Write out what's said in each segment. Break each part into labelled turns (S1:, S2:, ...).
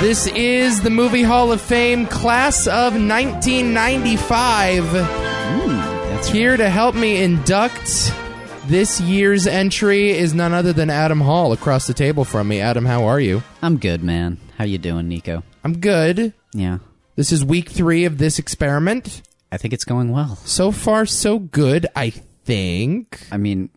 S1: This is the Movie Hall of Fame class of 1995.
S2: That's
S1: Here to help me induct this year's entry is none other than Adam Hall across the table from me. Adam, how are you?
S2: I'm good, man. How you doing, Nico?
S1: I'm good.
S2: Yeah.
S1: This is week three of this experiment.
S2: I think it's going well.
S1: So far, so good, I think.
S2: I mean,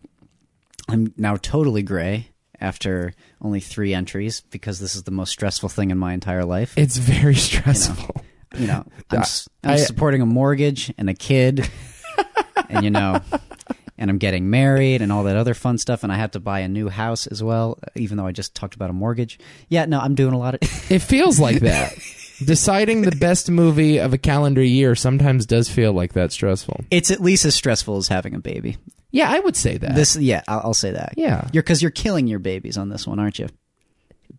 S2: I'm now totally gray after only 3 entries because this is the most stressful thing in my entire life.
S1: It's very stressful.
S2: you know, I'm, s am
S1: I-
S2: supporting a mortgage and a kid, and you know, and I'm getting married and all that other fun stuff, and I have to buy a new house as well, even though I just talked about a mortgage. Yeah, no, I'm doing a lot of.
S1: It feels like that. Deciding the best movie of a calendar year sometimes does feel like that stressful.
S2: it's at least as stressful as having a baby.
S1: Yeah, I would say that.
S2: This, yeah, I'll, I'll say that.
S1: Yeah.
S2: you're because you're killing your babies on this one, aren't you?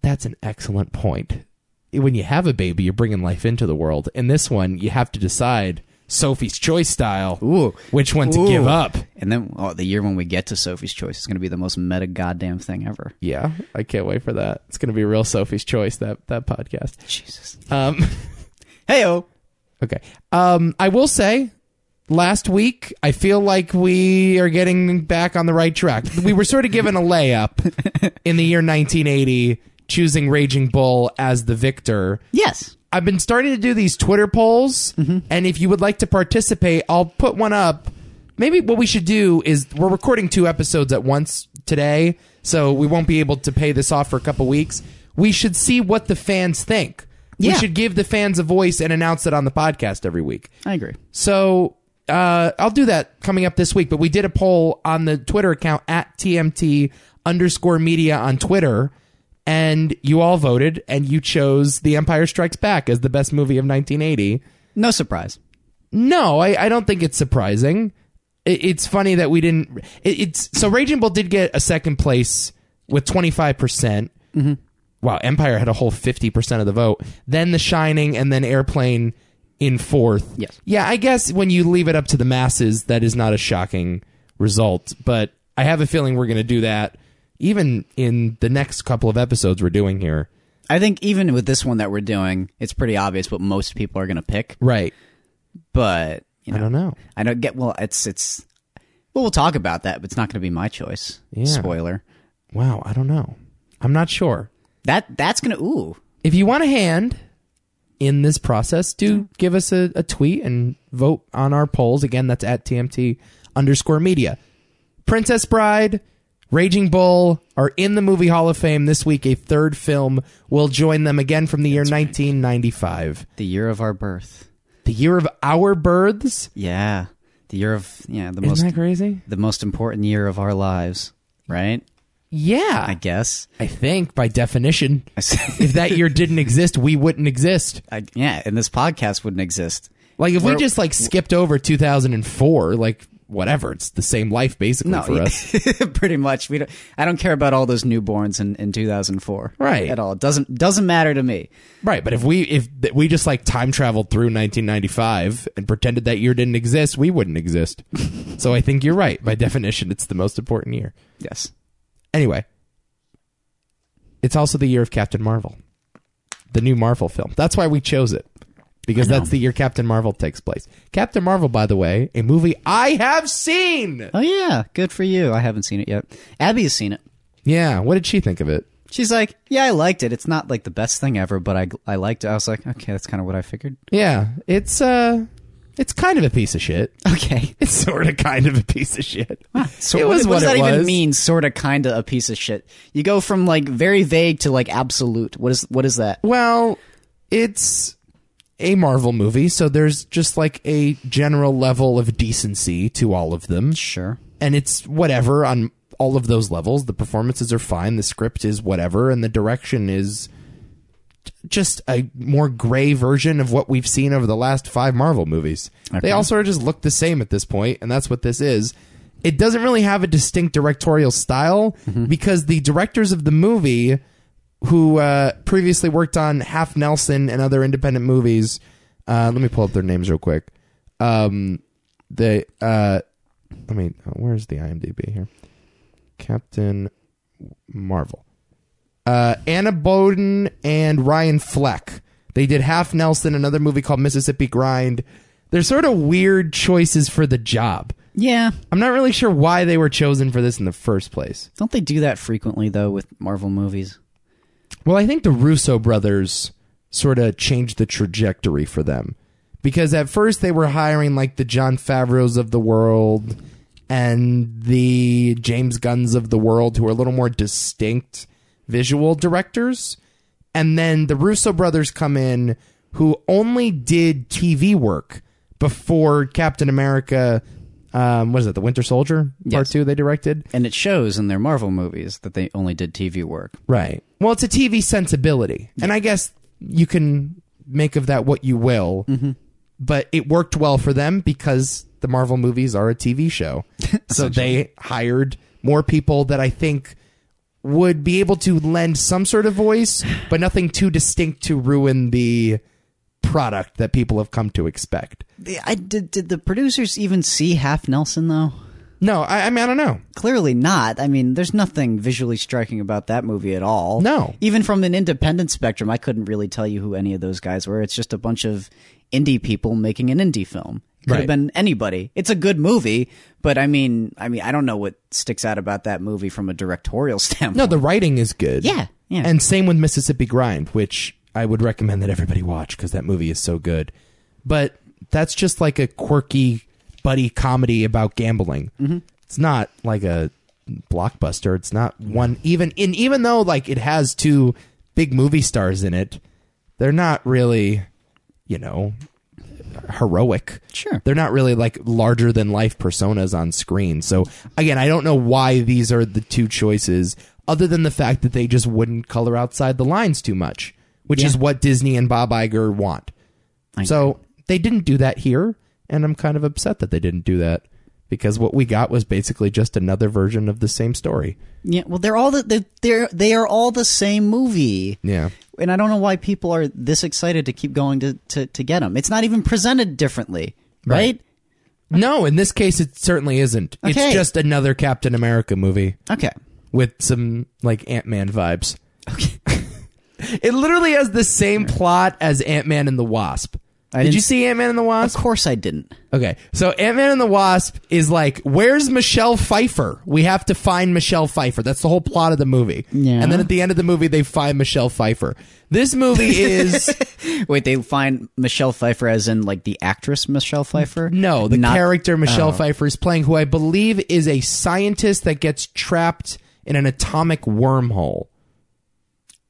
S1: That's an excellent point. When you have a baby, you're bringing life into the world. In this one, you have to decide Sophie's Choice style
S2: Ooh.
S1: which one to
S2: Ooh.
S1: give up.
S2: And then oh, the year when we get to Sophie's Choice is going to be the most meta goddamn thing ever.
S1: Yeah, I can't wait for that. It's going to be real Sophie's Choice that that podcast.
S2: Jesus.
S1: Um,
S2: Hey, oh.
S1: okay. Um, I will say, last week I feel like we are getting back on the right track. We were sort of given a layup in the year 1980, choosing Raging Bull as the victor.
S2: Yes.
S1: I've been starting to do these Twitter polls, and if you would like to participate, I'll put one up. Maybe what we should do is we're recording two episodes at once today, so we won't be able to pay this off for a couple weeks. We should see what the fans think.
S2: Yeah.
S1: We should give the fans a voice and announce it on the podcast every week.
S2: I agree.
S1: So uh, I'll do that coming up this week. But we did a poll on the Twitter account at TMT underscore media on Twitter. And you all voted, and you chose The Empire Strikes Back as the best movie of 1980.
S2: No surprise.
S1: No, I, I don't think it's surprising. It, it's funny that we didn't. It, it's so Raging Bull did get a second place with 25 percent. Wow, Empire had a whole 50 percent of the vote. Then The Shining, and then Airplane in fourth.
S2: Yes.
S1: Yeah, I guess when you leave it up to the masses, that is not a shocking result. But I have a feeling we're going to do that, even in the next couple of episodes we're doing here.
S2: I think even with this one that we're doing, it's pretty obvious what most people are going to pick.
S1: Right.
S2: But you know,
S1: I don't know.
S2: I don't get. Well, it's it's. Well, we'll talk about that, but it's not going to be my choice.
S1: Yeah.
S2: Spoiler.
S1: Wow, I don't know. I'm not sure.
S2: That that's going to. Ooh,
S1: if you want a hand in this process, do give us a, a tweet and vote on our polls. Again, that's at TMT underscore media. Princess Bride, Raging Bull are in the Movie Hall of Fame this week. A third film will join them again from the year 1995.
S2: the year of our birth.
S1: The year of our births.
S2: Yeah, the year of yeah the most
S1: Isn't that crazy?
S2: the most important year of our lives. Right.
S1: Yeah.
S2: I guess.
S1: I think by definition,
S2: I s-
S1: if that year didn't exist, we wouldn't exist.
S2: I, yeah, and this podcast wouldn't exist.
S1: Like if
S2: We're-
S1: we just like skipped over 2004, like whatever, it's the same life basically
S2: No,
S1: for
S2: yeah.
S1: us.
S2: pretty much. We don't. I don't care about all those newborns in, in 2004.
S1: Right.
S2: At all. It doesn't doesn't matter to me.
S1: Right, but if we if th- we just like time traveled through 1995 and pretended that year didn't exist, we wouldn't exist. so I think you're right. By definition, it's the most important year.
S2: Yes.
S1: Anyway, it's also the year of Captain Marvel. The new Marvel film. That's why we chose it. Because that's the year Captain Marvel takes place. Captain Marvel, by the way, a movie I have seen.
S2: Oh yeah, good for you. I haven't seen it yet. Abby has seen it.
S1: Yeah, what did she think of it?
S2: She's like, "Yeah, I liked it. It's not like the best thing ever, but I I liked it." I was like, "Okay, that's kind of what I figured."
S1: Yeah, it's uh it's kind of a piece of shit.
S2: Okay.
S1: It's sort of kind of a piece of shit.
S2: So
S1: it
S2: what,
S1: was
S2: what
S1: what,
S2: does that
S1: it
S2: even
S1: was.
S2: mean? Sort of, kind of a piece of shit. You go from like very vague to like absolute. What is what is that?
S1: Well, it's a Marvel movie, so there's just like a general level of decency to all of them.
S2: Sure.
S1: And it's whatever on all of those levels. The performances are fine, the script is whatever, and the direction is just a more gray version of what we've seen over the last five Marvel movies. They all sort of just look the same at this point, and that's what this is. It doesn't really have a distinct directorial style because the directors of the movie, who uh, previously worked on Half Nelson and other independent movies, uh, let me pull up their names real quick. Um, they, uh, let me, where's the IMDb here? Captain Marvel. uh, Anna Boden and Ryan Fleck. They did Half Nelson, another movie called Mississippi Grind. They're sort of weird choices for the job.
S2: Yeah.
S1: I'm not really sure why they were chosen for this in the first place.
S2: Don't they do that frequently though with Marvel movies?
S1: Well, I think the Russo brothers sort of changed the trajectory for them because at first they were hiring like the John Favreau's of the world and the James Gunn's of the world who are a little more distinct visual directors. And then the Russo brothers come in who only did TV work before Captain America. Um, what is it? The Winter Soldier part
S2: Yes.
S1: two they directed.
S2: And it shows in their Marvel movies that they only did TV work.
S1: Right. Well, it's a TV sensibility. And I guess you can make of that what you will. But it worked well for them because the Marvel movies are a TV show. so they hired more people that I think would be able to lend some sort of voice, but nothing too distinct to ruin the product that people have come to expect.
S2: The- I did. Did the producers even see Half Nelson though?
S1: No, I, I mean, I don't know.
S2: Clearly not. I mean, there's nothing visually striking about that movie at all.
S1: No.
S2: Even from an independent spectrum, I couldn't really tell you who any of those guys were. It's just a bunch of indie people making an indie film. Could
S1: Right.
S2: have been anybody. It's a good movie, but I mean, I mean, I don't know what sticks out about that movie from a directorial standpoint.
S1: No, the writing is good.
S2: Yeah, yeah.
S1: And same with Mississippi Grind, which I would recommend that everybody watch because that movie is so good. But that's just like a quirky buddy comedy about gambling.
S2: Mm-hmm.
S1: It's not like a blockbuster. It's not one even in even though like it has two big movie stars in it, they're not really, you know, heroic.
S2: Sure.
S1: They're not really like larger than life personas on screen. So again, I don't know why these are the two choices other than the fact that they just wouldn't color outside the lines too much, which is what Disney and Bob Iger want. so they didn't do that here, and I'm kind of upset that they didn't do that because what we got was basically just another version of the same story.
S2: Yeah, well, they're all the they're, they're they are all the same movie.
S1: Yeah.
S2: and I don't know why people are this excited to keep going to to, to get them. It's not even presented differently, right?
S1: No, in this case it certainly isn't.
S2: Okay.
S1: It's just another Captain America movie.
S2: Okay,
S1: with some like Ant Man vibes. Okay. it literally has the same plot as Ant Man and the Wasp.
S2: I
S1: Did
S2: didn't
S1: you see Ant Man and the
S2: of
S1: Wasp?
S2: course I didn't.
S1: Okay. So Ant Man and the Wasp is like, where's Michelle Pfeiffer? We have to find Michelle Pfeiffer. That's the whole plot of the movie.
S2: Yeah.
S1: And then at the end of the movie, they find Michelle Pfeiffer. This movie is
S2: Wait, they find Michelle Pfeiffer as in like the actress Michelle Pfeiffer?
S1: no, the
S2: Not- oh.
S1: character Michelle Pfeiffer is playing, who I believe is a scientist that gets trapped in an atomic wormhole.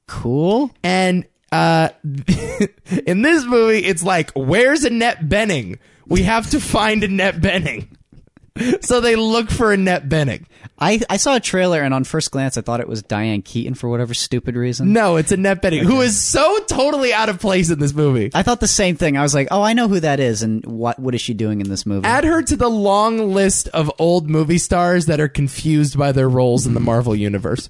S2: Cool.
S1: And uh, in this movie, it's like, where's Annette Benning? We have to find Annette Benning. So they look for Annette Benning.
S2: I I saw a trailer and on first glance I thought it was Diane Keaton for whatever stupid reason.
S1: No, it's Annette Benning, who is so totally out of place in this movie.
S2: I thought the same thing. I was like, oh, I know who that is, and what what is she doing in this movie?
S1: Add her to the long list of old movie stars that are confused by their roles in the Marvel universe.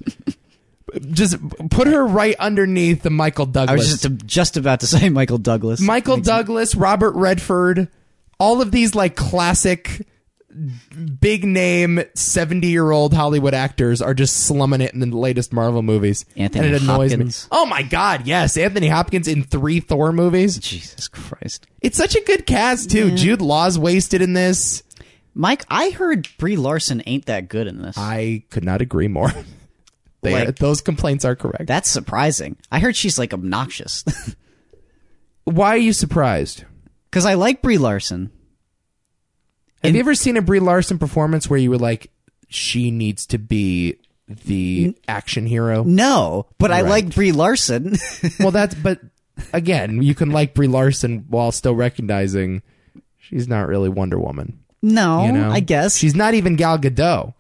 S1: Just put her right underneath the Michael Douglas.
S2: I was just just about to say Michael Douglas.
S1: Michael Douglas, Robert Redford, all of these like classic big name 70 year old Hollywood actors are just slumming it in the latest Marvel movies.
S2: Anthony
S1: and it annoys
S2: Hopkins.
S1: me. Oh my god, yes, Anthony Hopkins in 3 Thor movies.
S2: Jesus Christ.
S1: It's such a good cast too. Jude Law's wasted in this.
S2: Mike, I heard Brie Larson ain't that good in this.
S1: I could not agree more. They are-
S2: Like-
S1: those complaints are correct.
S2: That's surprising. I heard she's like obnoxious.
S1: Why are you surprised?
S2: Because I like Brie Larson.
S1: Have you ever seen a Brie Larson performance where you were like, she needs to be the action hero?
S2: No, but I like Brie Larson.
S1: well, that's but again, you can like Brie Larson while still recognizing she's not really Wonder Woman.
S2: no,
S1: You know,
S2: I guess.
S1: she's not even Gal Gadot.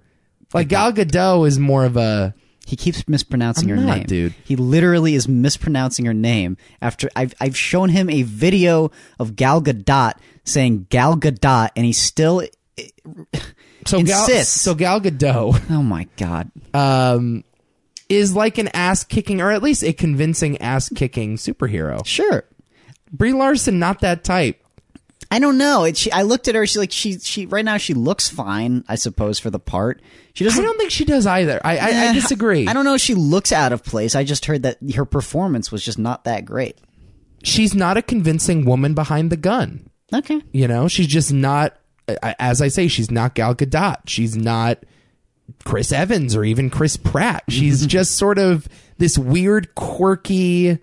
S1: Like Gal Gadot is more of a
S2: he keeps mispronouncing
S1: I'm
S2: her
S1: not,
S2: name.
S1: dude.
S2: He literally is mispronouncing her name after I've, I've shown him a video of Gal Gadot saying Gal Gadot, and he still.
S1: so Gal,
S2: Insists.
S1: so Gal Gadot
S2: Oh my God.
S1: um, is like an ass kicking or at least a convincing ass kicking superhero.
S2: Sure.
S1: Brie Larson not that type.
S2: I don't know. It, she, I looked at her. She like she she right now she looks fine. I suppose for the part she
S1: I
S2: doesn't.
S1: don't think she does either. I I, I
S2: Eh,
S1: disagree.
S2: I don't know. if She looks out of place. I just heard that her performance was just not that great.
S1: She's not a convincing woman behind the gun.
S2: Okay.
S1: You know, she's just not. I- I- As I say, she's not Gal Gadot. She's not Chris Evans or even Chris Pratt. She's just sort of this weird, quirky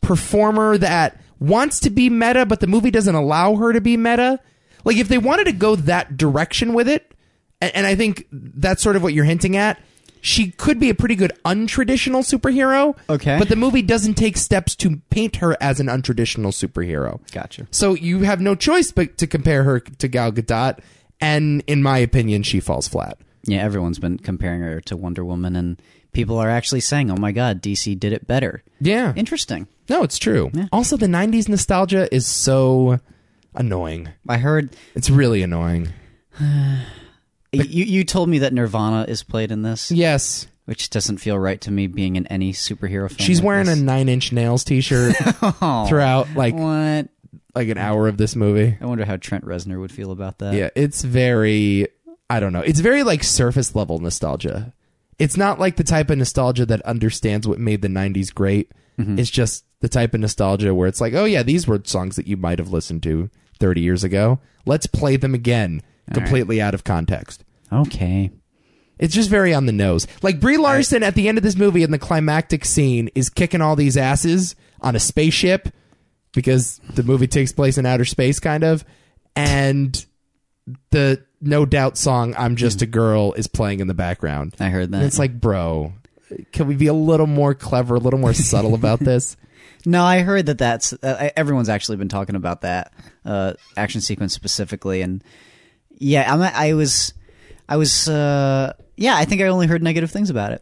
S1: performer that wants to be meta, but the movie doesn't allow her to be meta. Like if they wanted to go that direction with it, and, and I think that's sort of what you're hinting at. She could be a pretty good untraditional superhero.
S2: Okay.
S1: But the movie doesn't take steps to paint her as an untraditional superhero.
S2: Gotcha.
S1: So you have no choice but to compare her to Gal Gadot, and in my opinion, she falls flat.
S2: Yeah, everyone's been comparing her to Wonder Woman, and people are actually saying, "Oh my God, DC did it better."
S1: Yeah.
S2: Interesting.
S1: No, it's true. Also, the '90s nostalgia is so annoying.
S2: I heard
S1: It's really annoying.
S2: you you told me that Nirvana is played in this,
S1: Yes,
S2: which doesn't feel right to me. Being in any superhero film,
S1: she's
S2: like
S1: wearing
S2: this. Oh.
S1: a nine-inch nails T-shirt throughout like
S2: what?
S1: like an hour of this movie.
S2: I wonder how Trent Reznor would feel about that.
S1: Yeah, it's very. I don't know. It's very like surface level nostalgia. It's not like the type of nostalgia that understands what made the '90s great. It's just the type of nostalgia where it's like, oh yeah, these were songs that you might have listened to 30 years ago. Let's play them again, completely out of context.
S2: Okay.
S1: It's just very on the nose. Like Brie Larson at the end of this movie in the climactic scene is kicking all these asses on a spaceship because the movie takes place in outer space kind of and the no doubt song I'm just a girl is playing in the background.
S2: I heard that.
S1: And it's like, bro, can we be a little more clever, a little more subtle about this?
S2: No, I heard that that's uh, I- everyone's actually been talking about that uh, action sequence specifically, and yeah, I'm, I was, I was, uh, yeah, I think I only heard negative things about it.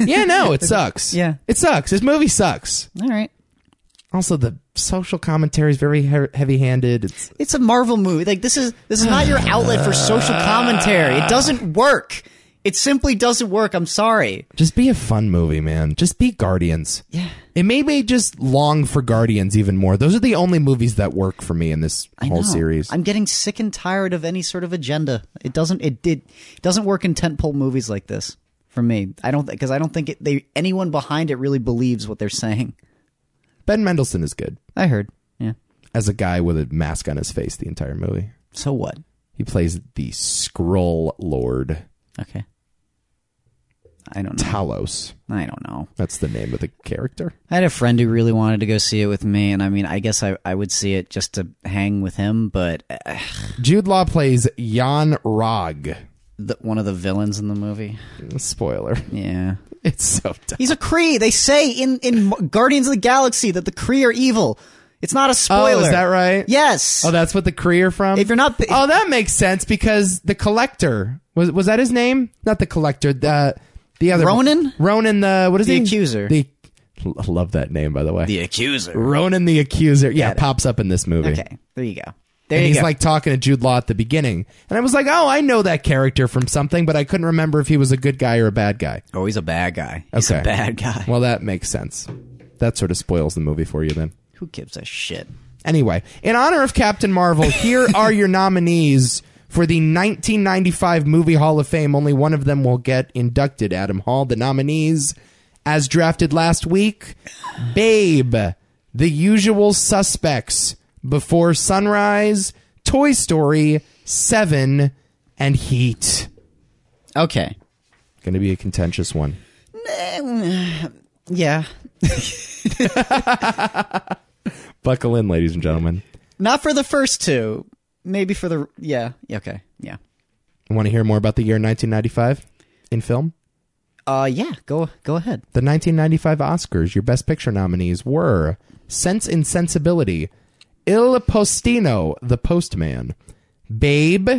S1: Yeah, no, it sucks.
S2: Yeah.
S1: It sucks. This movie sucks.
S2: All right,
S1: Also the social commentary is very he- heavy-handed. It's
S2: it's a Marvel movie. Like this is this is not your outlet for social commentary. It doesn't work. It simply doesn't work. I'm sorry.
S1: Just be a fun movie, man. Just be Guardians. Yeah. It made me just long for Guardians even more. Those are the only movies that work for me in this
S2: I
S1: whole
S2: know.
S1: series.
S2: I'm getting sick and tired of any sort of agenda. It doesn't. It did. It doesn't work in tentpole movies like this for me. I don't because I don't think it, they anyone behind it really believes what they're saying.
S1: ben Mendelsohn is good
S2: I heard. Yeah.
S1: as a guy with a mask on his face the entire movie.
S2: So what?
S1: He plays the Skrull Lord
S2: Okay. I don't know.
S1: Talos.
S2: I don't know.
S1: That's the name of the character.
S2: I had a friend who really wanted to go see it with me, and I mean, I guess I, I would see it just to hang with him, but uh,
S1: Jude Law plays Jan Rog.
S2: the, one of the villains in the movie.
S1: Spoiler.
S2: Yeah.
S1: It's so dumb.
S2: He's a Kree. They say in, in Guardians of the Galaxy that the Kree are evil. It's not a spoiler.
S1: Oh, is that right?
S2: Yes.
S1: Oh, that's what the Kree are from.
S2: If you're not-
S1: oh, that makes sense because the collector was was that his name? Not the collector. The the other
S2: Ronan?
S1: Ronan the what is
S2: The
S1: he?
S2: Accuser.
S1: The I love that name by the way.
S2: the accuser.
S1: Ronan the accuser. Yeah, pops up in this movie.
S2: Okay. There you go. There
S1: And
S2: you
S1: he's
S2: go.
S1: like talking to Jude Law at the beginning, and I was like, "Oh, I know that character from something, but I couldn't remember if he was a good guy or a bad guy."
S2: oh, he's a bad guy. He's
S1: Okay.
S2: a bad guy.
S1: Well, that makes sense. That sort of spoils the movie for you then.
S2: Who gives a shit?
S1: Anyway, in honor of Captain Marvel, here are your nominees for the 1995 Movie Hall of Fame. Only one of them will get inducted, Adam Hall. The nominees, as drafted last week Babe, The Usual Suspects, Before Sunrise, Toy Story, Seven, and Heat.
S2: Okay.
S1: Going to be a contentious one.
S2: Um, Yeah.
S1: Buckle in, ladies and gentlemen.
S2: Not for the first two. Maybe for the yeah. yeah, Okay. Yeah.
S1: Want to hear more about the year 1995 in film?
S2: Uh yeah, go go ahead.
S1: The 1995 Oscars, your Best Picture nominees were Sense and Sensibility, Il Postino, The Postman, Babe,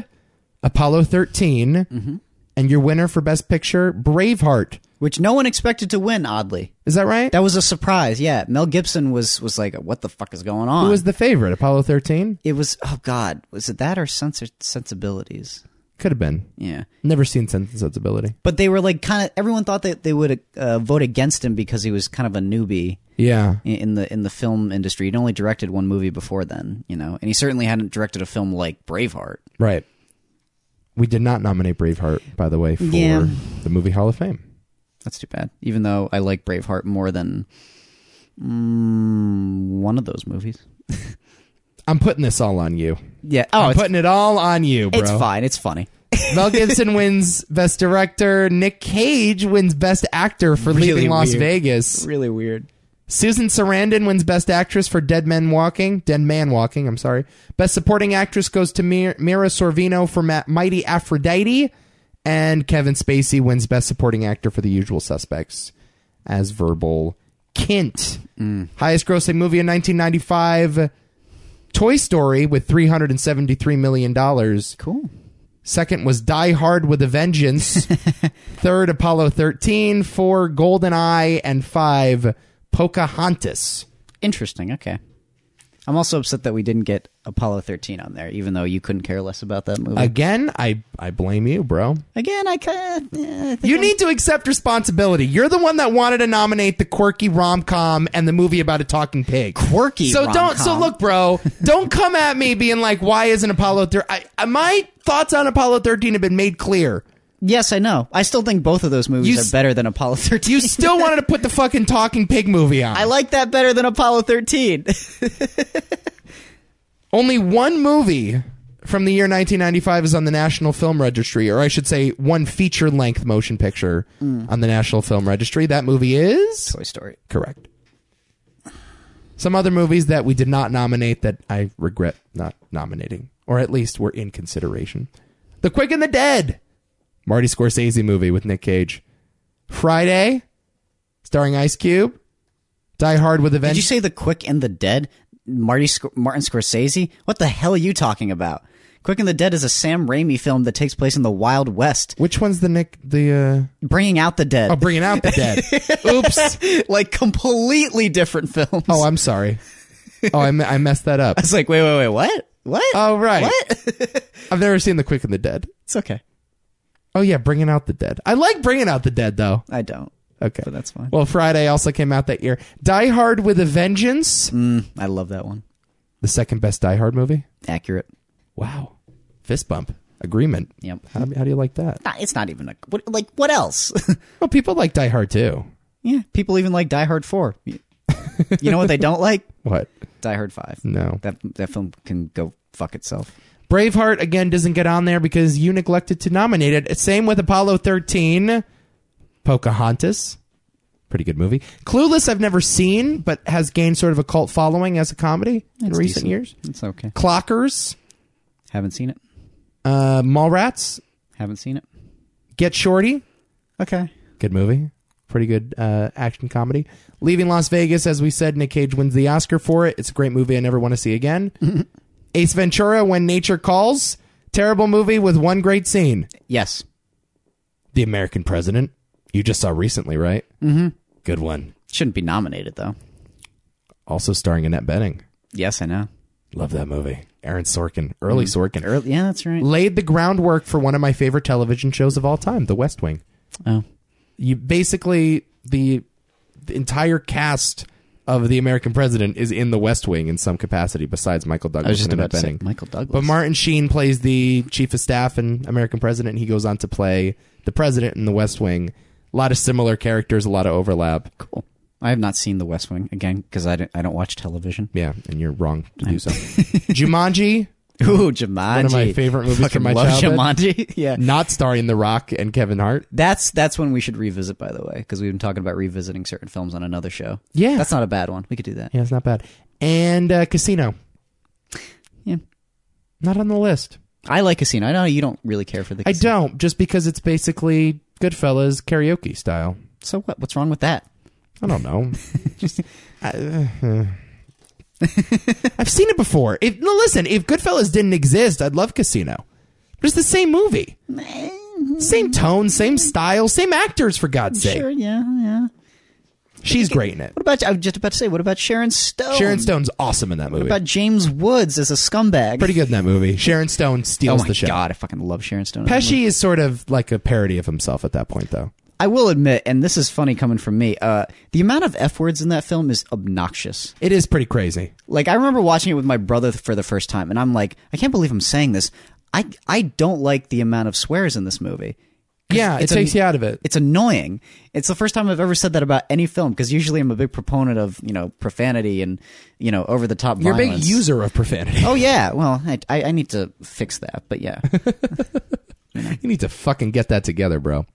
S1: Apollo 13,
S2: Mm-hmm.
S1: and your winner for Best Picture, Braveheart.
S2: Which no one expected to win oddly.
S1: Is that right?
S2: That was a surprise. Yeah. Mel Gibson was was like what the fuck is going on?
S1: Who was the favorite? Apollo 13?
S2: it was oh god, was it that or sensor sensibilities?
S1: Could have been.
S2: Yeah.
S1: Never seen Sense and Sensibility.
S2: But they were like kind of everyone thought that they would uh, vote against him because he was kind of a newbie
S1: Yeah.
S2: in- in the in the film industry. He'd only directed one movie before then, you know, and he certainly hadn't directed a film like Braveheart.
S1: Right. We did not nominate Braveheart, by the way, for
S2: Yeah.
S1: the movie Hall of Fame.
S2: That's too bad. Even though I like Braveheart more than mm, one of those movies.
S1: I'm putting this all on you.
S2: Yeah. Oh,
S1: I'm
S2: it's,
S1: putting it all on you, bro.
S2: it's fine. It's funny.
S1: Mel Gibson wins Best Director. Nick Cage wins Best Actor for
S2: Really
S1: Leaving Las
S2: weird.
S1: Vegas.
S2: Really weird.
S1: Susan Sarandon wins Best Actress for Dead Men Walking. Dead Man Walking, I'm sorry. Best Supporting Actress goes to Mir- Mira Sorvino for Ma- Mighty Aphrodite. And Kevin Spacey wins Best Supporting Actor for The Usual Suspects as Verbal Kint.
S2: Mm.
S1: Highest grossing movie in 1995, Toy Story with $373 million.
S2: Cool.
S1: Second was Die Hard with a Vengeance. Third, Apollo 13. Four, Golden Eye. And five, Pocahontas.
S2: Interesting. Okay. I'm also upset that we didn't get Apollo 13 on there, even though you couldn't care less about that movie.
S1: Again, I, I blame you, bro.
S2: Again, I kind of. Eh, I think
S1: You
S2: I'm-
S1: need to accept responsibility. You're the one that wanted to nominate the quirky rom com and the movie about a talking pig.
S2: Quirky
S1: So don't. So
S2: rom-com.
S1: look, bro. Don't come at me being like, "Why isn't Apollo 13?" My thoughts on Apollo 13 have been made clear.
S2: Yes, I know. I still think both of those movies
S1: You
S2: are
S1: s-
S2: better than Apollo 13.
S1: You still wanted to put the fucking talking pig movie on.
S2: I like that better than Apollo 13.
S1: Only one movie from the year 1995 is on the National Film Registry, or I should say, one feature length motion picture on the National Film Registry. That movie is.
S2: Toy Story.
S1: Correct. Some other movies that we did not nominate that I regret not nominating, or at least were in consideration The Quick and the Dead, Marty Scorsese movie with Nick Cage, Friday, starring Ice Cube, Die Hard with a
S2: Did you
S1: Vengeance.
S2: say the Quick and the Dead? Marty Sc- Martin Scorsese? What the hell are you talking about? Quick and the Dead is a Sam Raimi film that takes place in the Wild West,
S1: Which one's the Nick, the, uh,
S2: bringing out the dead.
S1: oh, Bringing Out the Dead. Oops.
S2: like completely different films.
S1: Oh, I'm sorry. Oh, I, me- I messed that up.
S2: it's like wait, wait, wait, what? What?
S1: Oh, right.
S2: What?
S1: I've never seen The Quick and the Dead.
S2: it's okay.
S1: Oh, yeah, Bringing Out the Dead. I like Bringing Out the Dead, though.
S2: I don't.
S1: Okay.
S2: But that's fine.
S1: Well, Friday also came out that year. Die Hard with a Vengeance,
S2: Mm, I love that one.
S1: the second best Die Hard movie.
S2: Accurate.
S1: Wow. Fist bump. Agreement.
S2: Yep.
S1: How, how do you like that?
S2: Nah, it's not even a what, like what else?
S1: Well, people like Die Hard too.
S2: yeah, people even like Die Hard Four. You know what they don't like?
S1: What?
S2: Die Hard Five.
S1: No.
S2: That that film can go fuck itself.
S1: Braveheart again doesn't get on there because you neglected to nominate it. Same with Apollo 13, Pocahontas. Pretty good movie. Clueless, I've never seen, but has gained sort of a cult following as a comedy in
S2: It's
S1: recent
S2: decent.
S1: years.
S2: It's okay.
S1: Clockers,
S2: Haven't seen it.
S1: uh, Mallrats,
S2: Haven't seen it.
S1: Get Shorty.
S2: Okay.
S1: Good movie. Pretty good uh, action comedy. Leaving Las Vegas, as we said, Nick Cage wins the Oscar for it. It's a great movie I never want to see again. Ace Ventura, When Nature Calls. Terrible movie with one great scene.
S2: Yes.
S1: the American president. You just saw recently, right? Mm-hmm. Good one.
S2: Shouldn't be nominated though.
S1: Also starring Annette Benning.
S2: Yes, I know.
S1: Love that movie. Aaron Sorkin, early Sorkin,
S2: Early, yeah, that's right.
S1: Mm. Er, laid the groundwork for one of my favorite television shows of all time, The West Wing.
S2: Oh,
S1: You basically the, the entire cast of the American president is in The West Wing in some capacity, besides Michael Douglas
S2: I was just
S1: and
S2: about
S1: Annette
S2: to say
S1: Bening.
S2: Michael Douglas.
S1: But Martin Sheen plays the chief of staff and American president. He goes on to play the president in The West Wing. A lot of similar characters, a lot of overlap.
S2: cool. I have not seen The West Wing again because I don't, I don't watch television.
S1: Yeah, and you're wrong to do so. Jumanji,
S2: Ooh, Jumanji.
S1: one of my favorite movies
S2: Fucking
S1: from my
S2: love
S1: childhood.
S2: Jumanji. yeah.
S1: Not starring The Rock and Kevin Hart.
S2: That's that's when we should revisit, by the way, because we've been talking about revisiting certain films on another show.
S1: Yeah.
S2: that's not a bad one. We could do that.
S1: Yeah, it's not bad. And uh, Casino,
S2: Yeah,
S1: not on the list.
S2: I like Casino. I know you don't really care for the.
S1: I
S2: Casino.
S1: don't, just because it's basically Goodfellas karaoke style.
S2: So what? What's wrong with that?
S1: I don't know. just, I, uh, I've seen it before. If no, listen, if Goodfellas didn't exist, I'd love Casino. But it's the same movie, same tone, same style, same actors. For God's sake,
S2: Sure. Yeah. Yeah.
S1: She's great in it.
S2: What about I was just about to say? What about Sharon Stone?
S1: Sharon Stone's awesome in that movie.
S2: What about James Woods as a scumbag?
S1: Pretty good in that movie. Sharon Stone
S2: Oh
S1: steals
S2: my
S1: the show.
S2: god, I fucking love Sharon Stone.
S1: Pesci is sort of like a parody of himself at that point, though.
S2: I will admit, and this is funny coming from me. Uh, the amount of f words in that film is obnoxious.
S1: It is pretty crazy.
S2: Like I remember watching it with my brother for the first time, and I'm like, I can't believe I'm saying this. I I don't like the amount of swears in this movie.
S1: Yeah, it
S2: a-
S1: takes you out of it.
S2: It's annoying. It's the first time I've ever said that about any film because usually I'm a big proponent of you know profanity and you know over the top.
S1: You're a big
S2: violence.
S1: user of profanity.
S2: Oh yeah. Well, I, I I need to fix that. But yeah,
S1: You need to fucking get that together, bro.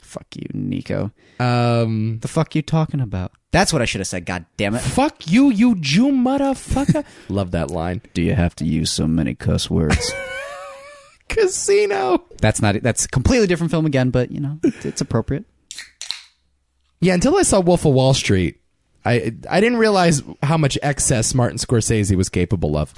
S2: fuck you, Nico.
S1: Um,
S2: The fuck you talking about? That's what I should have said. God damn it.
S1: fuck you, you Jew motherfucker. Love that line.
S2: Do you have to use so many cuss words?
S1: Casino.
S2: that's not. That's a completely different film again, but you know it's, it's appropriate.
S1: Yeah, until I saw Wolf of Wall Street, I I didn't realize how much excess Martin Scorsese was capable of.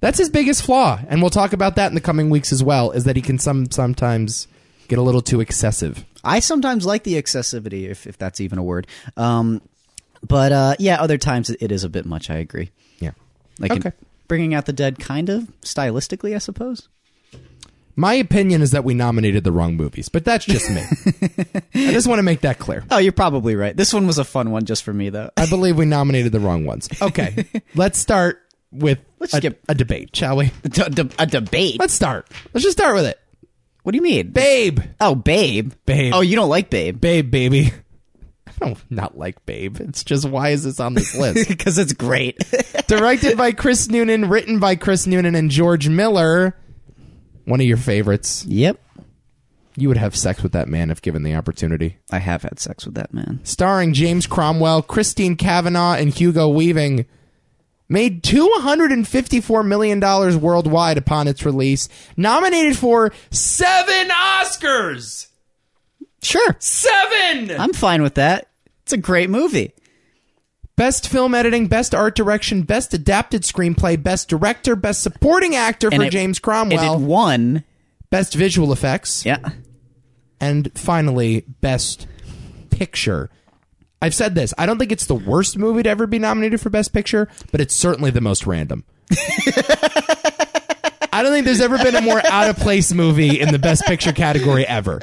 S1: That's his biggest flaw, and we'll talk about that in the coming weeks as well. Is that he can some sometimes get a little too excessive.
S2: I sometimes like the excessivity, if if that's even a word. Um, but uh, yeah, other times it, it is a bit much. I agree.
S1: Yeah.
S2: Like in
S1: Okay.
S2: bringing out the dead, kind of stylistically, I suppose.
S1: My opinion is that we nominated the wrong movies, but that's just me. I just want to make that clear.
S2: Oh, you're probably right. This one was a fun one just for me, though.
S1: I believe we nominated the wrong ones. Okay, let's start with
S2: Let's
S1: a,
S2: skip-
S1: a debate, shall we?
S2: A, de- a debate.
S1: Let's start. Let's just start with it.
S2: What do you mean?
S1: Babe,
S2: Oh, Babe.
S1: Babe.
S2: Oh, you don't like Babe
S1: babe, baby. I don't not like Babe. It's just why is this on this list?
S2: because it's great.
S1: Directed by Chris Noonan, written by Chris Noonan and George Miller. One of your favorites.
S2: yep.
S1: You would have sex with that man if given the opportunity.
S2: I have had sex with that man.
S1: starring James Cromwell, Christine Cavanaugh, and Hugo Weaving, made $254 million worldwide upon its release, nominated for seven Oscars!
S2: Sure.
S1: 7
S2: I'm fine with that. It's a great movie.
S1: Best film editing, best art direction, best adapted screenplay, best director, best supporting actor for
S2: it-
S1: James
S2: and it
S1: Cromwell,
S2: won.
S1: best visual effects,
S2: Yeah.
S1: and finally, best picture. I've said this. I don't think it's the worst movie to ever be nominated for Best Picture, but it's certainly the most random. I don't think there's ever been a more out of place movie in the Best Picture category ever.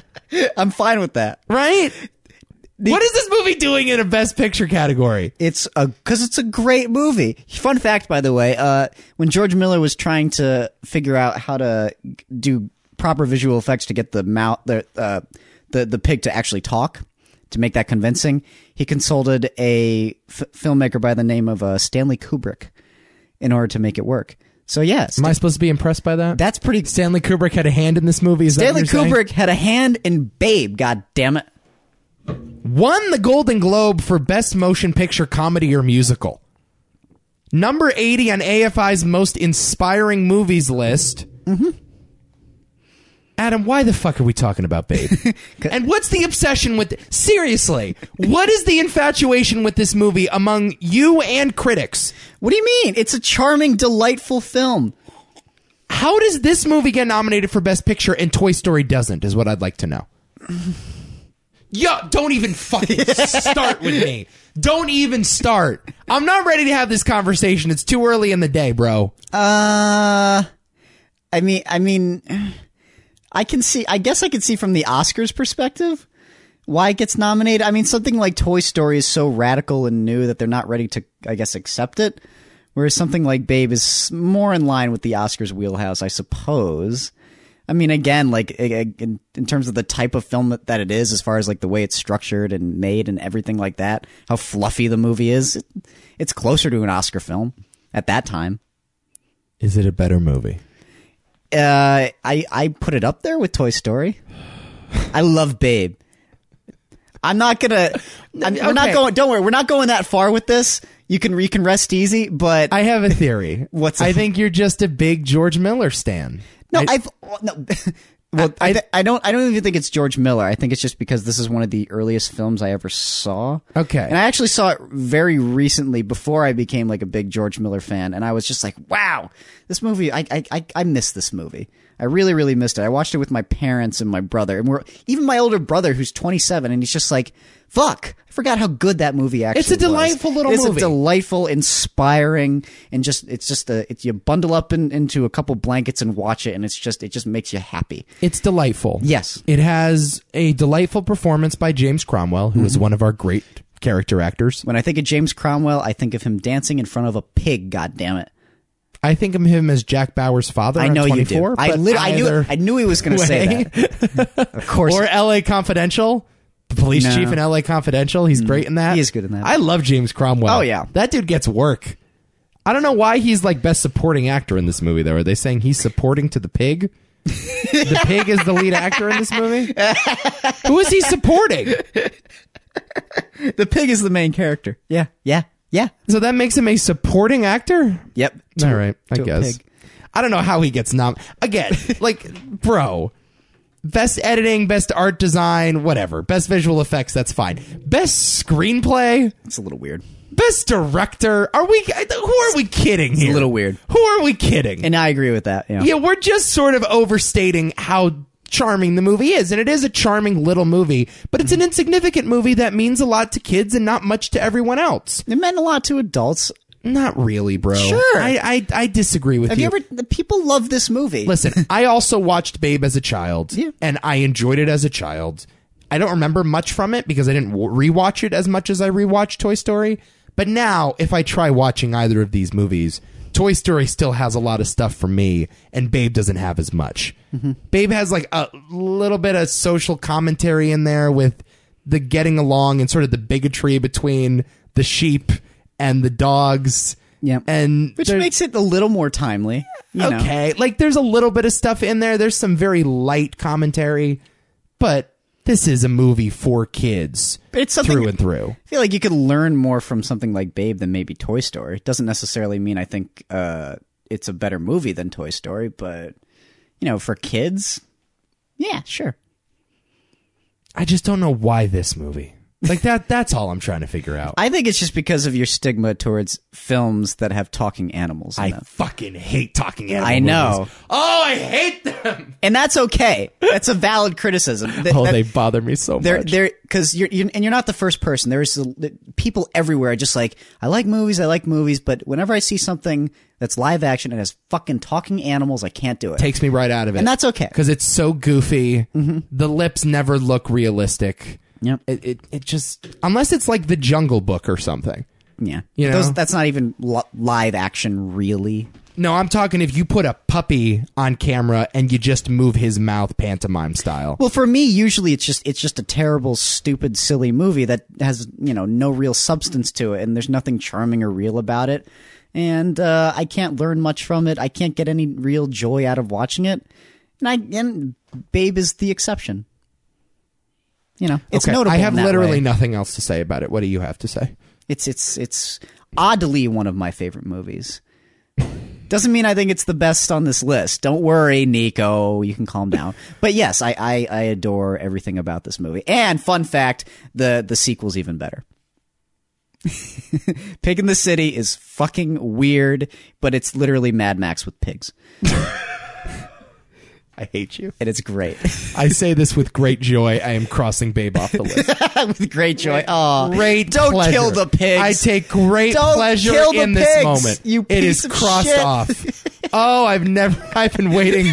S2: I'm fine with that.
S1: Right? what is this movie doing in a Best Picture category?
S2: It's a because it's a great movie. Fun fact, by the way, uh, when George Miller was trying to figure out how to g- do proper visual effects to get the mouth, the uh, the the pig to actually talk, to make that convincing, he consulted a f- filmmaker by the name of uh, Stanley Kubrick in order to make it work. So yes,
S1: Am I supposed to be impressed by that?
S2: that's pretty.
S1: Stanley Kubrick had a hand in this movie. Is that
S2: Stanley
S1: what you're saying?
S2: Kubrick had a hand in Babe. God damn it!
S1: won the Golden Globe for Best Motion Picture Comedy or Musical. Number 80 on AFI's Most Inspiring Movies list. Mm-hmm. Adam, why the fuck are we talking about Babe? and what's the obsession with. Seriously, what is the infatuation with this movie among you and critics?
S2: What do you mean? It's a charming, delightful film.
S1: How does this movie get nominated for Best Picture and Toy Story doesn't, is what I'd like to know. Yo, don't even fucking start with me. Don't even start. I'm not ready to have this conversation. It's too early in the day, bro.
S2: Uh, I mean, I mean, I can see. I guess I can see from the Oscars perspective why it gets nominated. I mean, something like Toy Story is so radical and new that they're not ready to, I guess, accept it. Whereas something like Babe is more in line with the Oscars wheelhouse, I suppose. I mean, again, like i- i- in, in terms of the type of film that, that it is, as far as like the way it's structured and made and everything like that, how fluffy the movie is, it, it's closer to an Oscar film at that time
S1: Is it a better movie?
S2: uh, I I put it up there with Toy Story. I love Babe. I'm not gonna. I'm, We're not
S1: Okay.
S2: going. Don't worry. We're not going that far with this. You can you can rest easy. But
S1: I have a theory.
S2: What's-
S1: I think you're just a big George Miller stan.
S2: no, I, have no. well, I, th- I don't I don't even think it's George Miller. I think it's just because this is one of the earliest films I ever saw.
S1: Okay.
S2: and I actually saw it very recently before I became like a big George Miller fan, and I was just like, wow, this movie. I I I, I miss this movie. I really really missed it. I watched it with my parents and my brother, and we're even my older brother who's 27, and he's just like, Fuck! I forgot how good that movie actually.
S1: It's a delightful
S2: was.
S1: little
S2: it's
S1: movie.
S2: a delightful, inspiring, and just it's just a it's you bundle up in, into a couple blankets and watch it, and it's just it just makes you happy.
S1: It's delightful.
S2: Yes.
S1: It has a delightful performance by James Cromwell, who is
S2: Mm-hmm.
S1: one of our great character actors.
S2: When I think of James Cromwell, I think of him dancing in front of a pig. God damn it!
S1: I think of him as Jack Bauer's father.
S2: I
S1: on
S2: know you do.
S1: 24,
S2: I,
S1: but
S2: lit- I knew
S1: either-
S2: I knew he was going to say that. of course,
S1: or L.A. Confidential. The police
S2: No. Mm.
S1: chief in L.A. Confidential. He's great in that.
S2: He is good in that.
S1: I love James Cromwell.
S2: Oh, yeah.
S1: that dude gets work. I don't know why he's like best supporting actor in this movie. Though, are they saying he's supporting to the pig? the pig is the lead actor in this movie. Who is he supporting?
S2: the pig is the main character. Yeah, yeah, yeah.
S1: So that makes him a supporting actor.
S2: Yep.
S1: All right, I
S2: to a
S1: guess.
S2: pig.
S1: I don't know how he gets nom. Again, like, bro, best editing, best art design, whatever, best visual effects. That's fine. Best screenplay,
S2: It's a little weird.
S1: best director. Are we? Who are we kidding here?
S2: a little weird.
S1: Who are we kidding?
S2: And I agree with that. Yeah.
S1: yeah, we're just sort of overstating how charming the movie is and it is a charming little movie but it's an
S2: Mm-hmm.
S1: insignificant movie that means a lot to kids and not much to everyone else
S2: It meant a lot to adults.
S1: not really bro
S2: Sure.
S1: i i, I disagree with
S2: Have you ever? The people love this movie.
S1: Listen, I also watched Babe as a child,
S2: Yeah.
S1: and I enjoyed it as a child. I don't remember much from it because I didn't w- rewatch it as much as I rewatched Toy Story. But now, if I try watching either of these movies, Toy Story still has a lot of stuff for me, and Babe doesn't have as much.
S2: Mm-hmm.
S1: Babe has like a little bit of social commentary in there with the getting along and sort of the bigotry between the sheep and the dogs.
S2: Yep.
S1: and
S2: which
S1: there-
S2: makes it a little more timely. You know?
S1: okay like there's a little bit of stuff in there there's some very light commentary but this is a movie for kids
S2: It's something-
S1: through and through
S2: I feel like you could learn more from something like Babe than maybe Toy Story. It doesn't necessarily mean I think uh, it's a better movie than Toy Story, but you know, for kids, yeah, sure.
S1: i just don't know why this movie like that that's all i'm trying to figure out
S2: I think it's just because of your stigma towards films that have talking animals. In
S1: i
S2: them.
S1: fucking hate talking animal
S2: I know.
S1: movies. oh i hate them
S2: and that's okay. That's a valid criticism. That-
S1: oh
S2: that-
S1: they bother me so
S2: they're
S1: much
S2: they're because you're, you're and you're not the first person. There's a- people everywhere are just like I like movies, I like movies, but whenever I see something that's live action and has fucking talking animals, I can't do it.
S1: takes me right out of it
S2: and that's okay. Mm-hmm.
S1: because it's so goofy the lips never look realistic
S2: Yep.
S1: it, it, it just unless it's like the jungle book or something
S2: Yeah.
S1: You know?
S2: Those, that's not even li- live action, really.
S1: No, I'm talking if you put a puppy on camera and you just move his mouth pantomime style.
S2: Well, for me, usually it's just it's just a terrible, stupid, silly movie that has you know no real substance to it, and there's nothing charming or real about it, and uh, I can't learn much from it. I can't get any real joy out of watching it, and I and Babe is the exception. You know, it's
S1: okay,
S2: notable.
S1: I have
S2: in that
S1: literally
S2: way.
S1: nothing else to say about it. What do you have to say?
S2: It's it's it's oddly one of my favorite movies. Doesn't mean I think it's the best on this list. Don't worry, Nico. You can calm down. But yes, I, I, I adore everything about this movie. And fun fact, the the sequel's even better. Pig in the City is fucking weird, but it's literally Mad Max with pigs.
S1: I hate you.
S2: And it's great.
S1: I say this with great joy. I am crossing Babe off the list.
S2: with great joy. Oh,
S1: Great
S2: Don't
S1: pleasure.
S2: kill the pigs.
S1: I take great
S2: Don't
S1: pleasure
S2: kill the
S1: in this
S2: pigs,
S1: moment.
S2: you
S1: it is
S2: piece of
S1: crossed
S2: shit.
S1: off. Oh, I've never. I've been waiting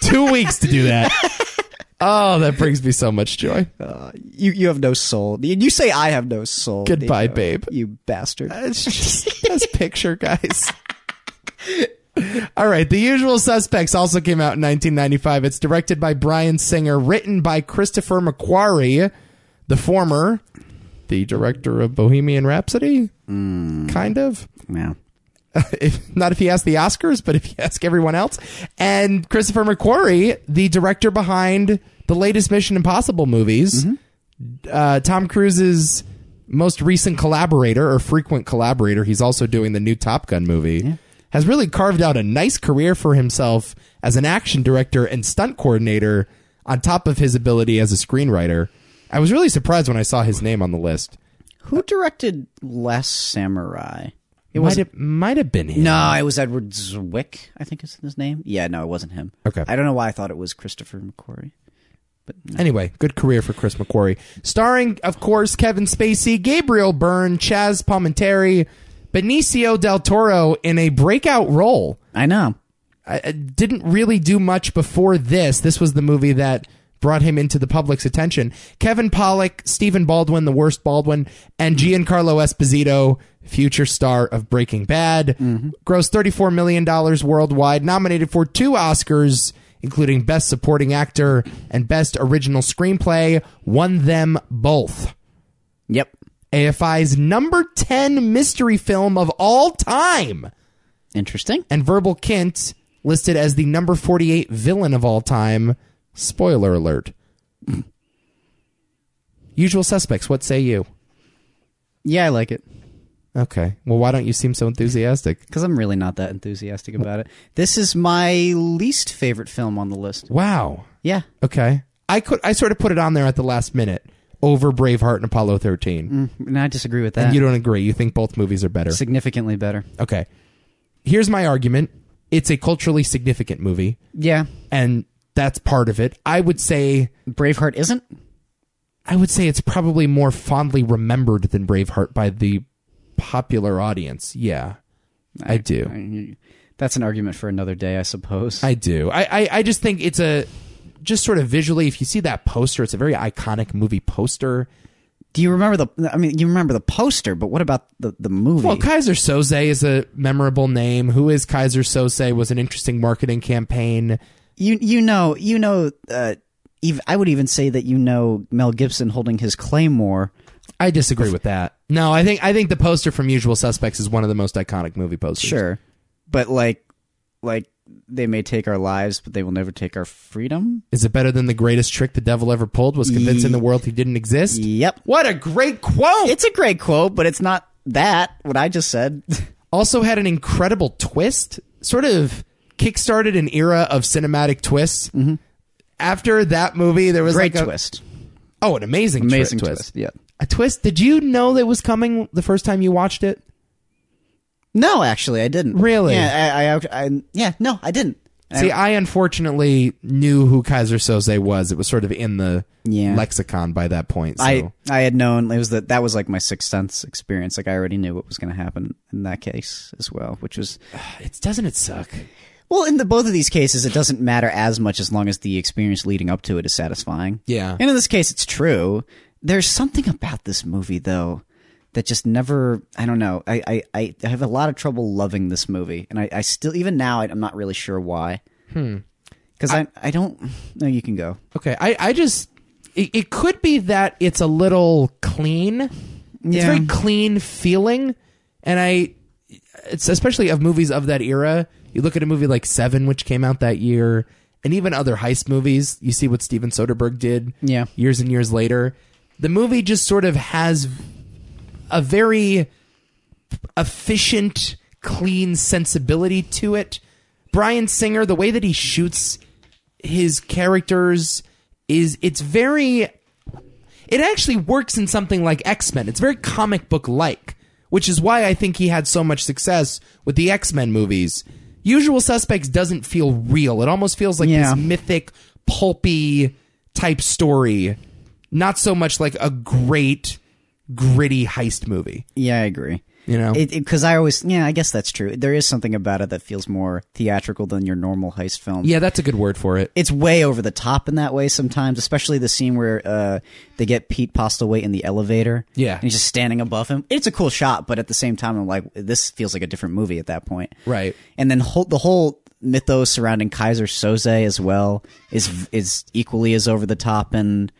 S1: two weeks to do that. Oh, that brings me so much joy.
S2: Oh, you you have no soul. You- You say I have no soul.
S1: Goodbye, Uh,
S2: Nico,
S1: babe.
S2: You bastard.
S1: It's just best picture, guys. All right, The Usual Suspects also came out in 1995. It's directed by Brian Singer, written by Christopher McQuarrie, the former, the director of Bohemian Rhapsody, kind of.
S2: Yeah.
S1: If, not if you ask the Oscars, but if you ask everyone else. And Christopher McQuarrie, the director behind the latest Mission Impossible movies, uh, Tom Cruise's most recent collaborator or frequent collaborator, he's also doing the new Top Gun movie, has really carved out a nice career for himself as an action director and stunt coordinator on top of his ability as a screenwriter. I was really surprised when I saw his name on the list.
S2: Who directed Last Samurai? Uh, It
S1: It might have, might have been him.
S2: No, it was Edward Zwick, I think is his name. Yeah, no, it wasn't him.
S1: Okay.
S2: I don't know why I thought it was Christopher McQuarrie. But
S1: Anyway, good career for Chris McQuarrie. Starring, of course, Kevin Spacey, Gabriel Byrne, Chaz Palminteri, Benicio del Toro in a breakout role.
S2: I know.
S1: I, I didn't really do much before this. This was the movie that brought him into the public's attention. Kevin Pollock, Stephen Baldwin, the worst Baldwin, and Giancarlo Esposito, future star of Breaking Bad, grossed $34 million worldwide, nominated for two Oscars, including Best Supporting Actor and Best Original Screenplay, won them both.
S2: Yep.
S1: AFI's number 10 mystery film of all time
S2: Interesting.
S1: and Verbal Kint listed as the number 48 villain of all time. Spoiler alert. Usual suspects, what say you?
S2: Yeah, I like it
S1: Okay. Well, why don't you seem so enthusiastic?
S2: because I'm really not that enthusiastic about it. This is my least favorite film on the list.
S1: Wow.
S2: Yeah.
S1: Okay. I could I sort of put it on there at the last minute over Braveheart and Apollo 13.
S2: Mm, And I disagree with that.
S1: You don't agree. You think both movies are better.
S2: Significantly better.
S1: Okay. Here's my argument. It's a culturally significant movie
S2: Yeah.
S1: and that's part of it. I would say
S2: Braveheart isn't?
S1: I would say it's probably more fondly remembered than Braveheart by the popular audience. Yeah. I do.
S2: That's an argument for another day, I suppose.
S1: I do. I, I, I just think it's a just sort of visually, if you see that poster, it's a very iconic movie poster.
S2: do you remember the I mean you remember the poster, but what about the, the movie?
S1: Well, Kaiser Soze is a memorable name. Who is Kaiser Soze was an interesting marketing campaign.
S2: you you know you know uh, ev I would even say that you know Mel Gibson holding his claymore.
S1: I disagree with that. No, I think I think the poster from Usual Suspects is one of the most iconic movie posters.
S2: Sure, but like like they may take our lives, but they will never take our freedom.
S1: Is it better than the greatest trick the devil ever pulled was convincing the world he didn't exist?
S2: Yep,
S1: What a great quote!
S2: it's a great quote, but it's not that what I just said.
S1: also had an incredible twist, sort of kickstarted an era of cinematic twists. After that movie, there was
S2: Mm-hmm. great
S1: like a,
S2: twist,
S1: Oh, an amazing, tri-
S2: amazing
S1: twist.
S2: twist. Yeah,
S1: A twist. Did you know that was coming the first time you watched it?
S2: no, actually, I didn't.
S1: Really?
S2: Yeah, I, I, I yeah, no, I didn't.
S1: See, I unfortunately knew who Kaiser Soze was. It was sort of in the
S2: Yeah.
S1: lexicon by that point. So.
S2: I I had known it was that that was like my sixth sense experience. Like I already knew what was going to happen in that case as well, which was
S1: it's doesn't it suck?
S2: well in the both of these cases it doesn't matter as much as long as the experience leading up to it is satisfying.
S1: Yeah.
S2: And in this case, it's true. There's something about this movie though that just never I don't know I I- I, I have a lot of trouble loving this movie, and I, I still even now I, I'm not really sure why. Hmm. Because I, I don't no you can go
S1: Okay, I, I just it, it could be that it's a little clean. It's
S2: Yeah.
S1: very clean feeling, and I it's especially of movies of that era. You look at a movie like Seven, which came out that year, and even other heist movies. You see what Steven Soderbergh did,
S2: Yeah.
S1: years and years later. The movie just sort of has a very efficient, clean sensibility to it. Brian Singer, the way that he shoots his characters is it's very it actually works in something like X-Men. It's very comic book like, which is why I think he had so much success with the X-Men movies. Usual Suspects doesn't feel real. It almost feels like
S2: Yeah.
S1: this mythic, pulpy type story, not so much like a great gritty heist movie.
S2: yeah I agree
S1: You know,
S2: because I always yeah I guess that's true. There is something about it that feels more theatrical than your normal heist film.
S1: yeah, that's a good word for it.
S2: It's way over the top in that way sometimes, especially the scene where uh, they get Pete Postlewaite in the elevator.
S1: Yeah.
S2: and he's just standing above him. It's a cool shot, but at the same time, I'm like, this feels like a different movie at that point.
S1: Right.
S2: And then whole, the whole mythos surrounding Kaiser Soze as well is is equally as over the top. And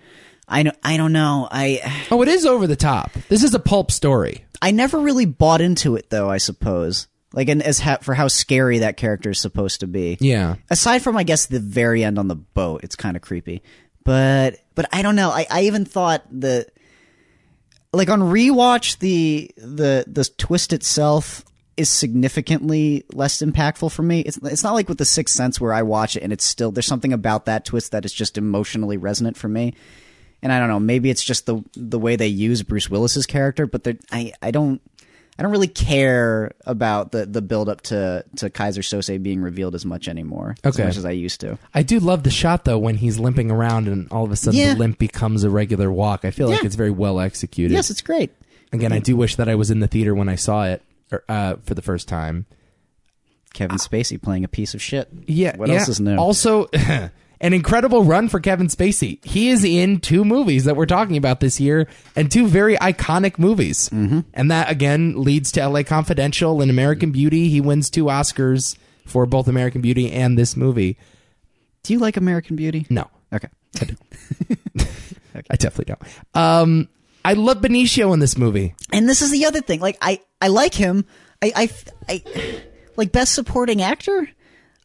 S2: I don't, I don't know. I
S1: Oh, it is over the top. This is a pulp story.
S2: I never really bought into it though. I suppose like and as ha- for how scary that character is supposed to be.
S1: Yeah.
S2: aside from I guess the very end on the boat, it's kind of creepy. But but I don't know. I, I even thought the like on rewatch the the the twist itself is significantly less impactful for me. It's it's not like with the Sixth Sense where I watch it and it's still there's something about that twist that is just emotionally resonant for me. And I don't know, maybe it's just the the way they use Bruce Willis's character, but they're- I I don't I don't really care about the the build up to to Kaiser Sose being revealed as much anymore.
S1: Okay.
S2: as much as I used to.
S1: I do love the shot though when he's limping around and all of a sudden
S2: Yeah.
S1: the limp becomes a regular walk. I feel like
S2: Yeah. Uh,
S1: it's very well executed.
S2: Yes, it's great.
S1: Again, I do wish that I was in the theater when I saw it or, uh, for the first time.
S2: Kevin Spacey playing a piece of shit.
S1: Yeah.
S2: What
S1: yeah.
S2: else is new?
S1: Also, an incredible run for Kevin Spacey. He is in two movies that we're talking about this year and two very iconic movies. Mm-hmm. And that, again, leads to LA Confidential and American Beauty. He wins two Oscars for both American Beauty and this movie.
S2: Do you like American Beauty?
S1: No,
S2: Okay.
S1: I definitely don't. Um, I love Benicio in this movie.
S2: And this is the other thing. Like I I like him. I I f- I- like best supporting actor.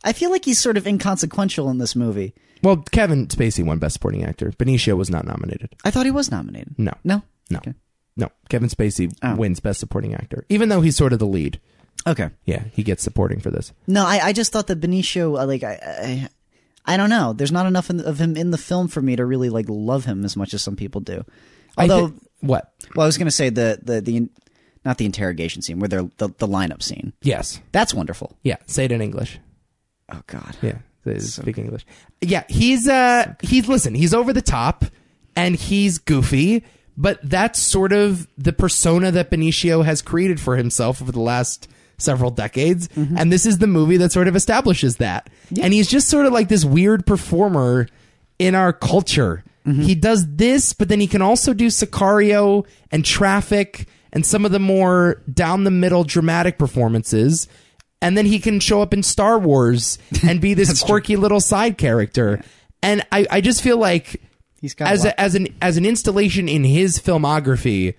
S2: I feel like he's sort of inconsequential in this movie.
S1: Well, Kevin Spacey won Best Supporting Actor. Benicio was not nominated.
S2: I thought he was nominated.
S1: No.
S2: No.
S1: No.
S2: Okay.
S1: No. Kevin Spacey
S2: Oh.
S1: wins Best Supporting Actor, even though he's sort of the lead.
S2: Okay.
S1: Yeah, he gets supporting for this.
S2: No, I, I just thought that Benicio, uh, like, I, I, I don't know. There's not enough in, of him in the film for me to really like love him as much as some people do.
S1: I
S2: Although,
S1: thi- what?
S2: well, I was gonna say the the the not the interrogation scene, where they're the, the lineup scene.
S1: Yes.
S2: That's wonderful.
S1: Yeah. Say it in English.
S2: Oh God.
S1: Yeah. They speak English. Yeah. He's uh he's listen, he's over the top and he's goofy, but that's sort of the persona that Benicio has created for himself over the last several decades. And this is the movie that sort of establishes that. And he's just sort of like this weird performer in our culture.
S2: Mm-hmm.
S1: He does this, but then he can also do Sicario and Traffic and some of the more down the middle dramatic performances. And then he can show up in Star Wars and be this quirky little side character. And I, I just feel like
S2: He's got a
S1: as
S2: lot.
S1: a, as an as an installation in his filmography,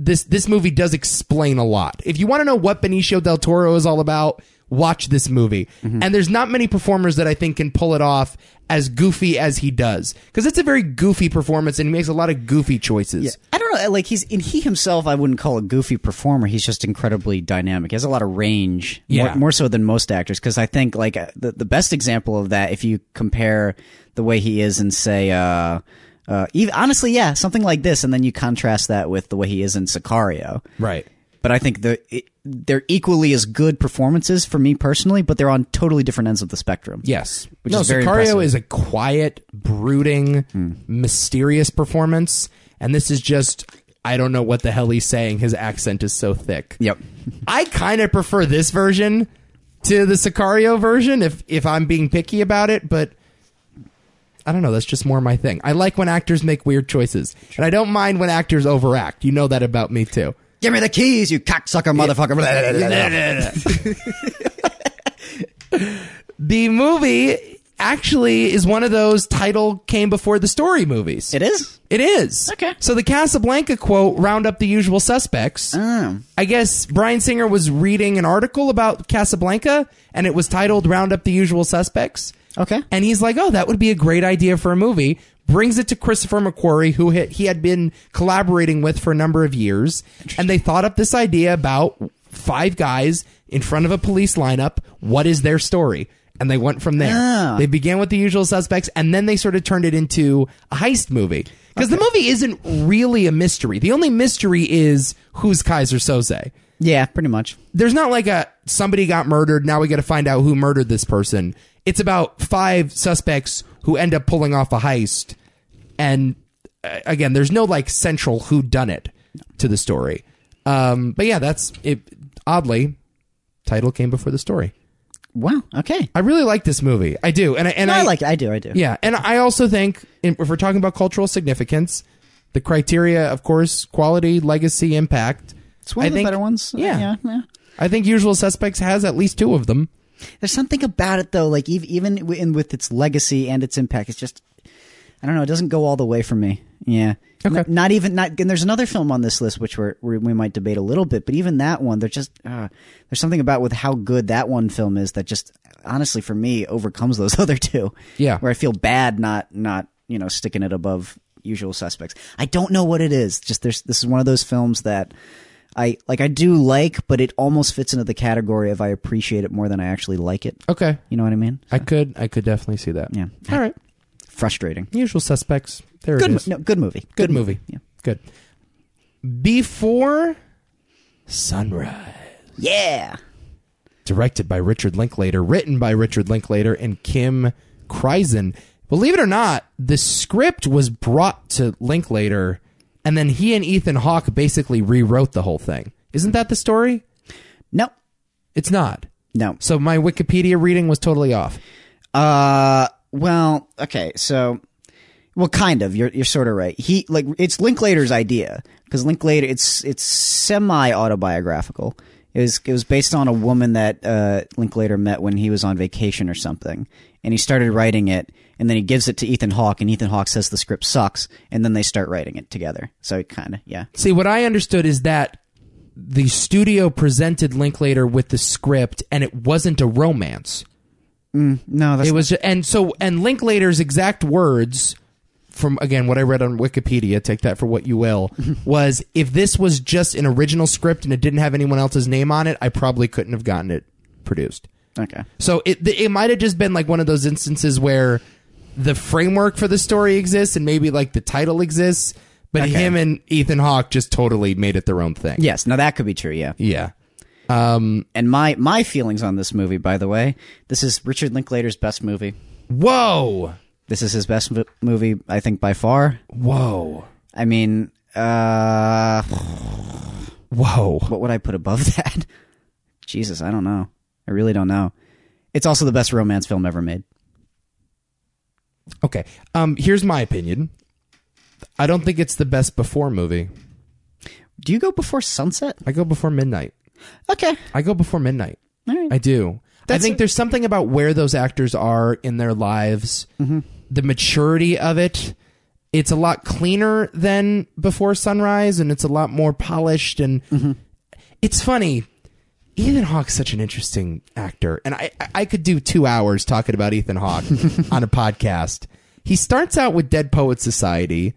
S1: this this movie does explain a lot. If you want to know what Benicio del Toro is all about, watch this movie.
S2: Mm-hmm.
S1: And there's not many performers that I think can pull it off as goofy as he does, because it's a very goofy performance, and he makes a lot of goofy choices.
S2: I don't know. Like he's and he himself, I wouldn't call a goofy performer. He's just incredibly dynamic. He has a lot of range,
S1: Yeah.
S2: more, more so than most actors. Because I think like uh, the the best example of that, if you compare the way he is in say, uh, uh, even, honestly, yeah, something like this, and then you contrast that with the way he is in Sicario.
S1: Right.
S2: But I think the it, they're equally as good performances for me personally, but they're on totally different ends of the spectrum.
S1: Yes.
S2: Which
S1: no,
S2: is very
S1: Sicario
S2: impressive. Hmm.
S1: is a quiet, brooding, mysterious performance, and this is just I don't know what the hell he's saying. His accent is so thick.
S2: Yep.
S1: I kind of prefer this version to the Sicario version if if I'm being picky about it, but I don't know, that's just more my thing. I like when actors make weird choices. And I don't mind when actors overact. You know that about me too.
S2: Give me the keys, you cocksucker, motherfucker.
S1: The movie actually is one of those title came before the story movies.
S2: it is.
S1: It is.
S2: Okay.
S1: So the Casablanca quote round up the usual suspects.
S2: Oh.
S1: I guess Brian Singer was reading an article about Casablanca and it was titled Round Up the Usual Suspects.
S2: Okay.
S1: And he's like, "Oh, that would be a great idea for a movie." Brings it to Christopher McQuarrie, who he he had been collaborating with for a number of years, and they thought up this idea about five guys in front of a police lineup. What is their story? And they went from there.
S2: Ah.
S1: They began with the usual suspects, and then they sort of turned it into a heist movie because the movie isn't really a mystery. The only mystery is who's Kaiser Soze
S2: Yeah, pretty much.
S1: there's not like a somebody got murdered now we got to find out who murdered this person it's about five suspects who end up pulling off a heist and uh, again there's no like central who done it to the story um but yeah that's it oddly title came before the story
S2: Wow. Okay.
S1: i really like this movie i do and i and
S2: No, I,
S1: I,
S2: like it. I do. I do.
S1: yeah and i also think in- if we're talking about cultural significance the criteria of course quality legacy impact
S2: It's one of
S1: I
S2: the
S1: think-
S2: better ones.
S1: yeah.
S2: yeah. yeah.
S1: i think usual suspects has at least two of them
S2: There's something about it though, like ev- even w- in with its legacy and its impact, it's just I don't know. It doesn't go all the way for me. Yeah.
S1: Okay.
S2: N- not even not. And there's another film on this list which we're, we we might debate a little bit, but even that one, there's just uh, there's something about with how good that one film is that just honestly for me overcomes those other two.
S1: Yeah.
S2: Where I feel bad not not you know sticking it above usual suspects. I don't know what it is. Just there's this is one of those films that I like I do like, but it almost fits into the category of I appreciate it more than I actually like it.
S1: okay
S2: You know what I mean?
S1: I could, I could definitely see that.
S2: Yeah.
S1: All right.
S2: Frustrating.
S1: Usual suspects. There
S2: Good,
S1: it
S2: mo-
S1: is.
S2: no, good movie.
S1: Good movie.
S2: Yeah.
S1: Good. Before Sunrise.
S2: Yeah.
S1: Directed by Richard Linklater, written by Richard Linklater and Kim Kreisen. Believe it or not, the script was brought to Linklater, and then he and Ethan Hawke basically rewrote the whole thing. Isn't that the story?
S2: No.
S1: It's not.
S2: No.
S1: So my Wikipedia reading was totally off.
S2: Uh, well, okay, so, well, kind of. You're you're sort of right. He like it's Linklater's idea because Linklater it's it's semi autobiographical. It was it was based on a woman that uh, Linklater met when he was on vacation or something, and he started writing it, and then he gives it to Ethan Hawke, and Ethan Hawke says the script sucks, and then they start writing it together. So it kind of yeah.
S1: See, what I understood is that the studio presented Linklater with the script, and it wasn't a romance.
S2: No, that's
S1: It was, and so, and Linklater's exact words from again what I read on Wikipedia, take that for what you will, was if this was just an original script and it didn't have anyone else's name on it, I probably couldn't have gotten it produced.
S2: okay.
S1: So it th- it might have just been like one of those instances where the framework for the story exists and maybe like the title exists, but him and Ethan Hawke just totally made it their own thing.
S2: Yes, now that could be true. Yeah.
S1: Yeah.
S2: And my my feelings on this movie, by the way, this is Richard Linklater's best movie.
S1: Whoa.
S2: This is his best mo- movie, I think, by far.
S1: Whoa.
S2: I mean, uh,
S1: Whoa.
S2: what would I put above that? Jesus, I don't know. I really don't know. It's also the best romance film ever made.
S1: Okay. Um here's my opinion. I don't think it's the best before movie.
S2: Do you go before sunset?
S1: I go before midnight.
S2: Okay.
S1: I go before midnight.
S2: All right.
S1: I do. I
S2: That's
S1: think there's something about where those actors are in their lives, the maturity of it. It's a lot cleaner than Before Sunrise, and it's a lot more polished. And it's funny. Ethan Hawke's such an interesting actor, and I I- I could do two hours talking about Ethan Hawke on a podcast. He starts out with Dead Poets Society,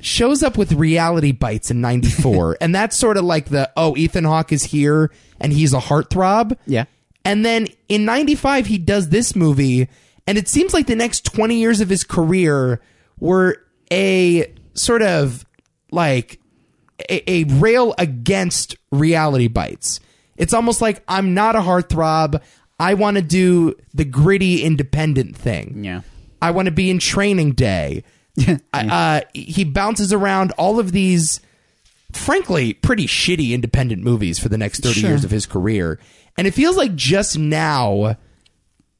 S1: shows up with Reality Bites in '94, and that's sort of like the oh Ethan Hawke is here and he's a heartthrob.
S2: Yeah.
S1: And then in 95, he does this movie, and it seems like the next 20 years of his career were a sort of like a, a rail against reality bites. It's almost like I'm not a heartthrob. I want to do the gritty independent thing.
S2: Yeah.
S1: I want to be in training day. I, uh, he bounces around all of these, frankly, pretty shitty independent movies for the next 30
S2: Sure.
S1: years of his career. And it feels like just now,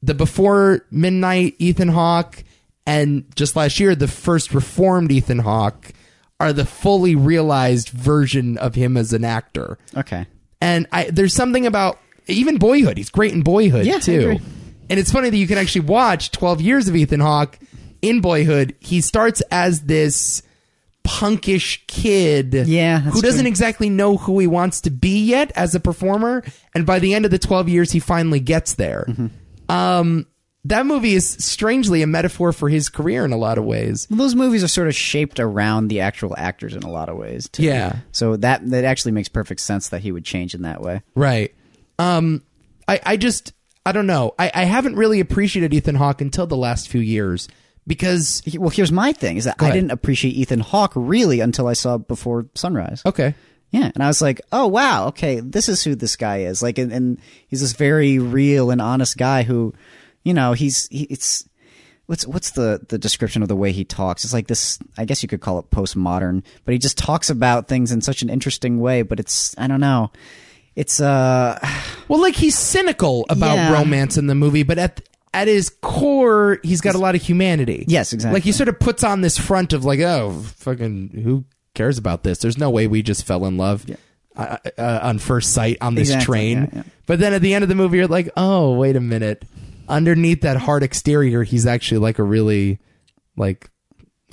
S1: the Before Midnight Ethan Hawke and just last year, the first reformed Ethan Hawke are the fully realized version of him as an actor.
S2: Okay.
S1: And I, there's something about even Boyhood. He's great in Boyhood
S2: Yeah, I
S1: too.
S2: agree.
S1: And it's funny that you can actually watch 12 years of Ethan Hawke in Boyhood. He starts as this punkish kid
S2: Yeah, that's
S1: who doesn't
S2: true.
S1: exactly know who he wants to be yet as a performer and by the end of the 12 years he finally gets there
S2: Mm-hmm.
S1: um that movie is strangely a metaphor for his career in a lot of ways
S2: Well, those movies are sort of shaped around the actual actors in a lot of ways. Too.
S1: Yeah.
S2: So that that actually makes perfect sense that he would change in that way.
S1: Right. Um, I, I just, I don't know. I, I haven't really appreciated Ethan Hawke until the last few years because,
S2: He- Well, here's my thing: is that I
S1: ahead.
S2: didn't appreciate Ethan Hawke really until I saw Before Sunrise.
S1: okay,
S2: Yeah, and I was like, "Oh wow, okay, this is who this guy is." Like, and, and he's this very real and honest guy who, you know, he's he, it's what's what's the the description of the way he talks? It's like this. I guess you could call it postmodern, but he just talks about things in such an interesting way. But it's I don't know. It's uh
S1: well, like he's cynical about
S2: Yeah.
S1: romance in the movie, but at at his core, he's got a lot of humanity.
S2: Yes, exactly.
S1: Like he sort of puts on this front of like, oh, fucking, who cares about this? There's no way we just fell in love. Uh, uh, on first sight on this
S2: Exactly,
S1: train,
S2: yeah, yeah.
S1: but then at the end of the movie, you're like, "Oh, wait a minute!" Underneath that hard exterior, he's actually like a really, like,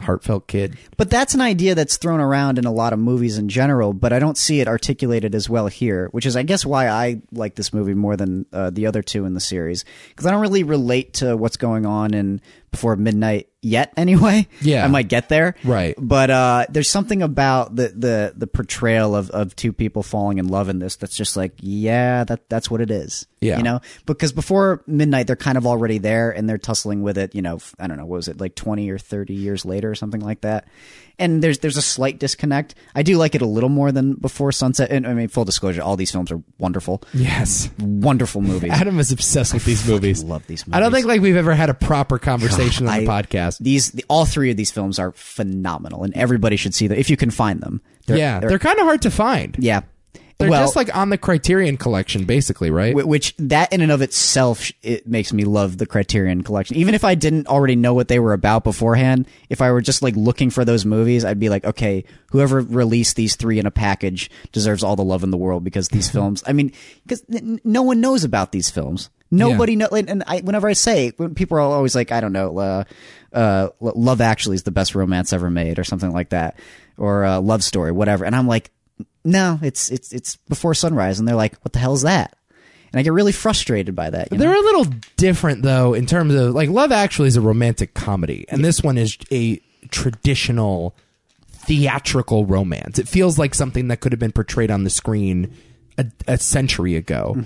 S1: heartfelt kid.
S2: But that's an idea that's thrown around in a lot of movies in general, but I don't see it articulated as well here, which is, I guess, why I like this movie more than uh, the other two in the series, because I don't really relate to what's going on in before midnight yet anyway.
S1: Yeah.
S2: I might get there.
S1: Right.
S2: But uh, there's something about the, the, the portrayal of, of two people falling in love in this that's just like, yeah, that that's what it is.
S1: Yeah.
S2: You know? Because before midnight, they're kind of already there and they're tussling with it, you know, f- I don't know, what was it, like 20 or 30 years later or something like that. And there's there's a slight disconnect. I do like it a little more than before sunset. And I mean, full disclosure, all these films are wonderful.
S1: Yes.
S2: Wonderful movies.
S1: Adam is obsessed with these movies.
S2: love these
S1: I don't
S2: movies.
S1: think like we've ever had a proper conversation on
S2: I-
S1: the podcast.
S2: These the, all three of these films are phenomenal, and everybody should see them if you can find them. They're-
S1: yeah,
S2: they're-
S1: they're kind of hard to find.
S2: yeah.
S1: They're
S2: well,
S1: just like on the Criterion collection, basically, right?
S2: wh- which that in and of itself sh- it makes me love the Criterion Collection. Even if I didn't already know what they were about beforehand, if I were just like looking for those movies, I'd be like, okay, whoever released these three in a package deserves all the love in the world because these films. I mean, because n- no one knows about these films. Nobody know, and and I, whenever I say, when people are always like, I don't know, uh, uh, Lo- Love Actually is the best romance ever made, or something like that, or uh, Love Story, whatever, and I'm like, no, it's it's it's Before Sunrise, and they're like, what the hell is that? And I get really frustrated by that. you know?
S1: They're a little different though in terms of like Love Actually is a romantic comedy, and this one is a traditional theatrical romance. It feels like something that could have been portrayed on the screen a, a century ago.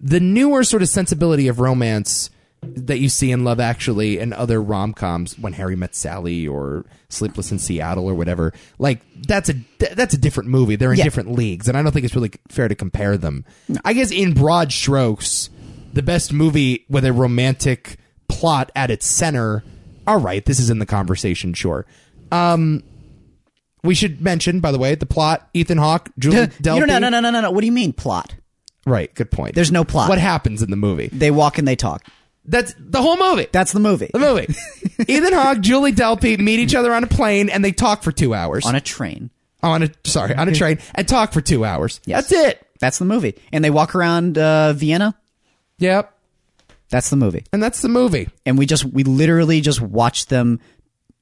S1: The newer sort of sensibility of romance that you see in Love Actually and other rom coms, When Harry Met Sally or Sleepless in Seattle or whatever, like that's a that's a different movie. They're in
S2: Yeah.
S1: different leagues, and I don't think it's really fair to compare them. I guess in broad strokes, the best movie with a romantic plot at its center. All right, this is in the conversation, sure. We should mention, by the way, the plot: Ethan Hawke, Julie Delpy.
S2: You don't, no, no, no, no, no, no. What do you mean plot?
S1: Right, good point.
S2: There's no plot.
S1: What happens in the movie?
S2: They walk and they talk.
S1: That's the whole movie.
S2: That's the movie.
S1: the movie. Ethan Hawke, Julie Delpy meet each other on a plane and they talk for two hours
S2: On a train.
S1: on a sorry on a train and talk for two hours.
S2: Yes.
S1: That's it.
S2: That's the movie. And they walk around uh, Vienna.
S1: Yep,
S2: That's the movie.
S1: and that's the movie.
S2: And we just we literally just watch them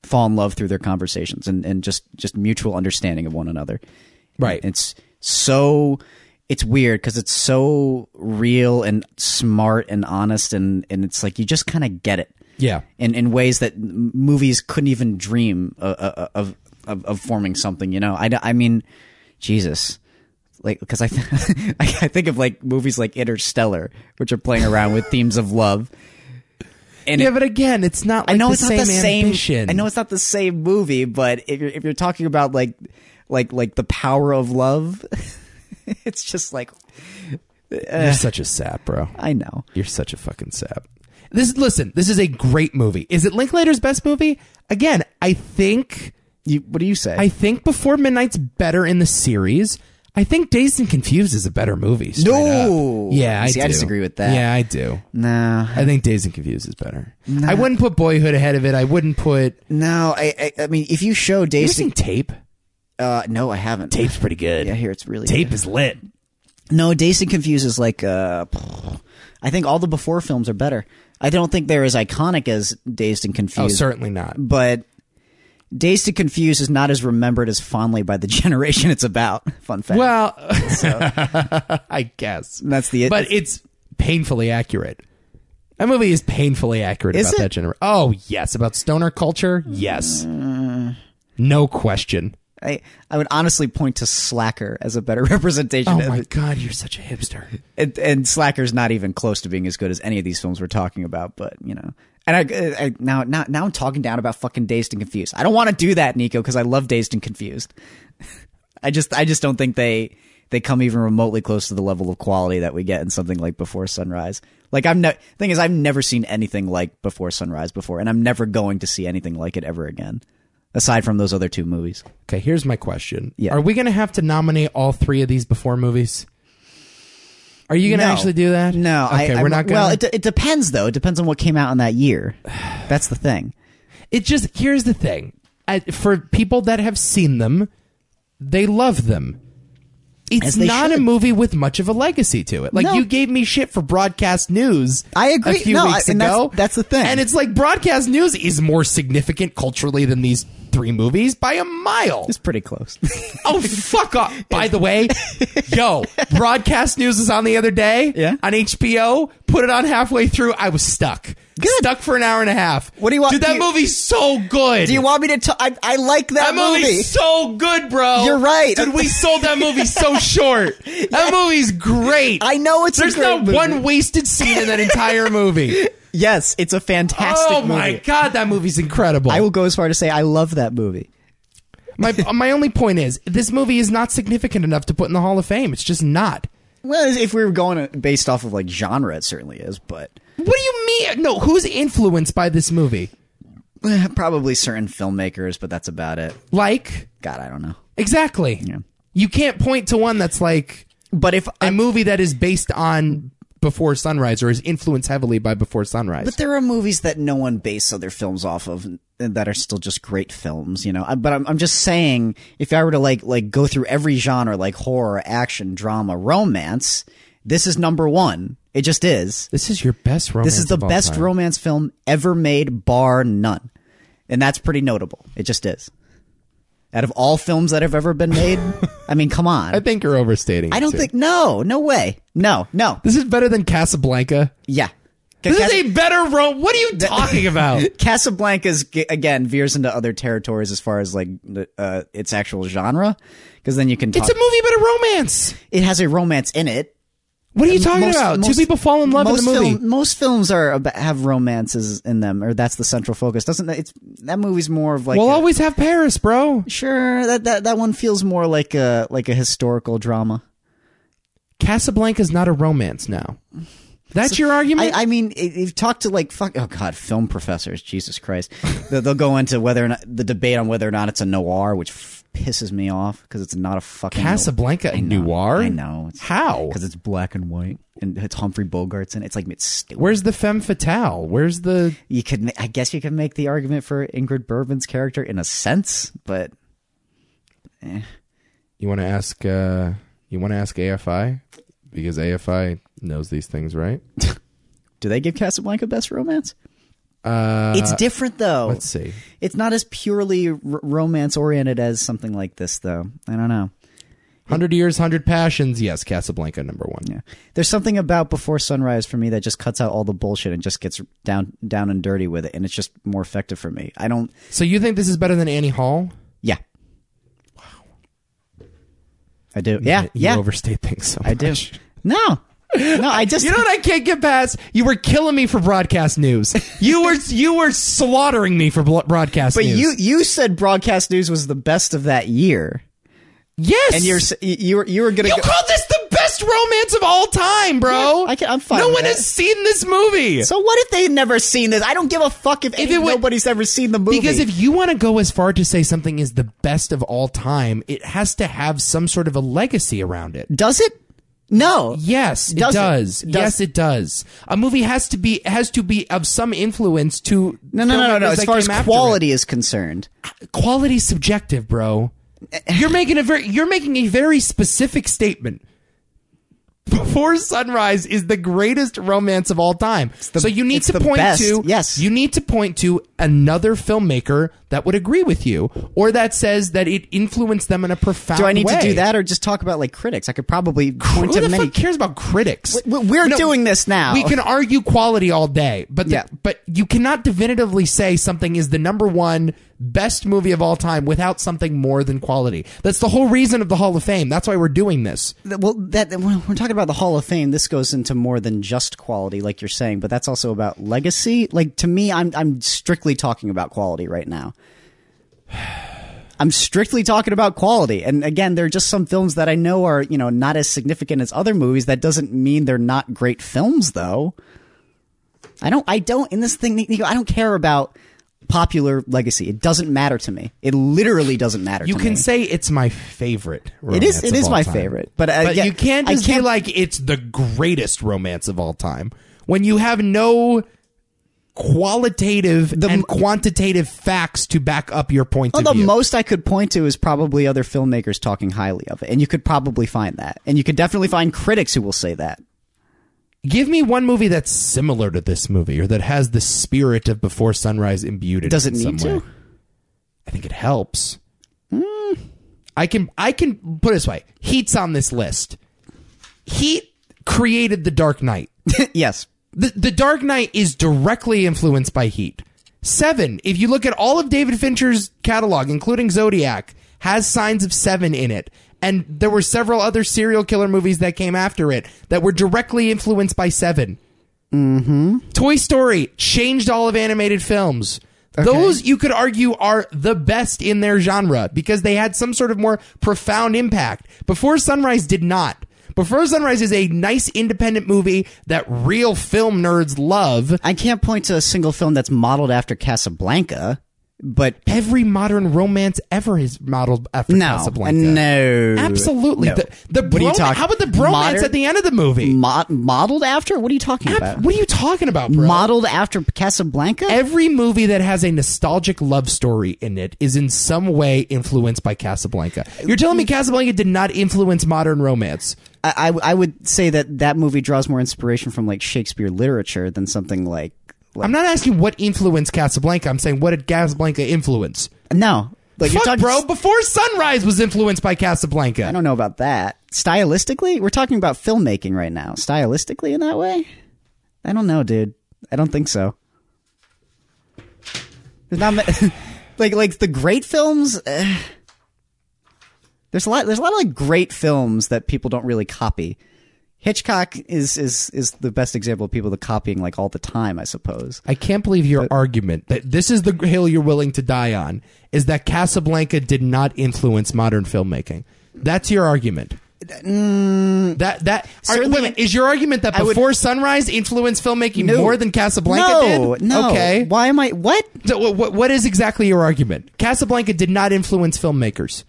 S2: fall in love through their conversations and, and just just mutual understanding of one another.
S1: Right.
S2: It's so it's weird because it's so real and smart and honest and and it's like you just kind of get it.
S1: Yeah.
S2: in, in ways that m- movies couldn't even dream of of, of, of forming something. You know, I, d- I mean, Jesus, like because I th- I I think of like movies like Interstellar, which are playing around with themes of love. And
S1: Yeah,
S2: it-
S1: but again, it's not. Like
S2: I know
S1: the
S2: it's
S1: same
S2: not the same.
S1: ambition.
S2: I know it's not the same movie, but if you're if you're talking about like like like the power of love, it's just like
S1: you're such a sap, bro.
S2: I know.
S1: You're such a fucking sap. This listen. This is a great movie. Is it Linklater's best movie? Again, I think
S2: You what do you say?
S1: I think Before Midnight's better in the series. I think Dazed and Confused is a better movie. straight
S2: No!
S1: up. yeah, I
S2: See, I
S1: do.
S2: disagree with that.
S1: Yeah, I do.
S2: no.
S1: I think Dazed and Confused is better. I wouldn't put Boyhood ahead of it. I wouldn't put.
S2: No, I, I I mean if you show
S1: You
S2: Days
S1: seen Tape?
S2: uh no, I haven't.
S1: Tape's pretty good.
S2: Yeah, here it's really
S1: Tape is lit.
S2: No, Dazed and Confused is like uh, I think all the before films are better. I don't think they're as iconic as Dazed and
S1: Oh,
S2: Confused,
S1: certainly not.
S2: but Dazed and Confused is not as remembered as fondly by the generation it's about. Fun fact.
S1: Well, I guess
S2: And that's the
S1: but it's painfully accurate. That movie is painfully accurate
S2: Is
S1: about
S2: it?
S1: that genre. Oh yes, about stoner culture. Yes,
S2: Mm.
S1: no question.
S2: I I would honestly point to Slacker as a better representation.
S1: Oh
S2: of
S1: my
S2: it.
S1: god, you're such a hipster.
S2: and, and Slacker's not even close to being as good as any of these films we're talking about. But you know, and I, I now now now I'm talking down about fucking Dazed and Confused. I don't want to do that, Nico, because I love Dazed and Confused. I just I just don't think they they come even remotely close to the level of quality that we get in something like Before Sunrise. Like I've no thing is I've never seen anything like Before Sunrise before, and I'm never going to see anything like it ever again. Aside from those other two movies,
S1: Okay, here's my question.
S2: Yeah.
S1: Are we going to have to nominate all three of these before movies? Are you going to
S2: No.
S1: actually do that?
S2: no, I-
S1: Okay,
S2: I,
S1: we're not going.
S2: Well, it, de- it depends though. It depends on what came out in that year. That's the thing.
S1: it just here's the thing I, for people that have seen them they love them it's
S2: As they
S1: not a
S2: should.
S1: movie with much of a legacy to it like
S2: No.
S1: you gave me shit for broadcast news
S2: I agree.
S1: a few
S2: No,
S1: weeks
S2: I- and that's-
S1: ago
S2: that's the thing.
S1: and it's like broadcast news is more significant culturally than these three movies by a mile
S2: It's pretty close.
S1: oh fuck up by the way yo broadcast news is on the other day
S2: Yeah.
S1: on hbo put it on halfway through i was stuck Stuck for an hour and a half.
S2: What do you want-
S1: Dude,
S2: do
S1: that
S2: you-
S1: movie's so good.
S2: Do you want me to? T- I I like
S1: that
S2: that,
S1: movie's so good, bro.
S2: You're right.
S1: Dude, we sold that movie so short. That movie's great.
S2: I know it's a
S1: There's
S2: great
S1: not
S2: movie.
S1: one wasted scene in that entire movie.
S2: Yes, it's a fantastic
S1: oh
S2: movie.
S1: my god, that movie's incredible.
S2: I will go as far to say I love that movie.
S1: my my only point is this movie is not significant enough to put in the Hall of Fame. It's just not.
S2: Well, if we were going uh, based off of like genre, it certainly is, but
S1: What do you mean? No, who's influenced by this movie?
S2: eh, probably certain filmmakers. But that's about it.
S1: Like
S2: God, I don't know.
S1: exactly. You can't point to one that's like
S2: But if
S1: a
S2: I,
S1: movie that is based on Before Sunrise or is influenced heavily by Before Sunrise.
S2: but there are movies that no one based other films off of and that are still just great films, you know. I- But I'm I'm just saying, if I were to like like go through every genre, like horror, action, drama, romance, this is number one. It just is.
S1: this is your best romance.
S2: This is the
S1: of all
S2: best
S1: time.
S2: romance film ever made, bar none. And that's pretty notable. It just is. Out of all films that have ever been made, I mean, come on.
S1: I think you're overstating.
S2: I
S1: it,
S2: don't
S1: too.
S2: think, no, no way. No, no.
S1: this is better than Casablanca.
S2: Yeah.
S1: This
S2: Cas-
S1: is a better rom. What are you talking about?
S2: Casablanca's, g- again, veers into other territories as far as like the- uh, its actual genre. Because then you can talk.
S1: It's a movie about a romance.
S2: it has a romance in it.
S1: What are you talking
S2: Most-
S1: about?
S2: most-
S1: Two people fall in love in
S2: most
S1: the movie.
S2: film- most films are ab- have romances in them, or that's the central focus. Doesn't that? It's that movie's more of like
S1: we'll
S2: a-
S1: always have Paris, bro.
S2: Sure, that, that that one feels more like a like a historical drama.
S1: Casablanca's not a romance now. That's your
S2: I,
S1: argument?
S2: I mean, if you've talked to like fuck, oh god, film professors, Jesus Christ, they'll, they'll go into whether or not the debate on whether or not it's a noir, which f- pisses me off because it's not a fucking
S1: Casablanca and noir?
S2: I know it's
S1: How?
S2: because it's black and white and it's Humphrey Bogart's in it. It's like it's stupid.
S1: Where's the femme fatale? Where's the
S2: You could, ma- I guess, you could make the argument for Ingrid Bergman's character in a sense, but
S1: You want to ask uh you want to ask AFI because AFI knows these things, right?
S2: do they give Casablanca best romance?
S1: Uh
S2: it's different though.
S1: let's see.
S2: It's not as purely r- romance oriented as something like this, though. I don't know.
S1: 100 years, 100 passions. Yes, Casablanca number 1.
S2: Yeah, there's something about Before Sunrise for me that just cuts out all the bullshit and just gets down, down and dirty with it, and it's just more effective for me. I don't.
S1: So you think this is better than Annie Hall?
S2: Yeah. Wow. I do. Yeah.
S1: You
S2: yeah.
S1: overstate things so
S2: I do.
S1: much.
S2: No. No. I just.
S1: You know what I can't get past? You were killing me for broadcast news. You were you were slaughtering me for blo- broadcast
S2: but
S1: news.
S2: you you said broadcast news was the best of that year,
S1: yes,
S2: and you're s- you you were, you were gonna.
S1: you
S2: go,
S1: called this the best romance of all time, bro.
S2: Yeah, I can- I'm fine
S1: No
S2: with
S1: one
S2: that.
S1: has seen this movie.
S2: so what if they had never seen this? I don't give a fuck if, any-
S1: it would-
S2: nobody's ever seen the movie.
S1: Because if you want to go as far to say something is the best of all time, it has to have some sort of a legacy around it.
S2: does it? No.
S1: Yes, it
S2: Does
S1: does.
S2: it? Does-
S1: Yes, it does. A movie has to be has to be of some influence to
S2: No, no, no, no, no.
S1: filmmakers
S2: As
S1: that
S2: far as
S1: came after
S2: quality is concerned,
S1: it. quality's subjective, bro. You're making a very you're making a very specific statement. Before Sunrise is the greatest romance of all time. so you need
S2: it's
S1: to
S2: the
S1: point
S2: best,
S1: to
S2: yes.
S1: You need to point to another filmmaker that would agree with you, or that says that it influenced them in a profound.
S2: do I need
S1: way.
S2: to do that or just talk about like critics? I could probably point
S1: Who
S2: to
S1: the
S2: many.
S1: fuck cares about critics?
S2: W- We're
S1: No,
S2: doing this now.
S1: We can argue quality all day, but the,
S2: Yeah.
S1: but you cannot definitively say something is the number one best movie of all time without something more than quality. That's the whole reason of the Hall of Fame. That's why we're doing this.
S2: Th- Well, that when we're talking about the Hall of Fame, this goes into more than just quality, like you're saying, but that's also about legacy. Like to me, I'm I'm strictly talking about quality right now. I'm strictly talking about quality, and again, there are just some films that I know are you know not as significant as other movies. That doesn't mean they're not great films, though. I don't. I don't. In this thing, Nico, I don't care about popular legacy. It doesn't matter to me. It literally doesn't matter.
S1: You
S2: to
S1: can
S2: me.
S1: say it's my favorite.
S2: it
S1: Romance
S2: is. It
S1: of
S2: is
S1: all
S2: my
S1: time.
S2: favorite, but, uh,
S1: But
S2: yeah,
S1: you can't
S2: I
S1: just
S2: can't
S1: be like it's the greatest romance of all time when you have no qualitative and quantitative facts to back up your point
S2: Well,
S1: of
S2: Oh, the
S1: view.
S2: most I could point to is probably other filmmakers talking highly of it, and you could probably find that, and you could definitely find critics who will say that.
S1: Give me one movie that's similar to this movie or that has the spirit of Before Sunrise imbued in
S2: Does it
S1: in some
S2: need to? Hmm.
S1: way. I think it helps. I can I can put it this way. Heat's on this list. Heat created the Dark Knight.
S2: yes,
S1: The, the Dark Knight is directly influenced by Heat. Seven, if you look at all of David Fincher's catalog, including Zodiac, has signs of Seven in it. And there were several other serial killer movies that came after it that were directly influenced by Seven. Toy Story changed all of animated films. Those you could argue are the best in their genre because they had some sort of more profound impact. Before Sunrise did not. Before Sunrise is a nice independent movie that real film nerds love.
S2: I can't point to a single film that's modeled after Casablanca, but
S1: Every modern romance ever is modeled after
S2: no,
S1: Casablanca.
S2: no,
S1: Absolutely.
S2: No.
S1: The, the
S2: What are you
S1: brom-
S2: talking-
S1: How about the bromance
S2: modern-
S1: at the end of the movie?
S2: Mo- modeled after? What are you talking about?
S1: What are you talking about, bro?
S2: Modeled after Casablanca?
S1: Every movie that has a nostalgic love story in it is in some way influenced by Casablanca. You're telling me Casablanca did not influence modern romance?
S2: I, I I would say that that movie draws more inspiration from like Shakespeare literature than something like, like
S1: I'm not asking what influenced Casablanca. I'm saying what did Casablanca influence?
S2: no, like you're
S1: Fuck,
S2: talking,
S1: bro. Before Sunrise was influenced by Casablanca.
S2: I don't know about that. Stylistically, we're talking about filmmaking right now. Stylistically, in that way, I don't know, dude. I don't think so. There's not ma- like like the great films. eh. there's a lot. There's a lot of like great films that people don't really copy. Hitchcock is is is the best example of people that copying like all the time, I suppose.
S1: I can't believe your argument that this is the hill you're willing to die on is that Casablanca did not influence modern filmmaking. That's your argument. that that are, wait,
S2: Mm. certainly-
S1: a minute, is your argument that
S2: I would-
S1: before Sunrise influenced filmmaking
S2: No.
S1: more than Casablanca
S2: no,
S1: did?
S2: no.
S1: Okay.
S2: Why am I? What?
S1: So what- what, what is exactly your argument? Casablanca did not influence filmmakers.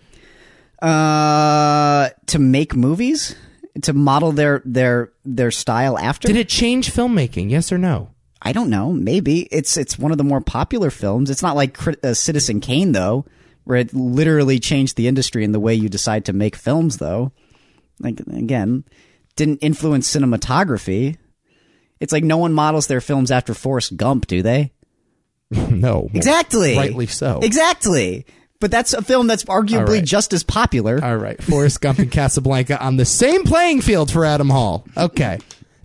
S2: Uh, to make movies, to model their their their style after.
S1: Did it change filmmaking? Yes or no?
S2: I don't know. Maybe it's it's one of the more popular films. It's not like Cri- uh, Citizen Kane though, where it literally changed the industry and the way you decide to make films. Though, like again, didn't influence cinematography. It's like no one models their films after Forrest Gump, do they?
S1: no.
S2: Exactly.
S1: Rightly so.
S2: Exactly. But that's a film that's arguably
S1: right.
S2: just as popular.
S1: All right, Forrest Gump and Casablanca on the same playing field for Adam Hall. Okay,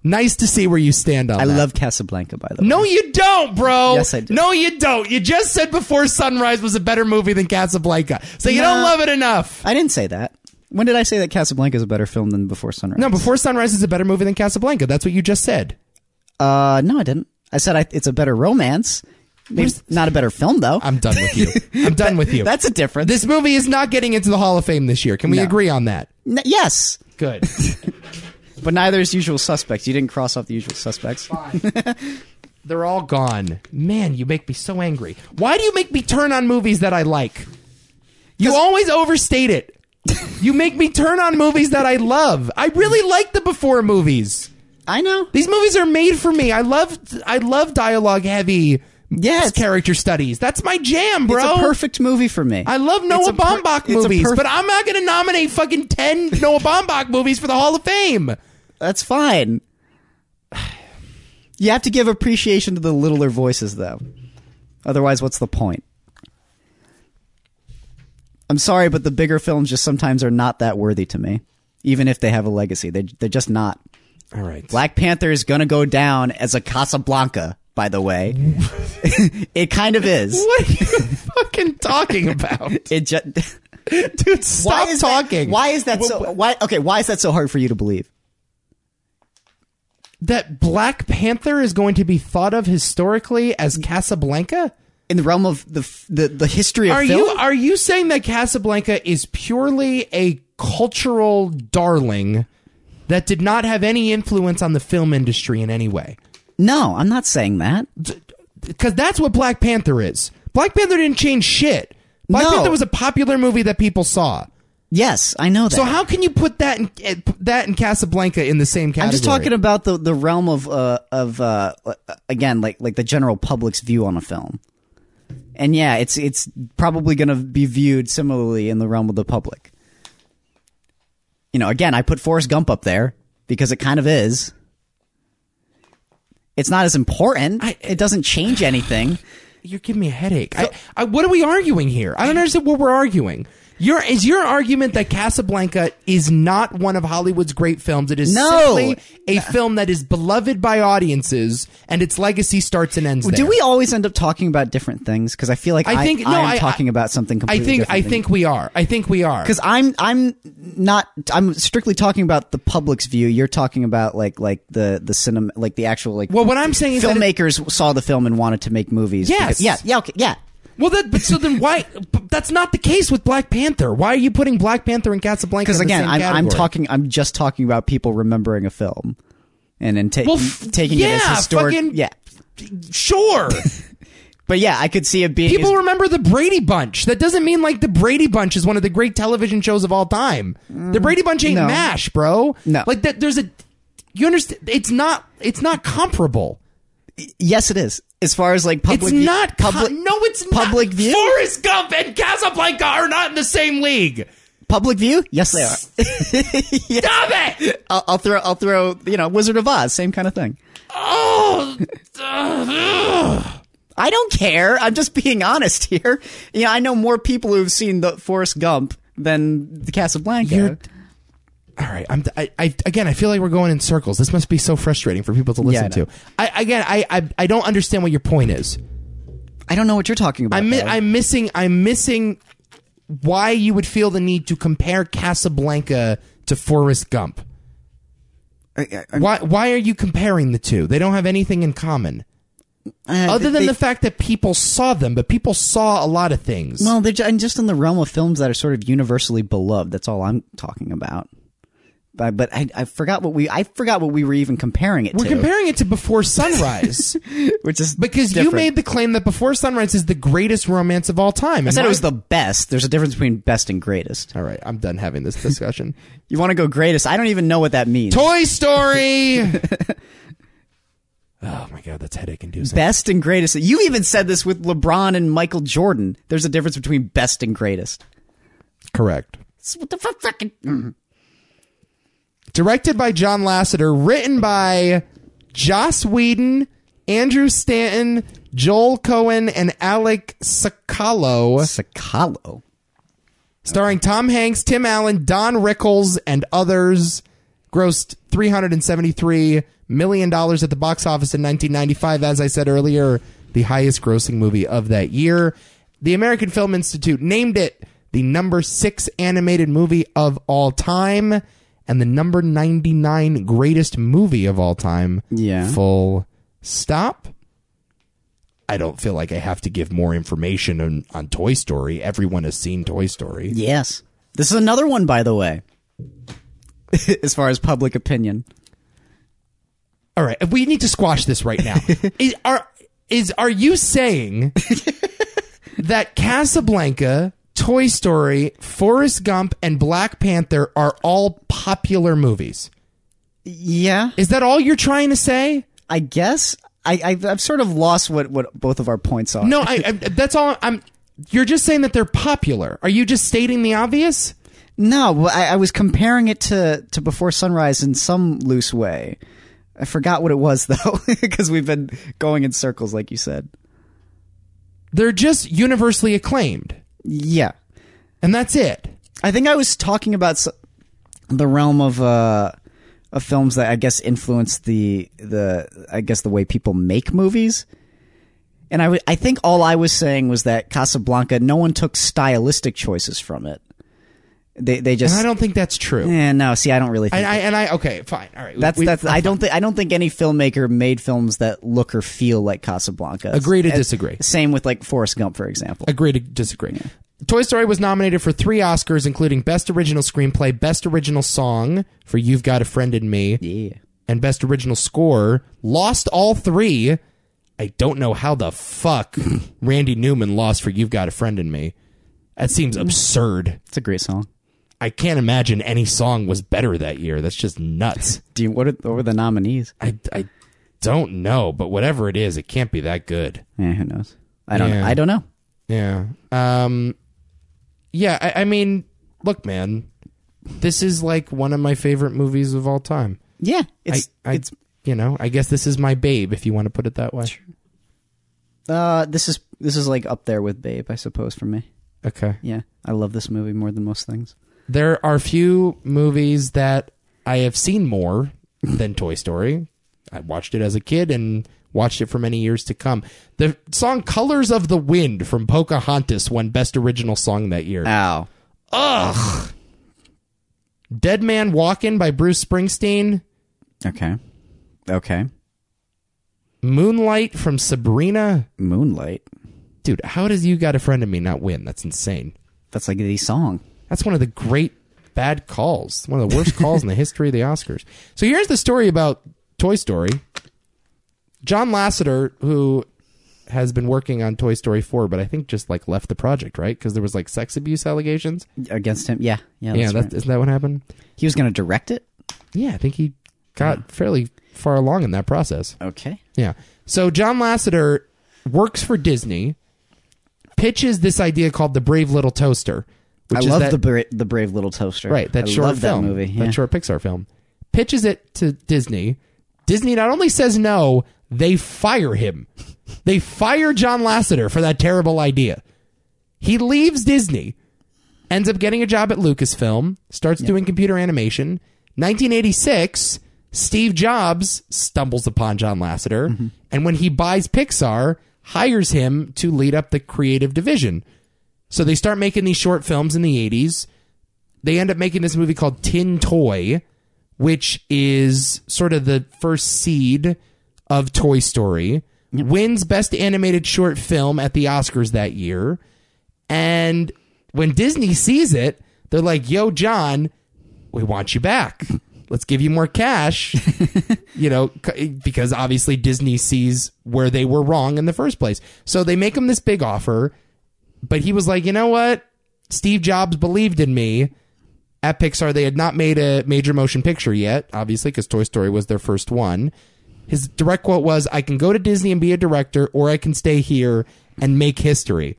S1: nice to see where you stand on
S2: I
S1: that.
S2: love Casablanca, by the way.
S1: No, you don't, bro.
S2: Yes, I do.
S1: No, you don't. You just said Before Sunrise was a better movie than Casablanca, so you
S2: No.
S1: don't love it enough.
S2: I didn't say that. When did I say that Casablanca is a better film than Before Sunrise?
S1: No, Before Sunrise is a better movie than Casablanca. That's what you just said.
S2: Uh, no, I didn't. I said I, it's a better romance. Maybe not a better film though.
S1: I'm done with you. I'm done with you.
S2: That's a difference.
S1: this movie is not getting into the Hall of Fame this year. Can we agree on that?
S2: N- yes,
S1: Good.
S2: but neither is Usual Suspects. You didn't cross off the Usual Suspects.
S1: They're all gone. Man, you make me so angry. Why do you make me turn on movies that I like? You always overstate it. you make me turn on movies that I love. I really like the before movies.
S2: I know.
S1: These movies are made for me. I love I love dialogue heavy
S2: Yeah, it's,
S1: character studies. That's my jam, bro.
S2: it's a perfect movie for me.
S1: I love
S2: It's
S1: Noah
S2: a per-
S1: Baumbach
S2: it's a
S1: movies,
S2: perf-
S1: but I'm not going to nominate fucking 10 Noah Baumbach movies for the Hall of Fame.
S2: That's fine. You have to give appreciation to the littler voices, though. Otherwise, what's the point? I'm sorry, but the bigger films just sometimes are not that worthy to me, even if they have a legacy. They they're just not.
S1: All right.
S2: Black Panther is going to go down as a Casablanca, by the way. it kind of is.
S1: What are you fucking talking about?
S2: It just
S1: Dude, stop
S2: why is that-
S1: talking.
S2: why is that so why okay, why is that so hard for you to believe?
S1: that Black Panther is going to be thought of historically as Casablanca?
S2: In the realm of the f- the, the history of
S1: Are
S2: film?
S1: you are you saying that Casablanca is purely a cultural darling that did not have any influence on the film industry in any way?
S2: no, I'm not saying that.
S1: Because that's what Black Panther is. Black Panther didn't change shit. Black
S2: No.
S1: Panther was a popular movie that people saw.
S2: Yes, I know that.
S1: So how can you put that in, eh, p- that and Casablanca in the same category?
S2: I'm just talking about the, the realm of uh, of uh, again like like the general public's view on a film, and yeah, it's it's probably going to be viewed similarly in the realm of the public. You know, again, I put Forrest Gump up there because it kind of is. It's not as important. it doesn't change anything.
S1: You're giving me a headache. I, I, what are we arguing here? I don't understand what we're arguing. Your is your argument that Casablanca is not one of Hollywood's great films. It is
S2: No.
S1: simply a film that is beloved by audiences, and its legacy starts and ends.
S2: Do
S1: there.
S2: we always end up talking about different things? Because I feel like
S1: I
S2: I
S1: think-
S2: think
S1: no,
S2: I'm
S1: I-
S2: talking about
S1: I
S2: something completely.
S1: think I think we are. I think we are.
S2: because I'm I'm not I'm strictly talking about the public's view. You're talking about like like the the cinema like the actual like
S1: Well, what I'm saying is that it-
S2: filmmakers saw the film and wanted to make movies.
S1: Yes.
S2: because- yeah. Yeah. Okay. Yeah.
S1: Well, that but so then why? but that's not the case with Black Panther. Why are you putting Black Panther and Casablanca?
S2: Because
S1: in the
S2: again,
S1: same
S2: I'm, I'm
S1: category?
S2: talking. I'm just talking about people remembering a film, and then ta-
S1: Well, f-
S2: taking it
S1: yeah,
S2: as historic.
S1: fucking-
S2: yeah.
S1: Sure,
S2: But yeah, I could see it being.
S1: people remember the Brady Bunch. That doesn't mean like the Brady Bunch is one of the great television shows of all time. the Brady Bunch ain't
S2: Mm, no.
S1: Mash, bro.
S2: No.
S1: like that. There's a. You understand? It's not. It's not comparable.
S2: yes, it is. As far as like public,
S1: It's
S2: view-
S1: not
S2: public.
S1: public. no, it's
S2: public
S1: not.
S2: view?
S1: Forrest Gump and Casablanca are not in the same league.
S2: public view. Yes, they are.
S1: Stop it!
S2: I'll, I'll throw. I'll throw. You know, Wizard of Oz, same kind of thing.
S1: Oh. ugh.
S2: I don't care. I'm just being honest here. You know, I know more people who've seen the Forrest Gump than the Casablanca.
S1: You're- All right, I'm. I, I again, I feel like we're going in circles. This must be so frustrating for people to listen
S2: Yeah, I know.
S1: to. I again, I, I I don't understand what your point is.
S2: I don't know what you're talking about.
S1: I'm mi-
S2: though.
S1: I'm missing I'm missing why you would feel the need to compare Casablanca to Forrest Gump.
S2: I- I-
S1: Why why are you comparing the two? They don't have anything in common
S2: I-
S1: other than
S2: Uh, they-
S1: the fact that people saw them, but people saw a lot of things.
S2: Well, they're ju- and just in the realm of films that are sort of universally beloved. That's all I'm talking about. But, but I, I forgot what we I forgot what we were even comparing it
S1: We're
S2: to,
S1: comparing it to Before Sunrise
S2: which is
S1: because you
S2: different.
S1: made the claim that Before Sunrise is the greatest romance of all time.
S2: I said it was the best. There's a difference between best and greatest.
S1: All right, I'm done having this discussion.
S2: You want to go greatest? I don't even know what that means.
S1: Toy Story. oh my god, that's headache inducing.
S2: best and greatest. You even said this with LeBron and Michael Jordan. There's a difference between best and greatest.
S1: Correct.
S2: It's- What the fuck? Fucking Mm-hmm.
S1: Directed by John Lasseter, written by Joss Whedon, Andrew Stanton, Joel Cohen, and Alec Sacalo,
S2: Sacalo.
S1: starring Tom Hanks, Tim Allen, Don Rickles, and others. Grossed three hundred and seventy-three million dollars at the box office in nineteen ninety-five. As I said earlier, the highest-grossing movie of that year. The American Film Institute named it the number six animated movie of all time and the number ninety-nine greatest movie of all time.
S2: Yeah.
S1: Full stop. I don't feel like I have to give more information on, on Toy Story. Everyone has seen Toy Story.
S2: Yes. This is another one, by the way. as far as public opinion.
S1: All right, we need to squash this right now. is, are is are you saying that Casablanca, Toy Story, Forrest Gump, and Black Panther are all popular movies?
S2: Yeah,
S1: Is that all you're trying to say?
S2: I guess. I, I've, I've sort of lost what, what both of our points are.
S1: No, I, I that's all. I'm. You're just saying that they're popular. Are you just stating the obvious?
S2: No, well, I, I was comparing it to, to Before Sunrise in some loose way. I forgot what it was, though, because we've been going in circles, like you said.
S1: They're just universally acclaimed,
S2: Yeah.
S1: and that's it.
S2: I think I was talking about s- the realm of uh, of films that I guess influence the the I guess the way people make movies. And I w- I think all I was saying was that Casablanca, no one took stylistic choices from it. They they
S1: And I
S2: just
S1: don't think that's true.
S2: eh, no. See, I don't really think
S1: And I and I okay, fine. All right,
S2: that's
S1: we-
S2: that's. I don't think I don't think any filmmaker made films that look or feel like Casablanca.
S1: Agree to
S2: And
S1: disagree.
S2: Same with like Forrest Gump, for example.
S1: Agree to disagree. Toy Story was nominated for three Oscars, including Best Original Screenplay, Best Original Song for You've Got a Friend in Me,
S2: Yeah.
S1: and Best Original Score. Lost all three. I don't know how the fuck Randy Newman lost for You've Got a Friend in Me. That seems absurd.
S2: It's a great song.
S1: I can't imagine any song was better that year. That's just nuts.
S2: Do you, what, are, what were the nominees?
S1: I, I don't know, but whatever it is, it can't be that good.
S2: Yeah, Eh, who knows? I don't.
S1: Yeah.
S2: I don't know.
S1: Yeah. Um Yeah, I, I mean, look, man, this is like one of my favorite movies of all time.
S2: Yeah,
S1: I,
S2: it's
S1: I
S2: it's
S1: you know, I guess this is my babe, if you want to put it that way.
S2: uh this is this is like up there with Babe, I suppose, for me.
S1: Okay.
S2: Yeah, I love this movie more than most things.
S1: There are few movies that I have seen more than Toy Story. I watched it as a kid and watched it for many years to come. The song Colors of the Wind from Pocahontas won Best Original Song that year.
S2: Ow.
S1: Ugh. Dead Man Walkin' by Bruce Springsteen.
S2: Okay. Okay.
S1: Moonlight from Sabrina.
S2: Moonlight.
S1: Dude, how does You Got a Friend in Me not win? That's insane.
S2: That's like the song.
S1: That's one of the great bad calls. One of the worst calls in the history of the Oscars. So here's the story about Toy Story. John Lasseter, who has been working on Toy Story 4, but I think just like left the project, right? Because there was like sex abuse allegations.
S2: Against him. Yeah. Yeah.
S1: yeah,
S2: That's
S1: that,
S2: right.
S1: isn't that what happened?
S2: He was going to direct it.
S1: Yeah, I think he got fairly far along in that process.
S2: Okay.
S1: Yeah. So John Lasseter works for Disney, pitches this idea called the Brave Little Toaster. Which
S2: I
S1: is
S2: love
S1: that,
S2: the bra- the Brave Little Toaster.
S1: right that
S2: I
S1: short
S2: love
S1: film
S2: that movie. Yeah.
S1: that short Pixar film. Pitches it to Disney. Disney not only says no, they fire him. They fire John Lasseter for that terrible idea. He leaves Disney, ends up getting a job at Lucasfilm, starts doing computer animation. 1986, Steve Jobs stumbles upon John Lasseter,
S2: Mm-hmm.
S1: and when he buys Pixar, hires him to lead up the creative division. So they start making these short films in the 80s. They end up making this movie called Tin Toy, which is sort of the first seed of Toy Story. Wins Best Animated Short Film at the Oscars that year. And when Disney sees it, they're like, yo, John, we want you back. Let's give you more cash. you know, c- because obviously Disney sees where they were wrong in the first place. So they make him this big offer. But he was like, you know what? Steve Jobs believed in me. At Pixar, they had not made a major motion picture yet, obviously, because Toy Story was their first one. His direct quote was, I can go to Disney and be a director, or I can stay here and make history.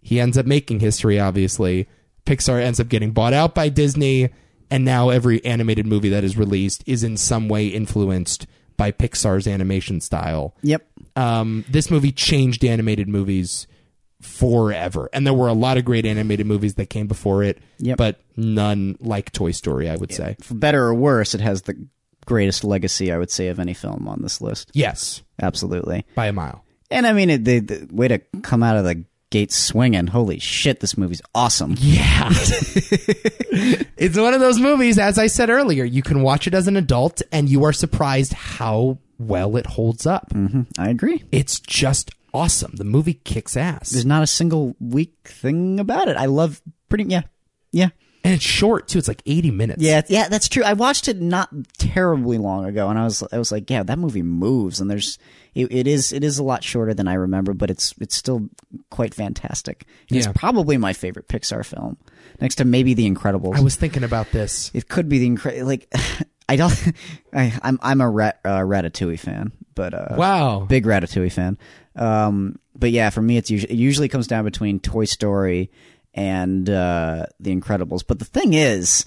S1: He ends up making history, obviously. Pixar ends up getting bought out by Disney, and now every animated movie that is released is in some way influenced by Pixar's animation style
S2: Yep.
S1: um, this movie changed animated movies forever. And there were a lot of great animated movies that came before it,
S2: Yep.
S1: but none like Toy Story, I would say.
S2: For better or worse, it has the greatest legacy I would say of any film on this list.
S1: Yes,
S2: Absolutely.
S1: by a mile.
S2: And I mean, it, the, the way to come out of the gate swinging. Holy shit, this movie's awesome.
S1: Yeah. it's one of those movies, as I said earlier, you can watch it as an adult and you are surprised how well it holds up.
S2: Mm-hmm. I agree.
S1: It's just awesome. The movie kicks ass.
S2: There's not a single weak thing about it. I love pretty. Yeah. Yeah.
S1: And it's short, too. It's like 80 minutes.
S2: Yeah, yeah, that's true. I watched it not terribly long ago, and I was, I was like, yeah, that movie moves, and there's, it, it is, it is a lot shorter than I remember, but it's, it's still quite fantastic. And
S1: Yeah.
S2: It's probably my favorite Pixar film, next to maybe The Incredibles.
S1: I was thinking about this.
S2: it could be the incredible. Like, I don't, I, I'm, I'm a Rat, uh, Ratatouille fan, but uh,
S1: Wow.
S2: big Ratatouille fan. Um, but yeah, for me, it's usually it usually comes down between Toy Story and uh, The Incredibles. But the thing is,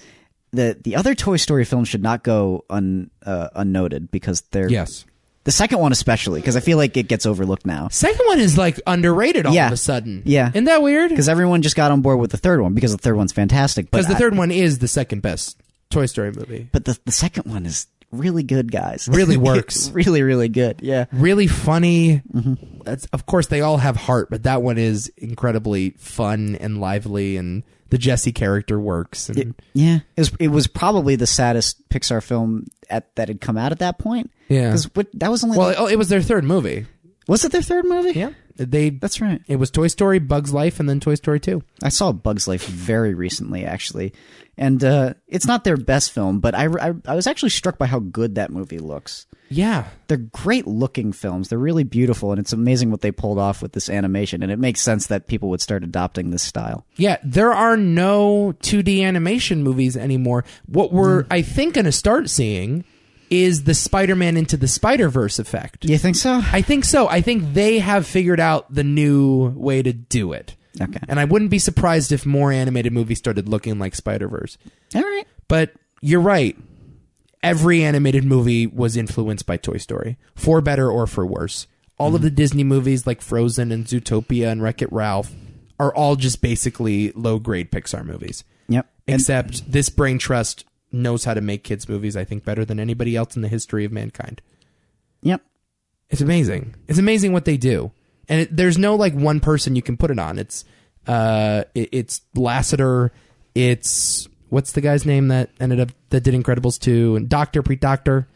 S2: the the other Toy Story films should not go un uh, unnoted because they're
S1: Yes.
S2: the second one especially because I feel like it gets overlooked now
S1: Second one is like underrated all
S2: Yeah.
S1: of a sudden.
S2: Yeah.
S1: Isn't that weird?
S2: because everyone just got on board with the third one because the third one's fantastic. But
S1: Because the
S2: I-
S1: third one is the second best Toy Story movie.
S2: but the the second one is really good, guys.
S1: Really
S2: It's
S1: works.
S2: really, really good. Yeah.
S1: Really funny.
S2: Mm-hmm.
S1: That's, of course, they all have heart, but that one is incredibly fun and lively, and the Jesse character works. And
S2: Yeah, it was, it was probably the saddest Pixar film at, that had come out at that point.
S1: Yeah.
S2: because that was only
S1: well, it, oh, it was their third movie.
S2: was it their third movie?
S1: Yeah, they.
S2: that's right.
S1: it was Toy Story, Bugs Life, and then Toy Story Two.
S2: I saw Bugs Life very recently, actually, and uh, it's not their best film, but I, I I was actually struck by how good that movie looks.
S1: Yeah,
S2: They're great looking films. They're really beautiful, and it's amazing what they pulled off with this animation. And it makes sense that people would start adopting this style.
S1: Yeah, there are no 2D animation movies anymore. What we're, I think, going to start seeing is the Spider Man into the Spider Verse effect.
S2: Do you think so?
S1: I think so. I think they have figured out the new way to do it.
S2: Okay.
S1: And I wouldn't be surprised if more animated movies started looking like Spider Verse.
S2: All right.
S1: But you're right. Every animated movie was influenced by Toy Story, for better or for worse. All of the Disney movies like Frozen and Zootopia and Wreck It Ralph are all just basically low grade Pixar movies.
S2: Yep. And
S1: Except this brain trust knows how to make kids movies I think better than anybody else in the history of mankind.
S2: yep.
S1: It's amazing. It's amazing what they do. And it, there's no like one person you can put it on. It's uh it, it's Lasseter, it's what's the guy's name that ended up that did Incredibles 2 and Doctor Pre Doctor.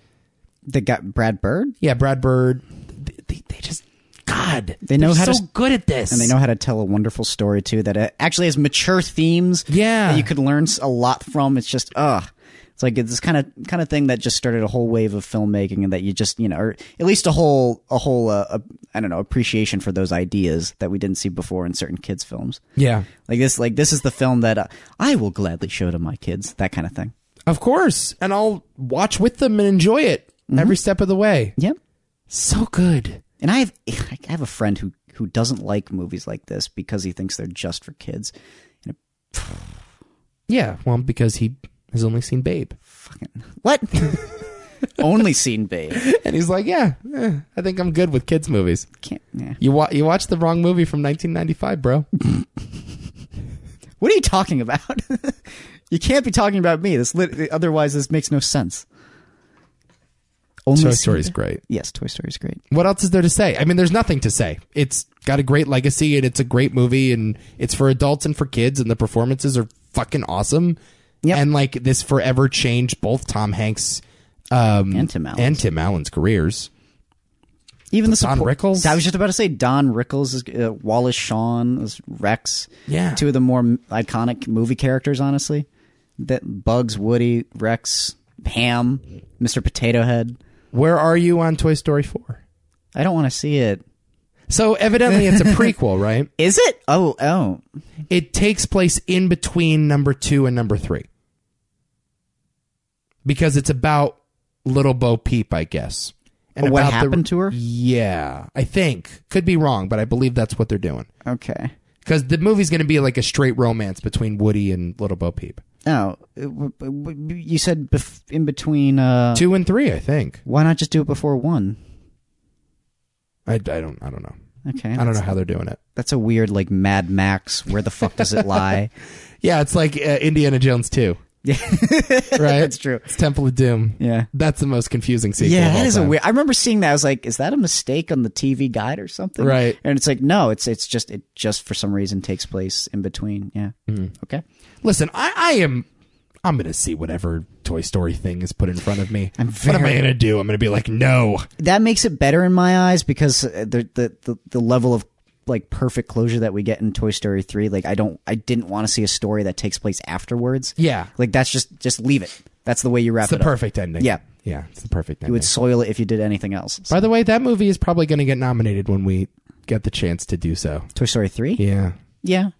S2: They got Brad Bird,
S1: Yeah, Brad Bird. They, they, they just god.
S2: They know
S1: they're
S2: how to
S1: so
S2: s-
S1: good at this.
S2: and they know how to tell a wonderful story too. That uh, actually has mature themes.
S1: Yeah.
S2: that you could learn s- a lot from. It's just ugh. It's like it's this kind of kind of thing that just started a whole wave of filmmaking, and that you just you know, or at least a whole a whole uh, uh, I don't know appreciation for those ideas that we didn't see before in certain kids films.
S1: Yeah.
S2: Like this, like this is the film that uh, I will gladly show to my kids. That kind of thing.
S1: Of course. And I'll watch with them and enjoy it
S2: Mm-hmm.
S1: every step of the way.
S2: Yep.
S1: So good.
S2: And I have I have a friend who who doesn't like movies like this because he thinks they're just for kids. And it
S1: Yeah, well, because he has only seen Babe.
S2: fucking what? Only seen Babe.
S1: And he's like, "Yeah, eh, I think I'm good with kids movies."
S2: Can't. Yeah.
S1: You wa- you watched the wrong movie from 1995, bro.
S2: What are you talking about? you can't be talking about me. This lit- otherwise this makes no sense. Only
S1: Toy
S2: seen
S1: Story's
S2: Ba-
S1: great.
S2: Yes, Toy Story's great.
S1: What else is there to say? I mean, there's nothing to say. It's got a great legacy and it's a great movie and it's for adults and for kids and the performances are fucking awesome.
S2: Yep.
S1: And like this forever changed both Tom Hanks um,
S2: And Tim Allen.
S1: and Tim Allen's careers.
S2: Even the
S1: Don
S2: support-
S1: Rickles?
S2: I was just about to say Don Rickles is uh, Wallace Shawn is Rex.
S1: Yeah.
S2: two of the more m- iconic movie characters, honestly. That Bugs, Woody, Rex, Ham, Mr. Potato Head.
S1: Where are you on Toy Story 4?
S2: I don't want to see it.
S1: So evidently it's a prequel, right?
S2: Is it? Oh, oh,
S1: it takes place in between number two and number three because it's about little Bo Peep, I guess. And
S2: Oh, What
S1: about the-
S2: happened to her?
S1: Yeah, I think could be wrong, but I believe that's what they're doing
S2: okay.
S1: because the movie's going to be like a straight romance between Woody and little Bo Peep.
S2: Oh, it w- w- you said bef- in between. Uh,
S1: Two and three, I think.
S2: why not just do it before one?
S1: I, I don't I don't know.
S2: Okay,
S1: I don't
S2: that's-
S1: know how they're doing it.
S2: That's a weird like Mad Max. Where the fuck does it lie?
S1: Yeah, it's like uh, Indiana Jones two.
S2: Yeah.
S1: right.
S2: That's true.
S1: It's Temple of Doom.
S2: Yeah.
S1: That's the most confusing sequel.
S2: Yeah,
S1: of
S2: that
S1: all
S2: is
S1: time.
S2: a weird. I remember seeing that. I was like, "Is that a mistake on the TV guide or something?"
S1: Right.
S2: And it's like, no, it's it's just it just for some reason takes place in between. Yeah. Okay.
S1: Listen, I, I am. I'm gonna see whatever Toy Story thing is put in front of me.
S2: I'm
S1: what am I
S2: very-
S1: gonna do? I'm gonna be like, no.
S2: That makes it better in my eyes because uh, the the the, the level of like perfect closure that we get in Toy Story three. Like I don't, I didn't want to see a story that takes place afterwards.
S1: Yeah,
S2: Like that's just just leave it. That's the way you wrap
S1: it's the
S2: it up.
S1: perfect ending.
S2: Yeah.
S1: yeah, it's the perfect
S2: You
S1: ending.
S2: would soil it if you did anything else.
S1: By the way, that movie is probably gonna get nominated when we get the chance to do so.
S2: Toy Story three.
S1: Yeah,
S2: Yeah.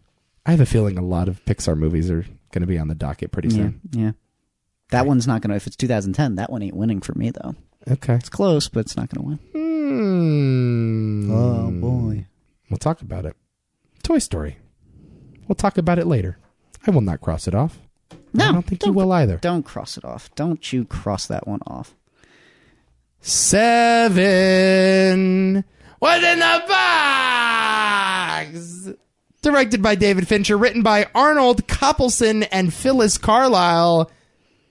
S1: I have a feeling a lot of Pixar movies are gonna be on the docket pretty
S2: Yeah.
S1: soon.
S2: yeah. That one's not gonna. If it's 2010, that one ain't winning for me though.
S1: Okay.
S2: It's close, but it's not gonna win.
S1: Hmm.
S2: Oh boy.
S1: We'll talk about it. Toy Story. We'll talk about it later. I will not cross it off.
S2: No,
S1: I don't think
S2: don't-
S1: you will either.
S2: Don't cross it off. Don't you cross that one off.
S1: Seven. What's in the box? Directed by David Fincher, written by Arnold Coppelson and Phyllis Carlisle,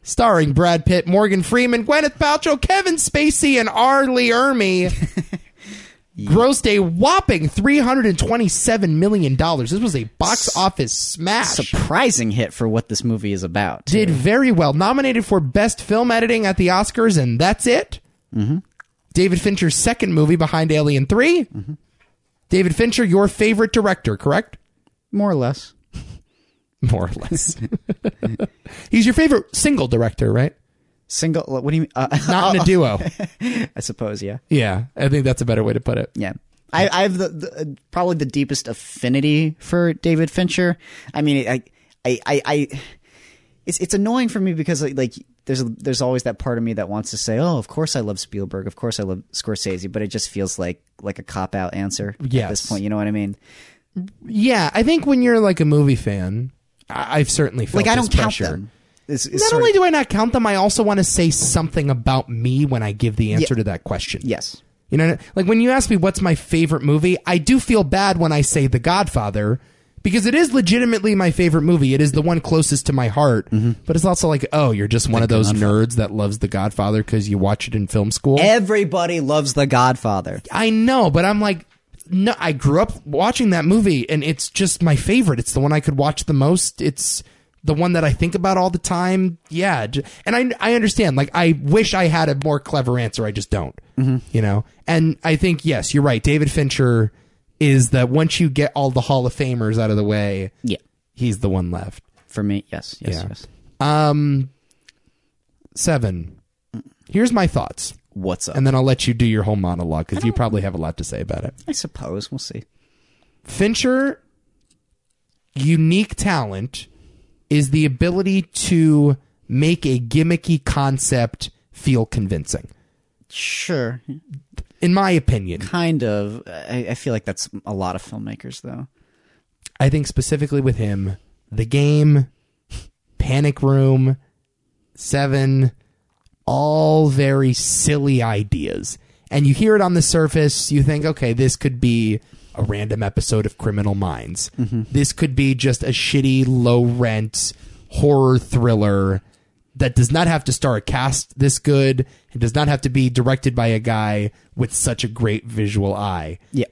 S1: starring Brad Pitt, Morgan Freeman, Gwyneth Paltrow, Kevin Spacey, and Arlie Ermy. Grossed a whopping three hundred and twenty-seven million dollars. This was a box office smash
S2: Surprising hit for what this movie is about.
S1: did very well. Nominated for Best Film Editing at the Oscars, and that's it.
S2: Mm-hmm.
S1: David Fincher's second movie behind Alien 3.
S2: Mm-hmm.
S1: David Fincher, your favorite director, correct?
S2: more or less.
S1: More or less. He's your favorite single director, right?
S2: Single. What do you mean? Uh,
S1: Not in a duo.
S2: I suppose. Yeah.
S1: Yeah, I think that's a better way to put it.
S2: Yeah. I, I have the, the uh, probably the deepest affinity for David Fincher. I mean, I, I, I, I it's it's annoying for me because like, like there's a, there's always that part of me that wants to say, oh, of course I love Spielberg, of course I love Scorsese, but it just feels like like a cop out answer at
S1: Yes.
S2: this point. You know what I mean?
S1: Yeah, I think when you're like a movie fan, I- I've certainly felt
S2: Like I
S1: this
S2: don't count
S1: pressure.
S2: them. It's, it's
S1: Not
S2: sort of-
S1: only do I not count them, I also want to say something about me when I give the answer to that question.
S2: yes,
S1: You know, like when you ask me what's my favorite movie, I do feel bad when I say The Godfather because it is legitimately my favorite movie. It is the one closest to my heart, but it's also like, oh, you're just one of those nerds that loves The Godfather because you watch it in film school.
S2: Everybody loves The Godfather.
S1: I know, but I'm like, no, I grew up watching that movie, and it's just my favorite. It's the one I could watch the most. It's the one that I think about all the time. Yeah, j- and I I understand. Like, I wish I had a more clever answer. I just don't. You know, and I think yes, you're right. David Fincher is that once you get all the Hall of Famers out of the way,
S2: Yeah.
S1: he's the one left.
S2: For me, yes, yes,
S1: Yeah.
S2: yes.
S1: Um, seven. Here's my thoughts,
S2: What's up?
S1: and then I'll let you do your whole monologue because you probably have a lot to say about it.
S2: I suppose we'll see.
S1: Fincher unique talent is the ability to make a gimmicky concept feel convincing.
S2: Sure,
S1: In my opinion,
S2: kind of. I, I feel like that's a lot of filmmakers, though.
S1: I think specifically with him, The Game, Panic Room, Seven, all very silly ideas. And you hear it on the surface, you think, okay, this could be a random episode of Criminal Minds. This could be just a shitty, low rent horror thriller that does not have to star a cast this good and does not have to be directed by a guy with such a great visual eye
S2: Yeah,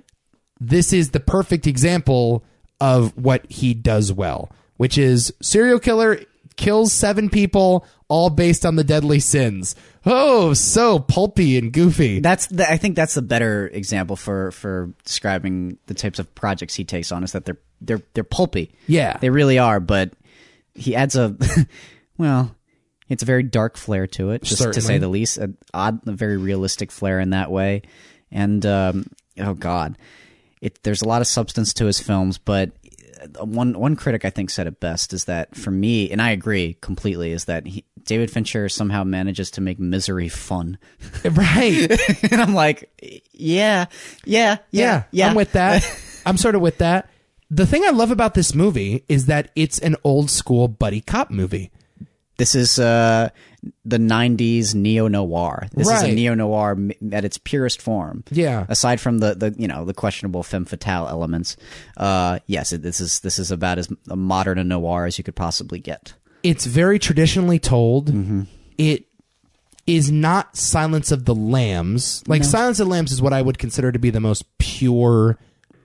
S1: this is the perfect example of what he does well, which is serial killer kills seven people, all based on the deadly sins. Oh, so pulpy and goofy.
S2: that's. The, I think that's a better example for for describing the types of projects he takes on. Is that they're they're they're pulpy.
S1: Yeah.
S2: they really are. But he adds a well. It's a very dark flair to it, just to
S1: Certainly.
S2: say the least. An odd, a very realistic flair in that way. And um, oh god, it, there's a lot of substance to his films. But uh, one one critic I think said it best is that for me, and I agree completely, is that he, David Fincher somehow manages to make misery fun.
S1: right. Yeah,
S2: and I'm like, yeah, yeah, yeah, yeah.
S1: I'm with that. I'm sort of with that. The thing I love about this movie is that it's an old school buddy cop movie.
S2: This is uh, the 90s neo noir. This is
S1: Right.
S2: a neo noir at its purest form.
S1: Yeah.
S2: Aside from the, the you know the questionable femme fatale elements, uh, yes, it, this is this is about as modern a noir as you could possibly get.
S1: It's very traditionally told. It is not Silence of the Lambs. Like Silence of the Lambs is what I would consider to be the most pure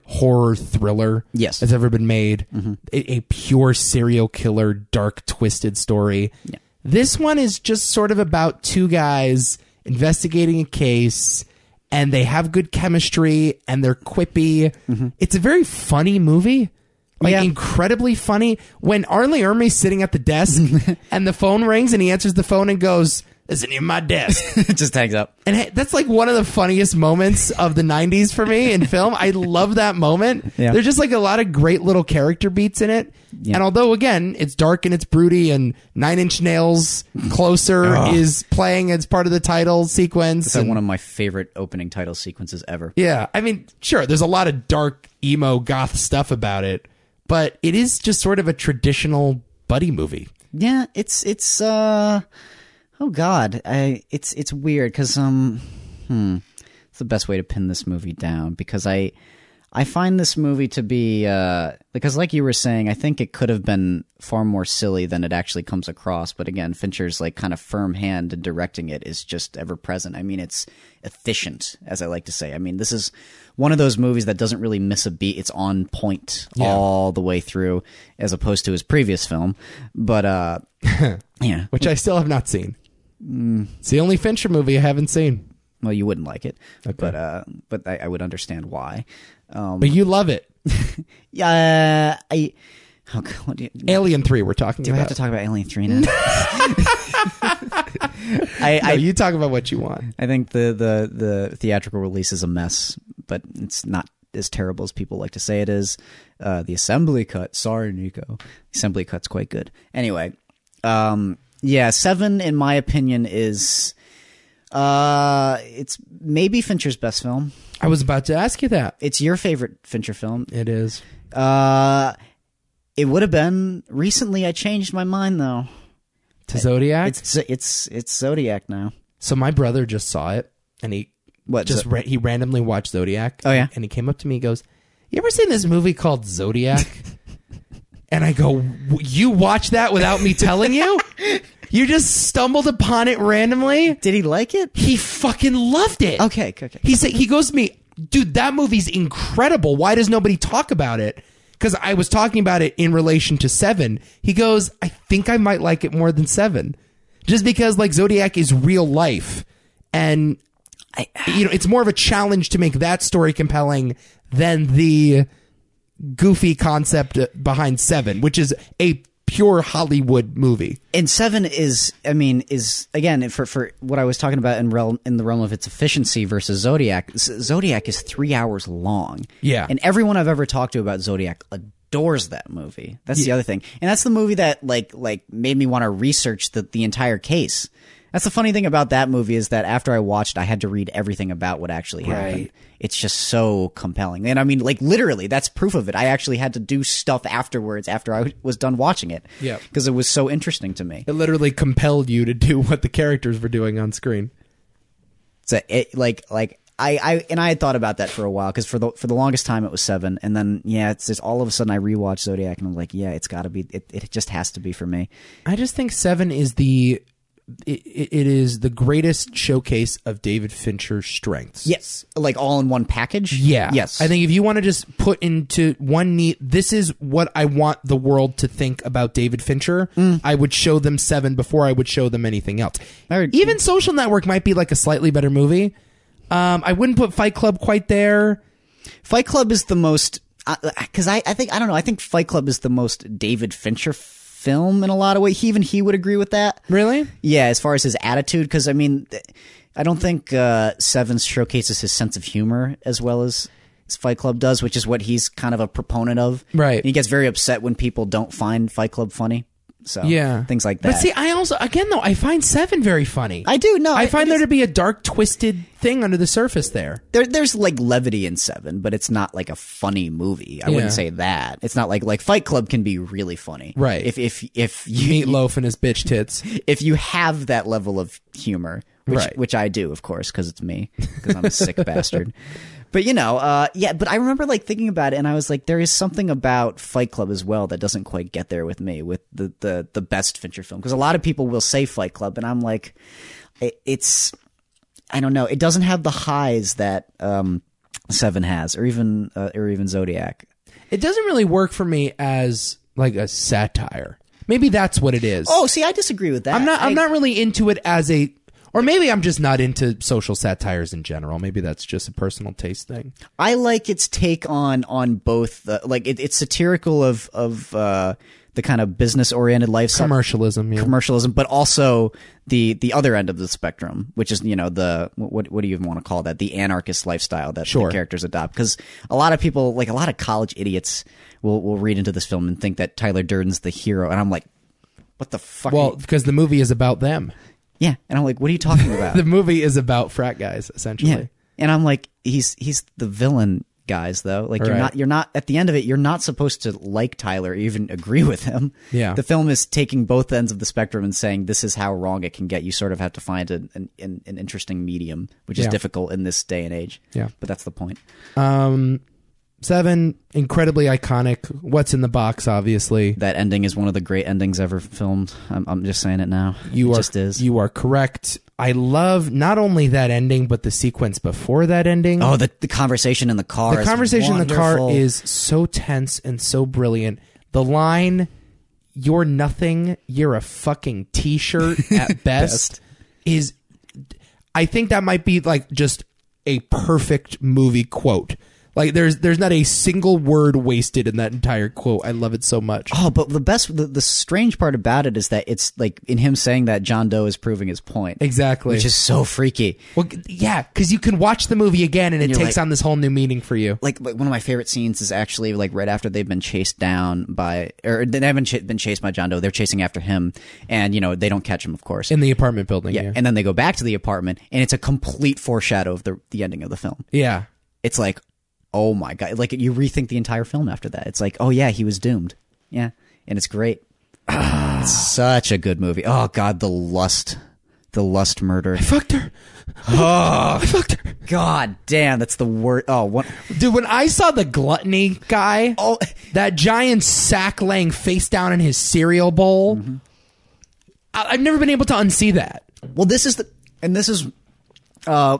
S1: horror thriller
S2: Yes. Mm-hmm.
S1: that's ever been made. A, a pure serial killer, dark, twisted story. This one is just sort of about two guys investigating a case. And they have good chemistry, and they're quippy. It's a very funny movie like
S2: Mm-hmm. Yeah.
S1: incredibly funny when Arlie Ermey's sitting at the desk and the phone rings and he answers the phone and goes, "Isn't near my desk?"
S2: it just hangs up.
S1: and hey, that's like one of the funniest moments of the '90s for me in film. I love that moment.
S2: Yeah.
S1: There's just like a lot of great little character beats in it. And although again, it's dark and it's broody and Nine Inch Nails closer is playing as part of the title sequence.
S2: So
S1: and-
S2: one of my favorite opening title sequences ever.
S1: yeah, I mean, sure, there's a lot of dark emo goth stuff about it, but it is just sort of a traditional buddy movie.
S2: Yeah, it's it's uh oh god, I it's it's weird cuz um hmm it's the best way to pin this movie down because I I find this movie to be uh because like you were saying, I think it could have been far more silly than it actually comes across, but again, Fincher's like kind of firm hand in directing it is just ever present. I mean, it's efficient as I like to say. I mean, this is one of those movies that doesn't really miss a beat. It's on point all the way through as opposed to his previous film, but uh yeah.
S1: which I still have not seen.
S2: Mm.
S1: It's the only Fincher movie I haven't seen,
S2: Well, you wouldn't like it, but uh, but I, I would understand why. Um,
S1: but you love it.
S2: yeah, I. Oh God, what do you,
S1: Alien Three, we're talking
S2: do I have
S1: about.
S2: to talk about Alien Three now? I,
S1: No,
S2: I
S1: you talk about what you want.
S2: I think the, the the theatrical release is a mess, but it's not as terrible as people like to say it is. Uh, the assembly cut, sorry, Nico, the assembly cut's quite good. Anyway, um, yeah, seven in my opinion is. Uh, it's maybe Fincher's best film.
S1: I was about to ask you that.
S2: It's your favorite Fincher film.
S1: It is.
S2: Uh, it would have been recently. I changed my mind though.
S1: To Zodiac.
S2: It's it's it's Zodiac now.
S1: so my brother just saw it, and he
S2: What?
S1: just
S2: Zo-
S1: ra- he randomly watched Zodiac.
S2: Oh, yeah?
S1: and he came up to me. He goes, "You ever seen this movie called Zodiac?" And I go, "W- You watch that without me telling you? you just stumbled upon it randomly?
S2: Did he like it?
S1: He fucking loved it.
S2: Okay, okay, okay.
S1: He said he goes to me, dude, that movie's incredible. Why does nobody talk about it? Because I was talking about it in relation to Seven. He goes, I think I might like it more than Seven, just because like Zodiac is real life, and you know it's more of a challenge to make that story compelling than the goofy concept behind Seven, which is a pure Hollywood movie.
S2: And seven is, I mean, is again for for what I was talking about in realm in the realm of its efficiency versus Zodiac. Z- Zodiac is three hours long.
S1: Yeah.
S2: and everyone I've ever talked to about Zodiac adores that movie. That's the other thing, and that's the movie that like like made me want to research the the entire case. That's the funny thing about that movie is that after I watched, I had to read everything about what actually happened. It's just so compelling, and I mean, like literally, that's proof of it. I actually had to do stuff afterwards after I was done watching it.
S1: Yeah.
S2: because it was so interesting to me.
S1: It literally compelled you to do what the characters were doing on screen.
S2: So it like like I, I and I had thought about that for a while because for the for the longest time it was seven, and then yeah, it's just all of a sudden I rewatched Zodiac and I'm like, yeah, it's got to be it. It just has to be for me.
S1: I just think Seven is the it, it it is the greatest showcase of David Fincher's strengths.
S2: Yes, like all in one package.
S1: Yeah.
S2: Yes.
S1: I think if you want to just put into one neat, this is what I want the world to think about David Fincher. I would show them Seven before I would show them anything else.
S2: Mm. I would-
S1: Even Social Network might be like a slightly better movie. Um, I wouldn't put Fight Club quite there.
S2: Fight Club is the most because I, I think I don't know. I think Fight Club is the most David Fincher film in a lot of ways. He, even he would agree with that.
S1: Really?
S2: Yeah, as far as his attitude, because I mean, th- I don't think uh, Seven showcases his sense of humor as well as, as Fight Club does, which is what he's kind of a proponent of.
S1: Right.
S2: And he gets very upset when people don't find Fight Club funny. So
S1: Yeah.
S2: things like that.
S1: But see, I also again though I find Seven very funny.
S2: I do no,
S1: I find
S2: it
S1: there
S2: is-
S1: to be a dark, twisted thing under the surface there.
S2: there there's like levity in Seven, but it's not like a funny movie. I
S1: Yeah.
S2: wouldn't say that. It's not like like Fight Club can be really funny.
S1: Right.
S2: If if if you
S1: Meatloaf and his bitch tits.
S2: if you have that level of humor, which
S1: Right.
S2: which I do, of course, because it's me, because I'm a sick bastard. But you know, uh, yeah. But I remember like thinking about it, and I was like, there is something about Fight Club as well that doesn't quite get there with me with the the the best Fincher film, because a lot of people will say Fight Club, and I'm like, it, it's I don't know, it doesn't have the highs that um, Seven has, or even uh, or even Zodiac.
S1: It doesn't really work for me as like a satire. Maybe that's what it is.
S2: Oh, see, I disagree with that.
S1: I'm not.
S2: I-
S1: I'm not really into it as a. Or maybe I'm just not into social satires in general. Maybe that's just a personal taste thing.
S2: I like its take on on both uh, like it, it's satirical of of uh, the kind of business oriented lifestyle
S1: Commercialism. Yeah.
S2: commercialism, but also the the other end of the spectrum, which is you know the what what do you even want to call that the anarchist lifestyle that
S1: Sure.
S2: the characters adopt because a lot of people like a lot of college idiots will will read into this film and think that Tyler Durden's the hero, and I'm like, what the fuck?
S1: well, because the movie is about them.
S2: yeah, and I'm like, what are you talking about?
S1: The movie is about frat guys essentially.
S2: Yeah. And I'm like, he's he's the villain, guys. Though, like you're
S1: Right.
S2: not you're not at the end of it, you're not supposed to like Tyler, or even agree with him.
S1: Yeah.
S2: The film is taking both ends of the spectrum and saying this is how wrong it can get. You sort of have to find an an, an, an interesting medium, which is
S1: Yeah.
S2: difficult in this day and age.
S1: Yeah.
S2: But that's the point.
S1: Um, seven incredibly iconic. What's in the box? Obviously,
S2: That ending is one of the great endings ever filmed. I'm, I'm just saying it now.
S1: you
S2: it
S1: are.
S2: just is.
S1: You are correct. I love not only that ending, but the sequence before that ending.
S2: Oh, the, the conversation in the car.
S1: The
S2: is
S1: conversation in the car
S2: wonderful.
S1: is so tense and so brilliant. The line, "You're nothing. You're a fucking t-shirt at best,", is. I think that might be like just a perfect movie quote. Like there's there's not a single word wasted in that entire quote. I love it so much.
S2: Oh, but the best, the, the strange part about it is that it's like in him saying that John Doe is proving his point.
S1: Exactly.
S2: Which is so freaky.
S1: well, g- yeah, because you can watch the movie again and it
S2: you're
S1: takes
S2: like-
S1: on this whole new meaning for you.
S2: Like, like one of my favorite scenes is actually like right after they've been chased down by, or they haven't ch- been chased by John Doe. They're chasing after him, and you know they don't catch him, of course.
S1: In the apartment building. Yeah.
S2: yeah. And then they go back to the apartment, and it's a complete foreshadow of the the ending of the film.
S1: yeah.
S2: It's like, oh my god! Like you rethink the entire film after that. It's like, oh yeah, he was doomed. Yeah, and it's great. it's such a good movie. Oh god, the lust, the lust murder.
S1: Fucked her. I fucked her.
S2: God damn, that's the word. Oh, what?
S1: Dude, when I saw the gluttony guy,
S2: Oh,
S1: that giant sack laying face down in his cereal bowl,
S2: Mm-hmm.
S1: I- I've never been able to unsee that.
S2: well, this is the, and this is, uh,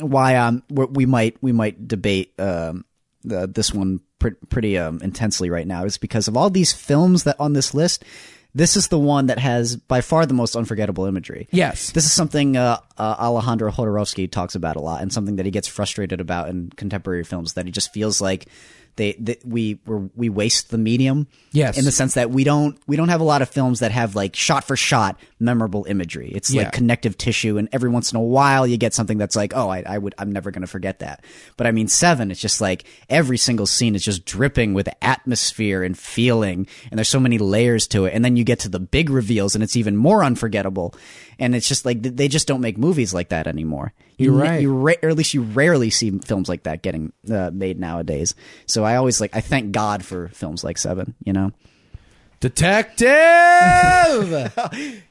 S2: why um we- we might we might debate um the, this one pr- pretty um intensely right now is because of all these films that on this list, this is the one that has by far the most unforgettable imagery.
S1: Yes.
S2: This is something uh, uh, Alejandro Jodorowsky talks about a lot, and something that he gets frustrated about in contemporary films. That he just feels like they, that we we're, we waste the medium.
S1: Yes.
S2: in the sense that we don't we don't have a lot of films that have like shot for shot memorable imagery. It's
S1: Yeah.
S2: like connective tissue, and every once in a while you get something that's like, oh, I, I would I'm never going to forget that. But I mean, Seven, it's just like every single scene is just dripping with atmosphere and feeling, and there's so many layers to it. And then you get to the big reveals, and it's even more unforgettable. And it's just like th- they just don't make movies like that anymore. You
S1: You're
S2: n-
S1: right.
S2: You ra- or at least you rarely see films like that getting uh, made nowadays. So I always like I thank God for films like Seven. You know.
S1: Detective!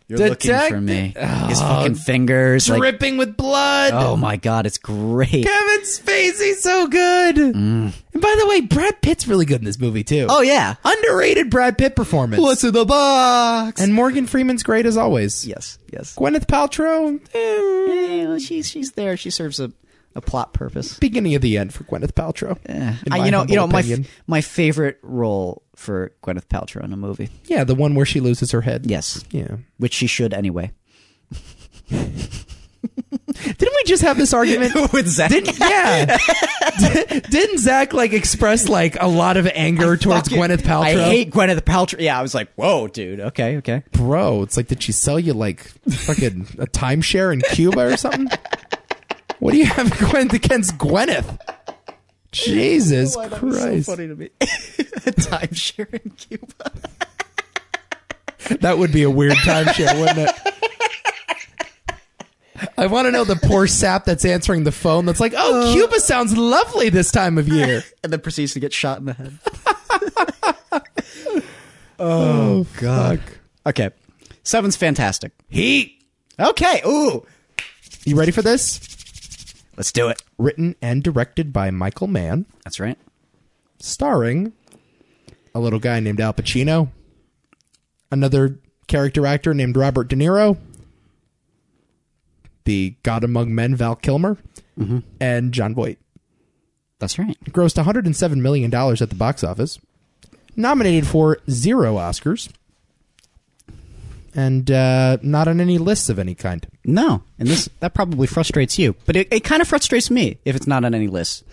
S2: You're
S1: Detective-
S2: looking for me. His fucking fingers. Like,
S1: Dripping with blood!
S2: oh my god, it's great.
S1: Kevin Spacey's so good! And by the way, Brad Pitt's really good in this movie, too.
S2: Mm. Oh yeah.
S1: Underrated Brad Pitt performance.
S2: in the box?
S1: And Morgan Freeman's great as always.
S2: yes, yes.
S1: Gwyneth Paltrow, eh,
S2: Well, she's she's there. She serves a, a plot purpose.
S1: beginning of the end for Gwyneth Paltrow. in
S2: Eh. I,
S1: my
S2: you know,
S1: humble
S2: you know, my
S1: opinion.
S2: f- my favorite role for Gwyneth Paltrow in a movie.
S1: yeah, the one where she loses her head.
S2: Yes,
S1: Yeah.
S2: which she should anyway.
S1: Didn't we just have this argument?
S2: With Zach,
S1: Didn't yeah? D- Didn't Zach like express like a lot of anger towards Gwyneth Paltrow?
S2: I hate Gwyneth Paltrow. Yeah, I was like, whoa, dude. Okay, okay.
S1: Bro, it's like did she sell you like fucking a timeshare in Cuba or something? What do you have Gwyneth against Gwyneth? Jesus Christ!
S2: to me. Timeshare in Cuba.
S1: That would be a weird timeshare, wouldn't it? I want to know the poor sap that's answering the phone that's like, oh, Cuba sounds lovely this time of year.
S2: and then proceeds to get shot in the head.
S1: Oh, God.
S2: Okay. Seven's fantastic.
S1: Heat.
S2: Okay. Ooh.
S1: You ready for this?
S2: Let's do it.
S1: Written and directed by Michael Mann,
S2: That's right.
S1: starring a little guy named Al Pacino, another character actor named Robert De Niro, the God Among Men Val Kilmer, and John Voight.
S2: That's right.
S1: grossed 107 million dollars at the box office, nominated for zero Oscars, and uh, not on any lists of any kind.
S2: No. And this that probably frustrates you. But it, it kind of frustrates me if it's not on any list.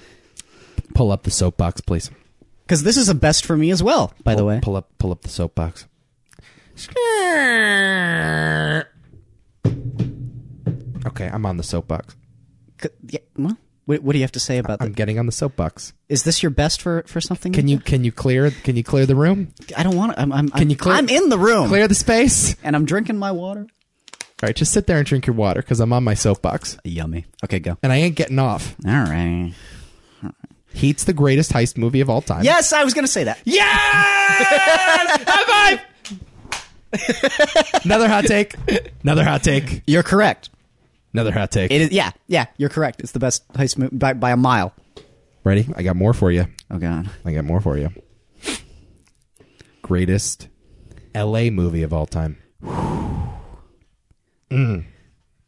S1: Pull up the soapbox, please.
S2: Because this is a best for me as well, by the way.
S1: pull up, pull up the soapbox. Okay, I'm on the soapbox.
S2: C- yeah, well, what, what do you have to say about
S1: I'm
S2: that?
S1: getting on the soapbox.
S2: Is this your best for, for something?
S1: Can you can you clear can you clear the room?
S2: I don't want to. I'm, I'm,
S1: Can you clear-
S2: I'm in the room.
S1: Clear the space.
S2: And I'm drinking my water.
S1: All right, just sit there and drink your water because I'm on my soapbox
S2: Yummy. Okay, go.
S1: and I ain't getting off.
S2: All right.
S1: Heat's the greatest heist movie of all time.
S2: Yes, I was going to say that.
S1: Yes! High five! Another hot take. Another hot take.
S2: You're correct.
S1: Another hot take.
S2: It is. Yeah, yeah, you're correct. It's the best heist movie by, by a mile.
S1: Ready? I got more for you.
S2: Oh, God.
S1: I got more for you. Greatest LA movie of all time.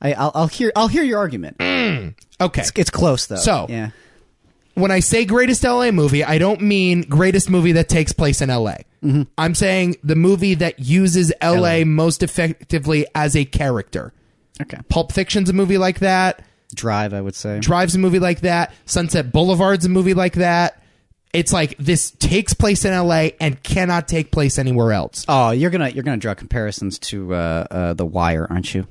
S2: I, I'll, I'll hear. I'll hear your argument.
S1: Okay.
S2: It's, it's close though.
S1: So-
S2: yeah,
S1: When I say greatest LA movie, I don't mean greatest movie that takes place in LA. I'm saying the movie that uses LA most effectively as a character.
S2: okay.
S1: Pulp Fiction's a movie like that.
S2: Drive, I would say.
S1: Drive's a movie like that. Sunset Boulevard's a movie like that. It's like this takes place in LA and cannot take place anywhere else.
S2: oh, you're gonna you're gonna draw comparisons to uh, uh, the Wire, aren't you?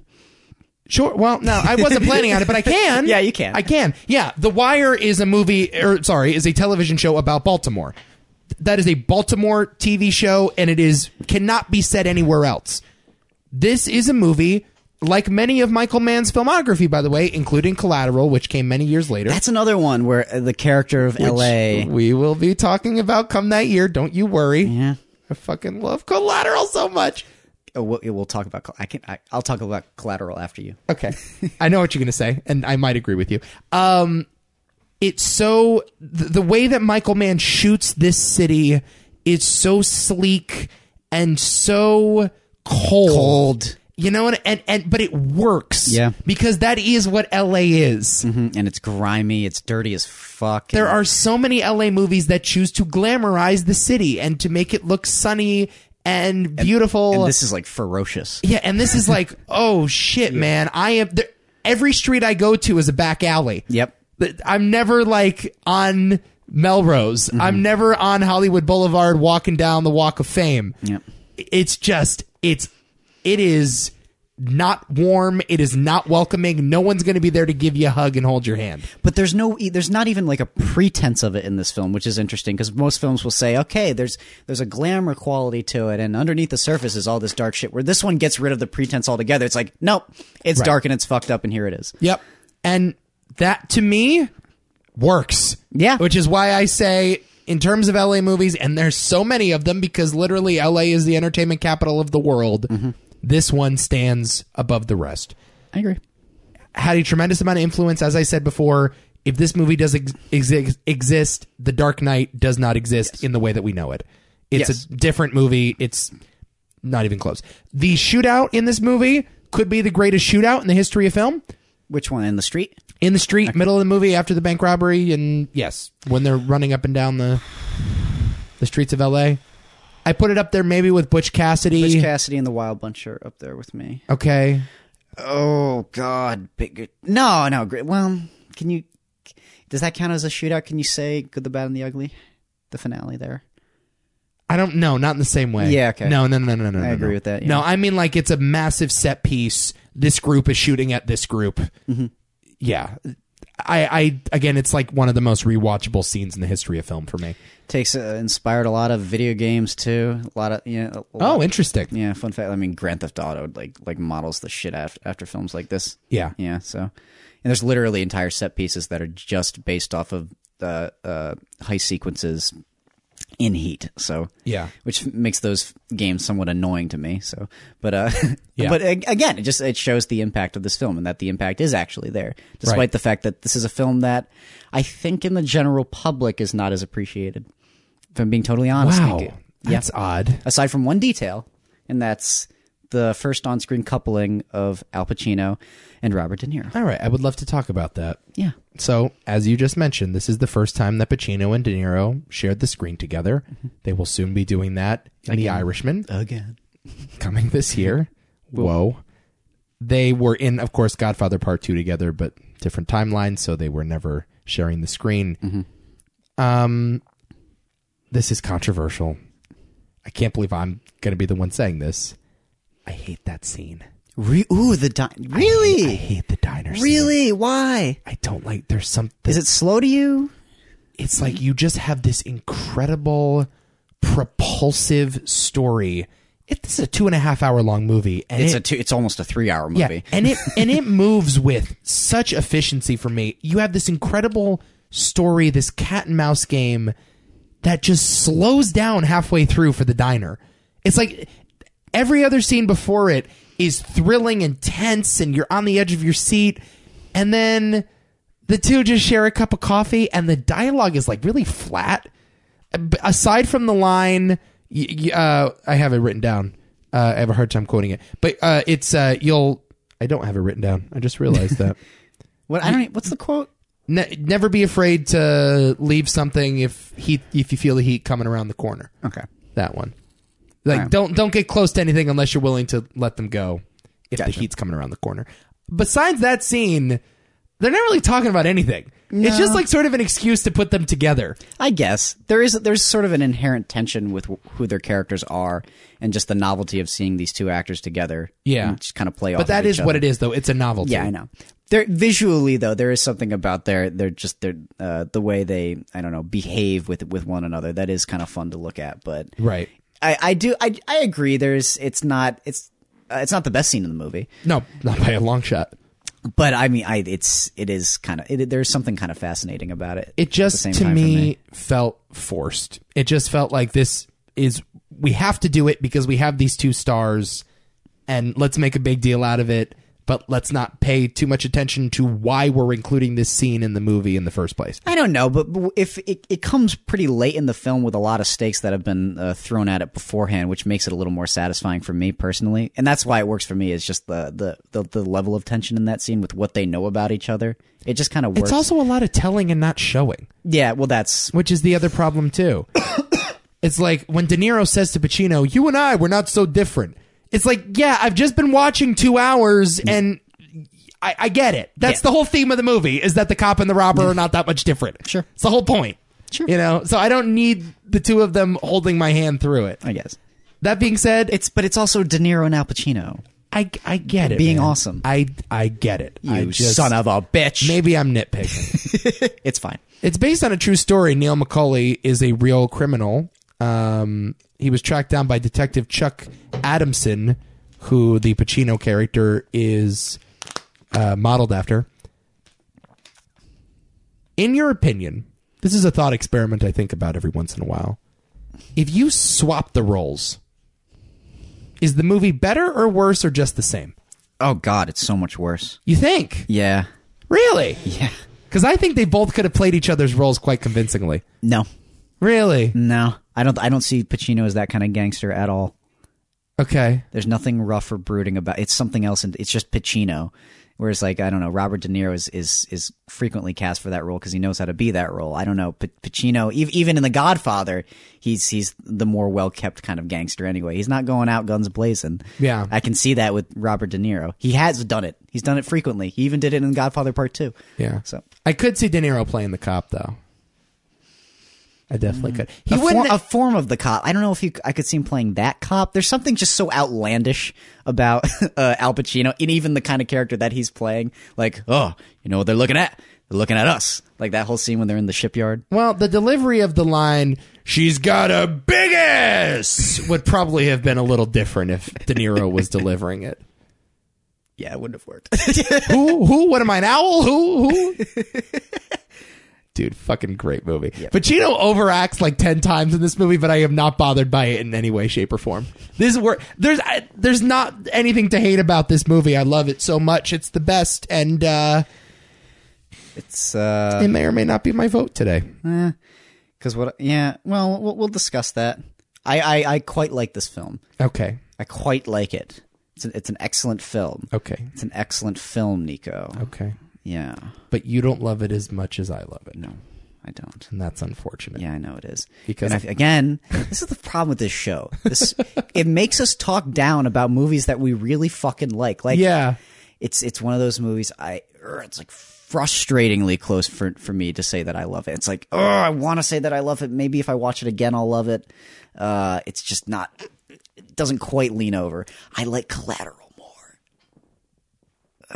S1: Sure. Well, no, I wasn't planning on it, but I can.
S2: Yeah, you can.
S1: I can. Yeah, The Wire is a movie, or sorry, is a television show about Baltimore. That is a Baltimore TV show, and it is cannot be said anywhere else. This is a movie, like many of Michael Mann's filmography, by the way, including Collateral, which came many years later.
S2: That's another one where uh, the character of L.A.
S1: We will be talking about come that year. Don't you worry.
S2: Yeah,
S1: I fucking love Collateral so much.
S2: oh, we'll, we'll talk about. Col- I can. I, I'll talk about collateral after you.
S1: Okay. I know what you're going to say, and I might agree with you. Um, it's so the, the way that Michael Mann shoots this city is so sleek and so cold.
S2: Cold.
S1: You know, and, and and but it works.
S2: Yeah.
S1: Because that is what LA is.
S2: hmm And it's grimy. It's dirty as fuck.
S1: There are so many LA movies that choose to glamorize the city and to make it look sunny and beautiful.
S2: And this is like ferocious.
S1: Yeah, and this is like, oh shit, man! I am there, every street I go to is a back alley.
S2: Yep.
S1: Th- I'm never like on Melrose. I'm never on Hollywood Boulevard walking down the Walk of Fame.
S2: Yep.
S1: It's just it's it is not warm. It is not welcoming. No one's going to be there to give you a hug and hold your hand.
S2: But there's no, e, there's not even like a pretense of it in this film, which is interesting because most films will say, okay, there's there's a glamour quality to it, and underneath the surface is all this dark shit. Where this one gets rid of the pretense altogether. It's like, nope, it's dark and it's fucked up, and here it is.
S1: Yep. And that to me works.
S2: Yeah.
S1: Which is why I say in terms of LA movies and there's so many of them because literally LA is the entertainment capital of the world. This one stands above the rest.
S2: I agree.
S1: Had a tremendous amount of influence as I said before. If this movie does ex- exi- exist, The Dark Knight does not exist in the way that we know it. It's
S2: Yes.
S1: a different movie. It's not even close. The shootout in this movie could be the greatest shootout in the history of film
S2: Which one in the street?
S1: in the street, middle of the movie after the bank robbery, and yes, when they're running up and down the the streets of L.A. I put it up there maybe with Butch Cassidy.
S2: Butch Cassidy and the Wild Bunch are up there with me.
S1: okay,
S2: Oh God, bigger. No, no. Great. Well, can you? Does that count as a shootout? Can you say good, the bad, and the ugly? The finale there.
S1: I don't know, not in the same way.
S2: Yeah, okay.
S1: No, no, no, no, no.
S2: I agree with that, yeah.
S1: No, I mean like it's a massive set piece. This group is shooting at this group. Yeah, I, I again, it's like one of the most rewatchable scenes in the history of film for me.
S2: Takes uh, inspired a lot of video games too. A lot of you know. a lot-
S1: Oh, interesting.
S2: yeah. Fun fact. I mean, Grand Theft Auto like like models the shit after after films like this.
S1: Yeah.
S2: Yeah. So, and there's literally entire set pieces that are just based off of uh, uh, high sequences in Heat. So
S1: Yeah.
S2: which makes those games somewhat annoying to me. So, but uh,
S1: Yeah.
S2: but ag- again, it just it shows the impact of this film and that the impact is actually there, despite
S1: Right.
S2: the fact that this is a film that I think in the general public is not as appreciated. If I'm being totally honest,
S1: Wow,
S2: with you.
S1: that's odd.
S2: aside from one detail, and that's the first on-screen coupling of Al Pacino and Robert De Niro.
S1: All right, I would love to talk about that.
S2: Yeah,
S1: So, as you just mentioned, this is the first time that Pacino and De Niro shared the screen together. They will soon be doing that in The Irishman
S2: again.
S1: coming this year. Whoa. They were in, of course, Godfather Part 2 together, but different timelines, so they were never sharing the screen.
S2: Mm-hmm.
S1: Um, this is controversial. I can't believe I'm going to be the one saying this. I hate that scene.
S2: Re- Ooh, the di-
S1: I
S2: really,
S1: hate the diner scene.
S2: really, why
S1: I don't like, there's something.
S2: is it slow to you?
S1: it's like you just have this incredible propulsive story it, this is a two and a half hour long movie and
S2: It's
S1: it,
S2: a two, it's almost a three-hour movie.
S1: yeah, and it and it moves with such efficiency for me you have this incredible story this cat and mouse game that just slows down halfway through for the diner it's like every other scene before it is thrilling and tense and you're on the edge of your seat and then the two just share a cup of coffee and the dialogue is like really flat B- aside from the line y- y- uh, i have it written down uh, i have a hard time quoting it but uh, it's uh, you'll i don't have it written down i just realized that
S2: What I don't. e- What's the quote?
S1: ne- never be afraid to leave something if heat if you feel the heat coming around the corner
S2: Okay.
S1: that one. Like don't don't get close to anything unless you're willing to let them go if the heat's coming around the corner. Besides that scene, they're not really talking about anything. It's just like sort of an excuse to put them together.
S2: I guess there is there's sort of an inherent tension with wh- who their characters are and just the novelty of seeing these two actors together.
S1: Yeah.
S2: and just kind of play off.
S1: But that is what it is though. It's a novelty.
S2: Yeah, I know. They're, visually though, there is something about their they're just their uh, the way they I don't know behave with with one another that is kind of fun to look at. But
S1: Right.
S2: I I do I I agree. There's it's not it's uh, it's not the best scene in the movie.
S1: No, not by a long shot.
S2: But I mean, I it's it is kind of it, there's something kind of fascinating about it.
S1: It just
S2: same
S1: to
S2: time for
S1: me,
S2: me.
S1: felt forced. It just felt like this is we have to do it because we have these two stars and let's make a big deal out of it, but let's not pay too much attention to why we're including this scene in the movie in the first place.
S2: I don't know, but but if it, it comes pretty late in the film with a lot of stakes that have been uh, thrown at it beforehand, which makes it a little more satisfying for me personally, and that's why it works for me. Is just the the the, the level of tension in that scene with what they know about each other. It just kind of works.
S1: It's also a lot of telling and not showing,
S2: yeah, well, that's
S1: which is the other problem too. it's like when De Niro says to Pacino, "You and I, we're not so different." It's like, yeah, I've just been watching two hours and. I, I get it. That's the whole theme of the movie: is that the cop and the robber are not that much different.
S2: Sure.
S1: it's the whole point.
S2: Sure.
S1: you know. So I don't need the two of them holding my hand through it.
S2: I guess
S1: That being said,
S2: it's, but it's also De Niro and Al Pacino.
S1: I, I get it.
S2: Being
S1: man.
S2: awesome.
S1: I I get it. I
S2: You
S1: just,
S2: son of a bitch.
S1: Maybe I'm nitpicking.
S2: It's fine.
S1: it's based on a true story. Neil McCauley is a real criminal. Um, he was tracked down by Detective Chuck Adamson, who the Pacino character is uh, modeled after. In your opinion, this is a thought experiment I think about every once in a while. If you swap the roles, is the movie better or worse or just the same?
S2: Oh God, it's so much worse.
S1: You think?
S2: Yeah,
S1: Really?
S2: yeah.
S1: Because I think they both could have played each other's roles quite convincingly.
S2: No,
S1: Really?
S2: no, I don't. I don't see Pacino as that kind of gangster at all.
S1: Okay.
S2: There's nothing rough or brooding about. It's something else, and it's just Pacino. Whereas, like, I don't know, Robert De Niro is is, is frequently cast for that role because he knows how to be that role. I don't know, P- Pacino, ev- even in The Godfather, he's he's the more well kept kind of gangster. Anyway, he's not going out guns blazing.
S1: Yeah.
S2: I can see that with Robert De Niro. He has done it. He's done it frequently. He even did it in Godfather Part Two.
S1: Yeah.
S2: So
S1: I could see De Niro playing the cop though. I definitely could. He
S2: Hmm. a, for-
S1: wouldn't.
S2: a form of the cop. I don't know if you, I could see him playing that cop. There's something just so outlandish about uh, Al Pacino and even the kind of character that he's playing. Like, oh, you know what they're looking at? They're looking at us. Like that whole scene when they're in the shipyard.
S1: well, the delivery of the line "She's got a big ass" would probably have been a little different if De Niro was delivering it.
S2: Yeah, it wouldn't have worked.
S1: who? Who? What am I? An owl? Who? Who? Dude, fucking great movie. Pacino overacts like ten times in this movie, but I am not bothered by it in any way, shape, or form. This is where there's I, there's not anything to hate about this movie. I love it so much; it's the best, and uh,
S2: it's, uh, eh,
S1: it may or may not be my vote today.
S2: cause what, yeah, well, we'll, we'll discuss that. I, I, I quite like this film.
S1: Okay,
S2: I quite like it. It's an, it's an excellent film.
S1: okay,
S2: It's an excellent film, Nico.
S1: okay.
S2: Yeah.
S1: But you don't love it as much as I love it,
S2: No, I don't.
S1: and that's unfortunate.
S2: Yeah, I know it is.
S1: Because-
S2: Because again, this is the problem with this show. This it makes us talk down about movies that we really fucking like. Like,
S1: Yeah.
S2: it's it's one of those movies. I er, it's like frustratingly close for for me to say that I love it. It's like, oh, I want to say that I love it. Maybe if I watch it again, I'll love it. Uh, it's just not. It doesn't quite lean over. I like Collateral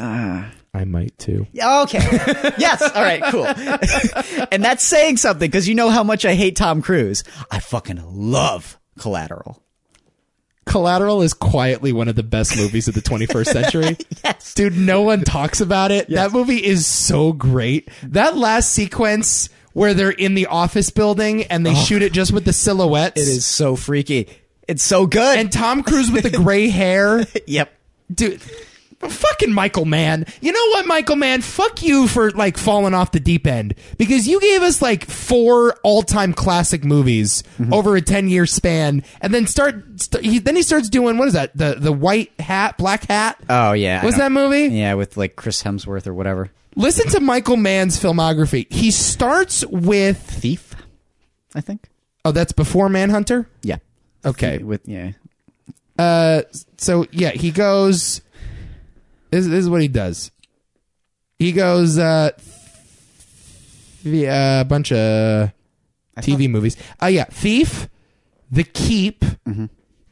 S2: more.
S1: I might too.
S2: Yeah, Okay. yes. All right. Cool. and that's saying something because you know how much I hate Tom Cruise. I fucking love Collateral.
S1: Collateral is quietly one of the best movies of the 21st century.
S2: Yes.
S1: Dude, no one talks about it. That movie is so great. That last sequence where they're in the office building and they shoot it just with the silhouettes.
S2: It is so freaky. It's so good.
S1: And Tom Cruise with the gray hair.
S2: yep.
S1: Dude, fucking Michael Mann. You know what, Michael Mann? Fuck you for like falling off the deep end because you gave us like four all-time classic movies
S2: Mm-hmm.
S1: over a 10-year span and then start st- he, then he starts doing what is that? The the white hat, black hat?
S2: Oh yeah. I
S1: What's
S2: know.
S1: that movie?
S2: Yeah, with like Chris Hemsworth or whatever.
S1: Listen to Michael Mann's filmography. He starts with
S2: Thief, I think.
S1: oh, that's before Manhunter.
S2: Yeah.
S1: Okay,
S2: With yeah.
S1: uh, so yeah, he goes. This, this is what he does. He goes uh, the uh, bunch of TV movies. Uh, yeah, Thief, The Keep,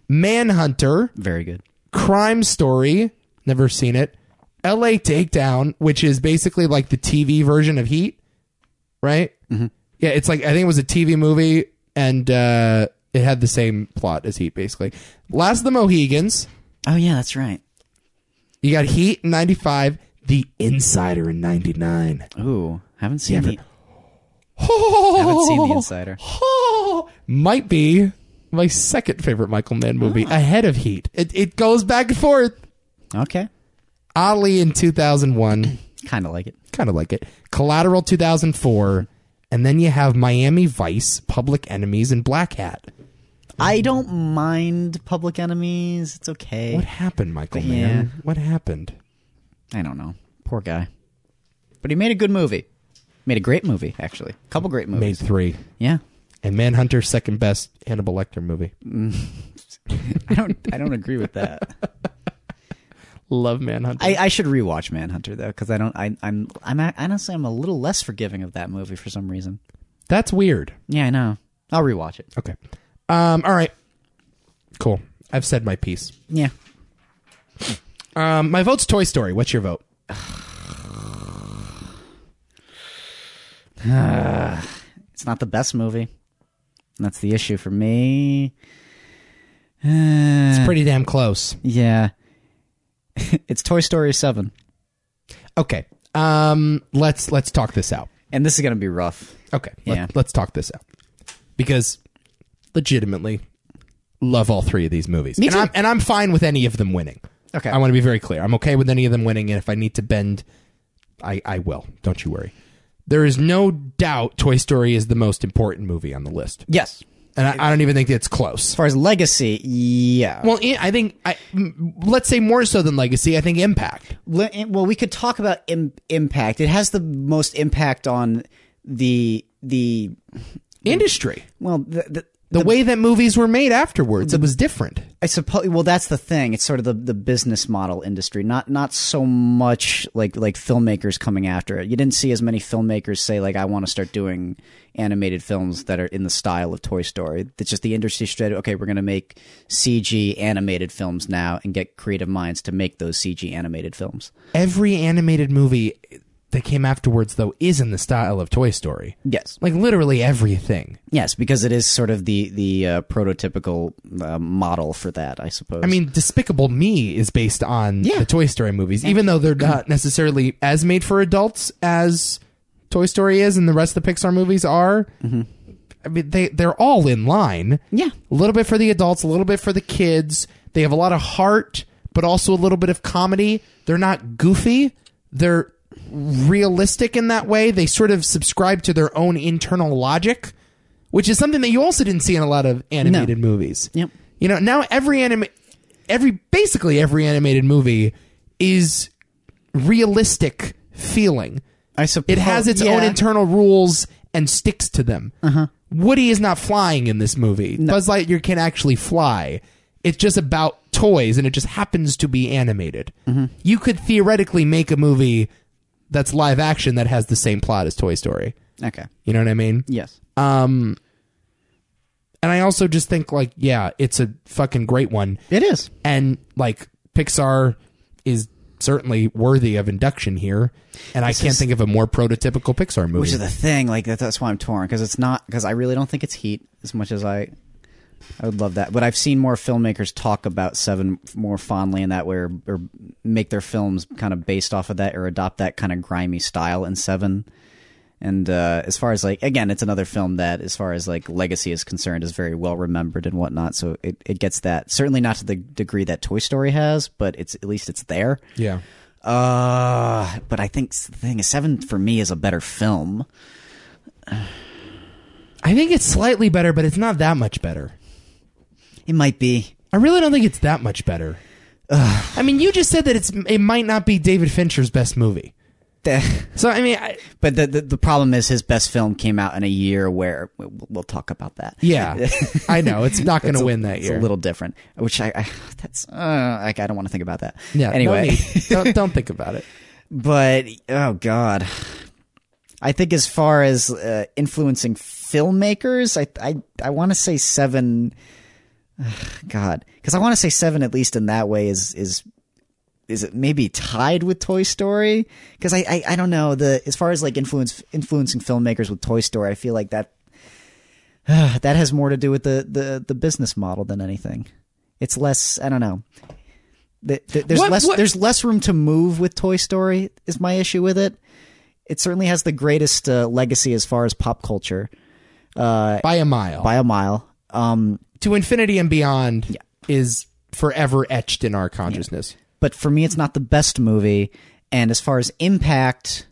S1: Manhunter,
S2: Very good.
S1: Crime Story. Never seen it. L.A. Takedown, which is basically like the TV version of Heat, right? Mm-hmm. Yeah, it's like I think it was a TV movie, and uh, it had the same plot as Heat, basically. Last of the Mohegans.
S2: Oh yeah, that's right.
S1: You got Heat in '95, The Insider in '99.
S2: Ooh, haven't seen the,
S1: Oh,
S2: haven't seen the Insider.
S1: oh, might be my second favorite Michael Mann movie, ahead of Heat. It, it goes back and forth.
S2: Okay.
S1: Oddly, in 2001,
S2: Kind of like it.
S1: kind of like it. Collateral 2004, and then you have Miami Vice, Public Enemies, and Black Hat.
S2: I don't mind Public Enemies. It's okay.
S1: What happened, Michael
S2: Yeah.
S1: Mann? What happened?
S2: I don't know. Poor guy. But he made a good movie. Made a great movie, actually. couple great
S1: Made
S2: movies.
S1: three.
S2: Yeah.
S1: And Manhunter, second best Hannibal Lecter movie.
S2: I don't I don't agree with that.
S1: Love Manhunter.
S2: I, I should rewatch Manhunter though, because I don't I I'm I'm a- honestly I'm a little less forgiving of that movie for some reason.
S1: That's weird.
S2: Yeah, I know. I'll rewatch it.
S1: Okay. Um, all right. Cool. I've said my piece.
S2: Yeah.
S1: Um, my vote's Toy Story. What's your vote?
S2: It's not the best movie. And that's the issue for me. It's
S1: Pretty damn close.
S2: Yeah. it's Toy Story 7.
S1: Okay. Um, let's let's talk this out.
S2: And this is going to be rough.
S1: Okay.
S2: Yeah.
S1: Let, let's talk this out. Because legitimately love all three of these movies. and
S2: too.
S1: I'm and I'm fine with any of them winning.
S2: Okay.
S1: I want to be very clear. I'm okay with any of them winning and if I need to bend I I will. Don't you worry. There is no doubt Toy Story is the most important movie on the list.
S2: Yes.
S1: And I, I don't even think it's close.
S2: As far as legacy, yeah.
S1: Well, I I think I m- let's say more so than legacy. I think impact.
S2: Le- well we could talk about Im- impact it has the most impact on the the
S1: Industry.
S2: well the, the
S1: The, way that movies were made afterwards, it was different.
S2: I suppose well that's the thing it's sort of the, the business model industry not not so much like like filmmakers coming after it you didn't see as many filmmakers say like I want to start doing animated films that are in the style of Toy Story it's just the industry said okay we're going to make CG animated films now and get creative minds to make those CG animated films
S1: Every animated movie that came afterwards, though, is in the style of Toy Story.
S2: yes
S1: Like literally everything.
S2: Yes, because it is sort of the the uh, prototypical uh, model for that, I suppose.
S1: I mean, Despicable Me is based on the Toy Story movies, even though they're not necessarily as made for adults as Toy Story is, and the rest of the Pixar movies are. I mean, they they're all in line.
S2: Yeah.
S1: a little bit for the adults, a little bit for the kids. They have a lot of heart, but also a little bit of comedy. They're not goofy. They're realistic in that way. They sort of subscribe to their own internal logic, which is something that you also didn't see in a lot of animated movies.
S2: Yep.
S1: You know, now every anime, every basically every animated movie is realistic feeling.
S2: I
S1: It
S2: suppose
S1: has its own
S2: Oh, yeah. Uh-huh.
S1: internal rules and sticks to them. Woody is not flying in this movie. Buzz Lightyear can actually fly. It's just about toys, and it just happens to be animated.
S2: Mm-hmm.
S1: You could theoretically make a movie that's live action that has the same plot as Toy Story.
S2: okay.
S1: You know what I mean?
S2: Yes.
S1: And I also just think like, yeah, it's a fucking great one.
S2: it is.
S1: and like Pixar is certainly worthy of induction here, and I can't think of a more prototypical Pixar movie.
S2: Which is the thing. Like that, that's why I'm torn because it's not because I really don't think it's Heat as much as I. I would love that, but I've seen more filmmakers talk about Seven more fondly in that way, or, or make their films kind of based off of that, or adopt that kind of grimy style in Seven. And uh, as far as like again, it's another film that, as far as like legacy is concerned, is very well remembered and whatnot. So it, it gets that certainly not to the degree that Toy Story has, but it's at least it's there.
S1: yeah,
S2: Uh, but I think the thing is Seven for me is a better film.
S1: I think it's slightly better, but it's not that much better.
S2: It might be.
S1: I really don't think it's that much better. I mean, you just said that it's it might not be David Fincher's best movie.
S2: The,
S1: So I mean, I,
S2: but the, the the problem is his best film came out in a year where we- we'll talk about that.
S1: yeah, I know it's not going to win that
S2: it's
S1: year.
S2: a little different. Which I, I that's uh, like I don't want to think about that.
S1: yeah. no
S2: Anyway,
S1: need. don't, don't think about it.
S2: but oh god, I think as far as uh, influencing filmmakers, I I I want to say seven. God, because I want to say seven at least in that way is is is it maybe tied with Toy Story? Because I, I I don't know the as far as like influence influencing filmmakers with Toy Story, I feel like that that has more to do with the the the business model than anything. It's less I don't know. The, the, there's
S1: What-
S2: less
S1: what-
S2: there's less room to move with Toy Story is my issue with it. It certainly has the greatest uh, legacy as far as pop culture. Uh,
S1: By a mile.
S2: by a mile. Um,
S1: to infinity and beyond
S2: Yeah.
S1: is forever etched in our consciousness.
S2: but for me it's not the best movie and as far as impact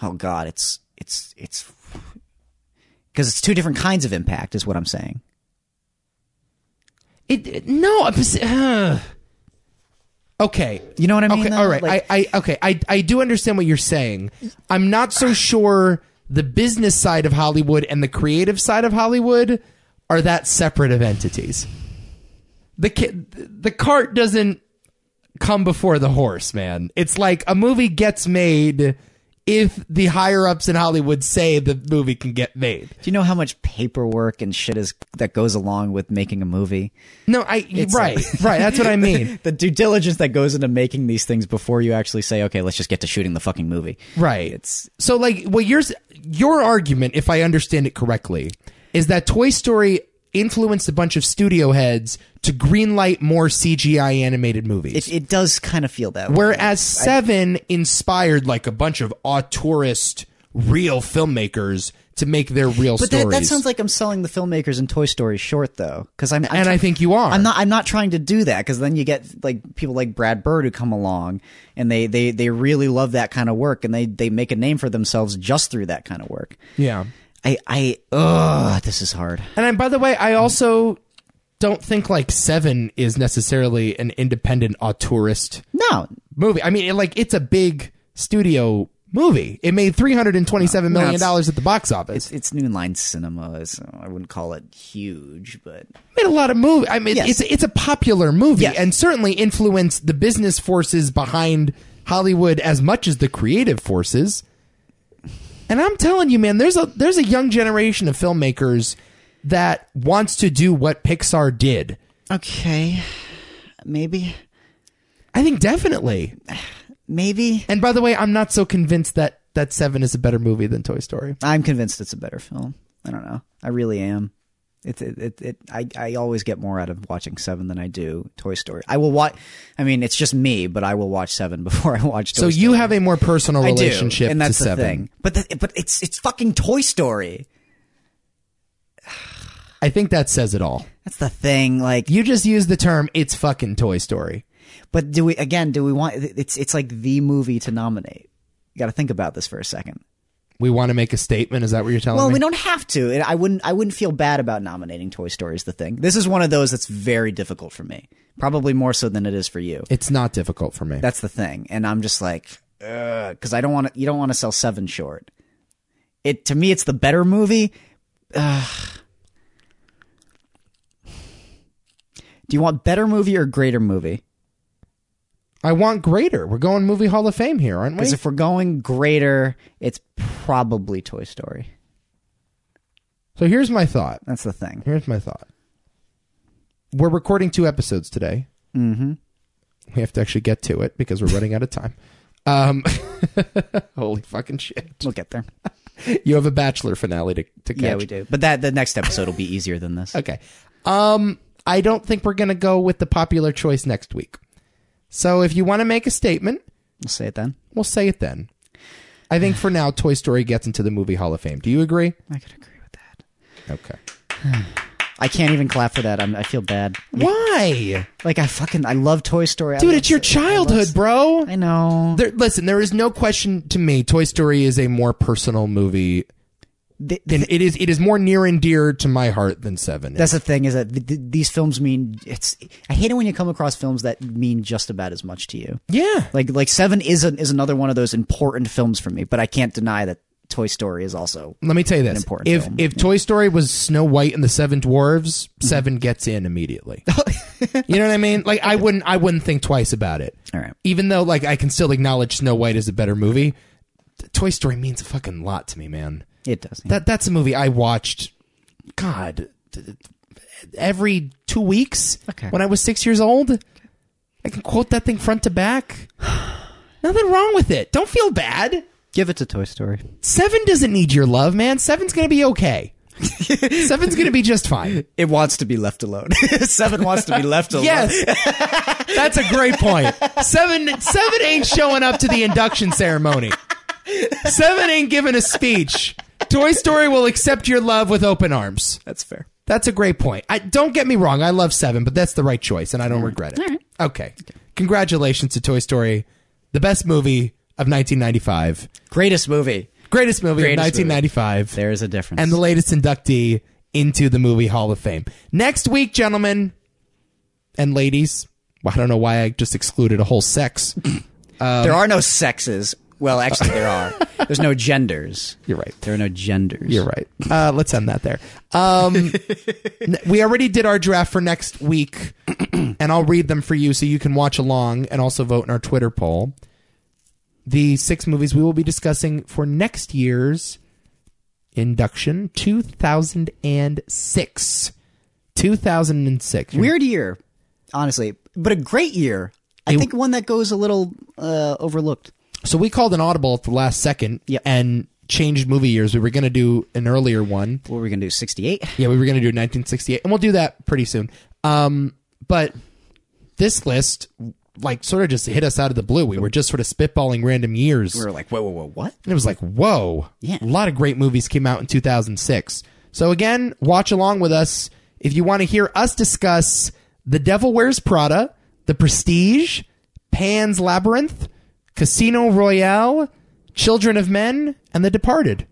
S2: oh god it's it's it's because it's two different kinds of impact is what i'm saying
S1: It, it- no, I'm s- ugh. okay.
S2: you know what i mean
S1: Okay,
S2: though?
S1: all right.
S2: Like,
S1: I, I okay. I I do understand what you're saying. I'm not so sure the business side of Hollywood and the creative side of Hollywood are that separate of entities. The ki- the cart doesn't come before the horse, man. It's like a movie gets made if the higher ups in Hollywood say the movie can get made.
S2: do you know how much paperwork and shit is that goes along with making a movie
S1: No, I right, right. That's what I mean.
S2: the due diligence that goes into making these things before you actually say okay let's just get to shooting the fucking movie
S1: Right.
S2: It's-
S1: so like well yours your argument, if I understand it correctly, is that Toy Story influenced a bunch of studio heads to greenlight more CGI animated movies.
S2: it, it does kind of feel that way
S1: Whereas Seven inspired like a bunch of auteurist real filmmakers to make their real
S2: but
S1: stories.
S2: that, that sounds like i'm selling the filmmakers in toy story short though because i'm, I'm
S1: and
S2: tr-
S1: I think you are.
S2: I'm not. I'm not trying to do that because then you get like people like Brad Bird who come along and they they they really love that kind of work and they they make a name for themselves just through that kind of work.
S1: Yeah.
S2: I I ugh, this is hard.
S1: And I, by the way, I also don't think like Seven is necessarily an independent auteurist
S2: No,
S1: movie. I mean, it, like it's a big studio movie. It made three hundred and twenty-seven
S2: No,
S1: million
S2: it's-
S1: dollars at the box office.
S2: it's it's New Line Cinema. So I wouldn't call it huge, but
S1: It made a lot of movie. I mean,
S2: Yes.
S1: it's it's a popular movie
S2: Yes.
S1: and certainly influenced the business forces behind Hollywood as much as the creative forces. And I'm telling you, man, there's a there's a young generation of filmmakers that wants to do what Pixar did.
S2: okay, maybe
S1: I think definitely.
S2: maybe
S1: And by the way, I'm not so convinced that that Seven is a better movie than Toy Story.
S2: I'm convinced it's a better film. I don't know. I really am. It, it, it, it I, I always get more out of watching Seven than I do Toy Story. I will watch. I mean, it's just me, but I will watch Seven before I watch. Toy
S1: So
S2: Story.
S1: you have a more personal
S2: I do,
S1: relationship
S2: and that's
S1: to
S2: the
S1: Seven.
S2: thing. But that, but it's it's fucking Toy Story.
S1: I think that says it all.
S2: That's the thing. Like,
S1: You just used the term "it's fucking Toy Story."
S2: but do we again? Do we want? It's it's like the movie to nominate. You got to think about this for a second.
S1: We want to make a statement. Is that what you're telling
S2: Well,
S1: me?
S2: we don't have to. And I wouldn't. I wouldn't feel bad about nominating Toy Story. Is the thing. This is one of those that's very difficult for me. Probably more so than it is for you.
S1: it's not difficult for me.
S2: That's the thing, and I'm just like, because I don't want to. You don't want to sell seven short. It to me, it's the better movie. Ugh. Do you want better movie or greater movie?
S1: I want greater. We're going movie Hall of Fame here, aren't we?
S2: Because if we're going greater, it's probably Toy Story.
S1: so here's my thought.
S2: That's the thing.
S1: Here's my thought. We're recording two episodes today. Mm-hmm. We have to actually get to it because we're running out of time. Um, holy fucking shit!
S2: We'll get there.
S1: You have a bachelor finale to to catch.
S2: Yeah, we do. But that the next episode will be easier than this.
S1: Okay. Um, I don't think we're gonna go with the popular choice next week. So if you want to make a statement,
S2: We'll say it then.
S1: we'll say it then. I think for now, Toy Story gets into the movie Hall of Fame. Do you agree?
S2: I could agree with that.
S1: Okay.
S2: I can't even clap for that. I'm, I feel bad.
S1: Why,
S2: Like I fucking I love Toy Story, I
S1: dude?
S2: love
S1: It's your
S2: Se- I love
S1: childhood,
S2: Se-
S1: bro.
S2: I know.
S1: There, listen, there is no question to me. Toy Story is a more personal movie.
S2: Th- th-
S1: Than it is. It is more near and dear to my heart than Seven. is.
S2: that's the thing is that th- th- these films mean it's. I hate it when you come across films that mean just about as much to you.
S1: yeah.
S2: Like like Seven is an, is another one of those important films for me, but I can't deny that Toy Story is also.
S1: Let me tell you this:
S2: important
S1: if
S2: film. Mm-hmm.
S1: if Toy Story was Snow White and the Seven Dwarves, Seven gets in immediately. you know what I mean? Like I wouldn't I wouldn't think twice about it.
S2: All right.
S1: Even though like I can still acknowledge Snow White is a better movie, t- Toy Story means a fucking lot to me, man.
S2: It does.
S1: That that's a movie I watched. God, d- d- every two weeks
S2: Okay.
S1: when I was six years old, I can quote that thing front to back. Nothing wrong with it. Don't feel bad.
S2: Give it to Toy Story.
S1: Seven doesn't need your love, man. Seven's gonna be okay. Seven's gonna be just fine.
S2: It wants to be left alone. Seven wants to be left alone.
S1: Yes, that's a great point. Seven, seven ain't showing up to the induction ceremony. Seven ain't giving a speech. Toy Story will accept your love with open arms.
S2: that's fair.
S1: That's a great point. I don't get me wrong. I love seven, but that's the right choice, and I don't regret it. Okay. Congratulations to Toy Story, the best movie of 1995,
S2: Greatest movie.
S1: greatest movie of
S2: Greatest movie.
S1: 1995,
S2: There is a difference.
S1: and the latest inductee into the movie Hall of Fame. Next week, gentlemen and ladies. Well, I don't know why I just excluded a whole sex.
S2: there are no sexes. Well, actually, there are. There's no genders.
S1: You're right.
S2: There are no genders.
S1: You're right. Uh, let's end that there. Um, n- we already did our draft for next week, and I'll read them for you so you can watch along and also vote in our Twitter poll. The six movies we will be discussing for next year's induction 2006. 2006.
S2: Weird year, honestly, but a great year. I think one that goes a little uh, overlooked.
S1: So we called an audible at the last second
S2: Yep.
S1: and changed movie years. We were going to do an earlier one.
S2: What were we going to do? 68?
S1: Yeah, we were going to do 1968, and we'll do that pretty soon. Um, but this list, like, sort of just hit us out of the blue. We were just sort of spitballing random years,
S2: We
S1: and
S2: were like, whoa, whoa, whoa, what?
S1: it was like, whoa,
S2: Yeah.
S1: a lot of great movies came out in 2006. So again, watch along with us if you want to hear us discuss The Devil Wears Prada, The Prestige, Pan's Labyrinth, Casino Royale, Children of Men, and The Departed.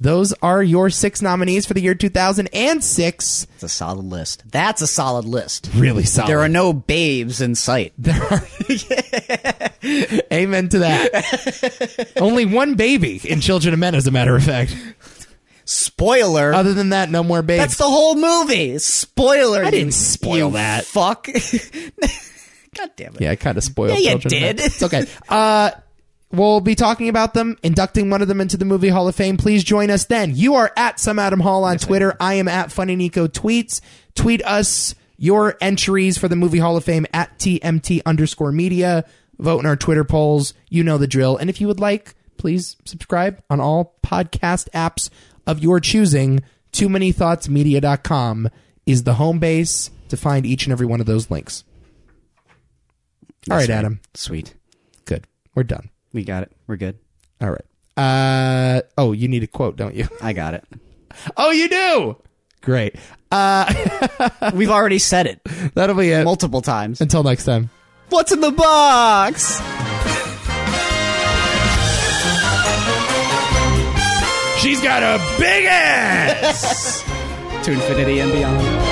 S1: Those are your six nominees for the year 2006.
S2: It's a solid list. That's a solid list.
S1: Really solid.
S2: There are no babes in sight.
S1: Amen to that. Only one baby in Children of Men, as a matter of fact.
S2: Spoiler.
S1: Other than that, no more babes.
S2: That's the whole movie. Spoiler. I
S1: didn't spoil
S2: you
S1: that.
S2: Fuck. God damn it.
S1: yeah, I kind of spoiled.
S2: Yeah, you
S1: Children of Men.
S2: did.
S1: It's okay. Uh, we'll be talking about them, inducting one of them into the movie Hall of Fame. Please join us then. You are at some Adam Hall on Twitter. I am at Funny Nico tweets. Tweet us your entries for the movie Hall of Fame at TMT underscore media. Vote in our Twitter polls. You know the drill. And if you would like, please subscribe on all podcast apps of your choosing. Too many thoughts media.com is the home base to find each and every one of those links. All right, Adam.
S2: Sweet.
S1: Good. We're done.
S2: We got it. We're good.
S1: All right. Uh oh, you need a quote, don't you?
S2: I got it.
S1: oh, you do. Great.
S2: We've already said it
S1: That'll be it.
S2: multiple times.
S1: Until next time.
S2: What's in the box?
S1: She's got a big ass.
S2: To infinity and beyond.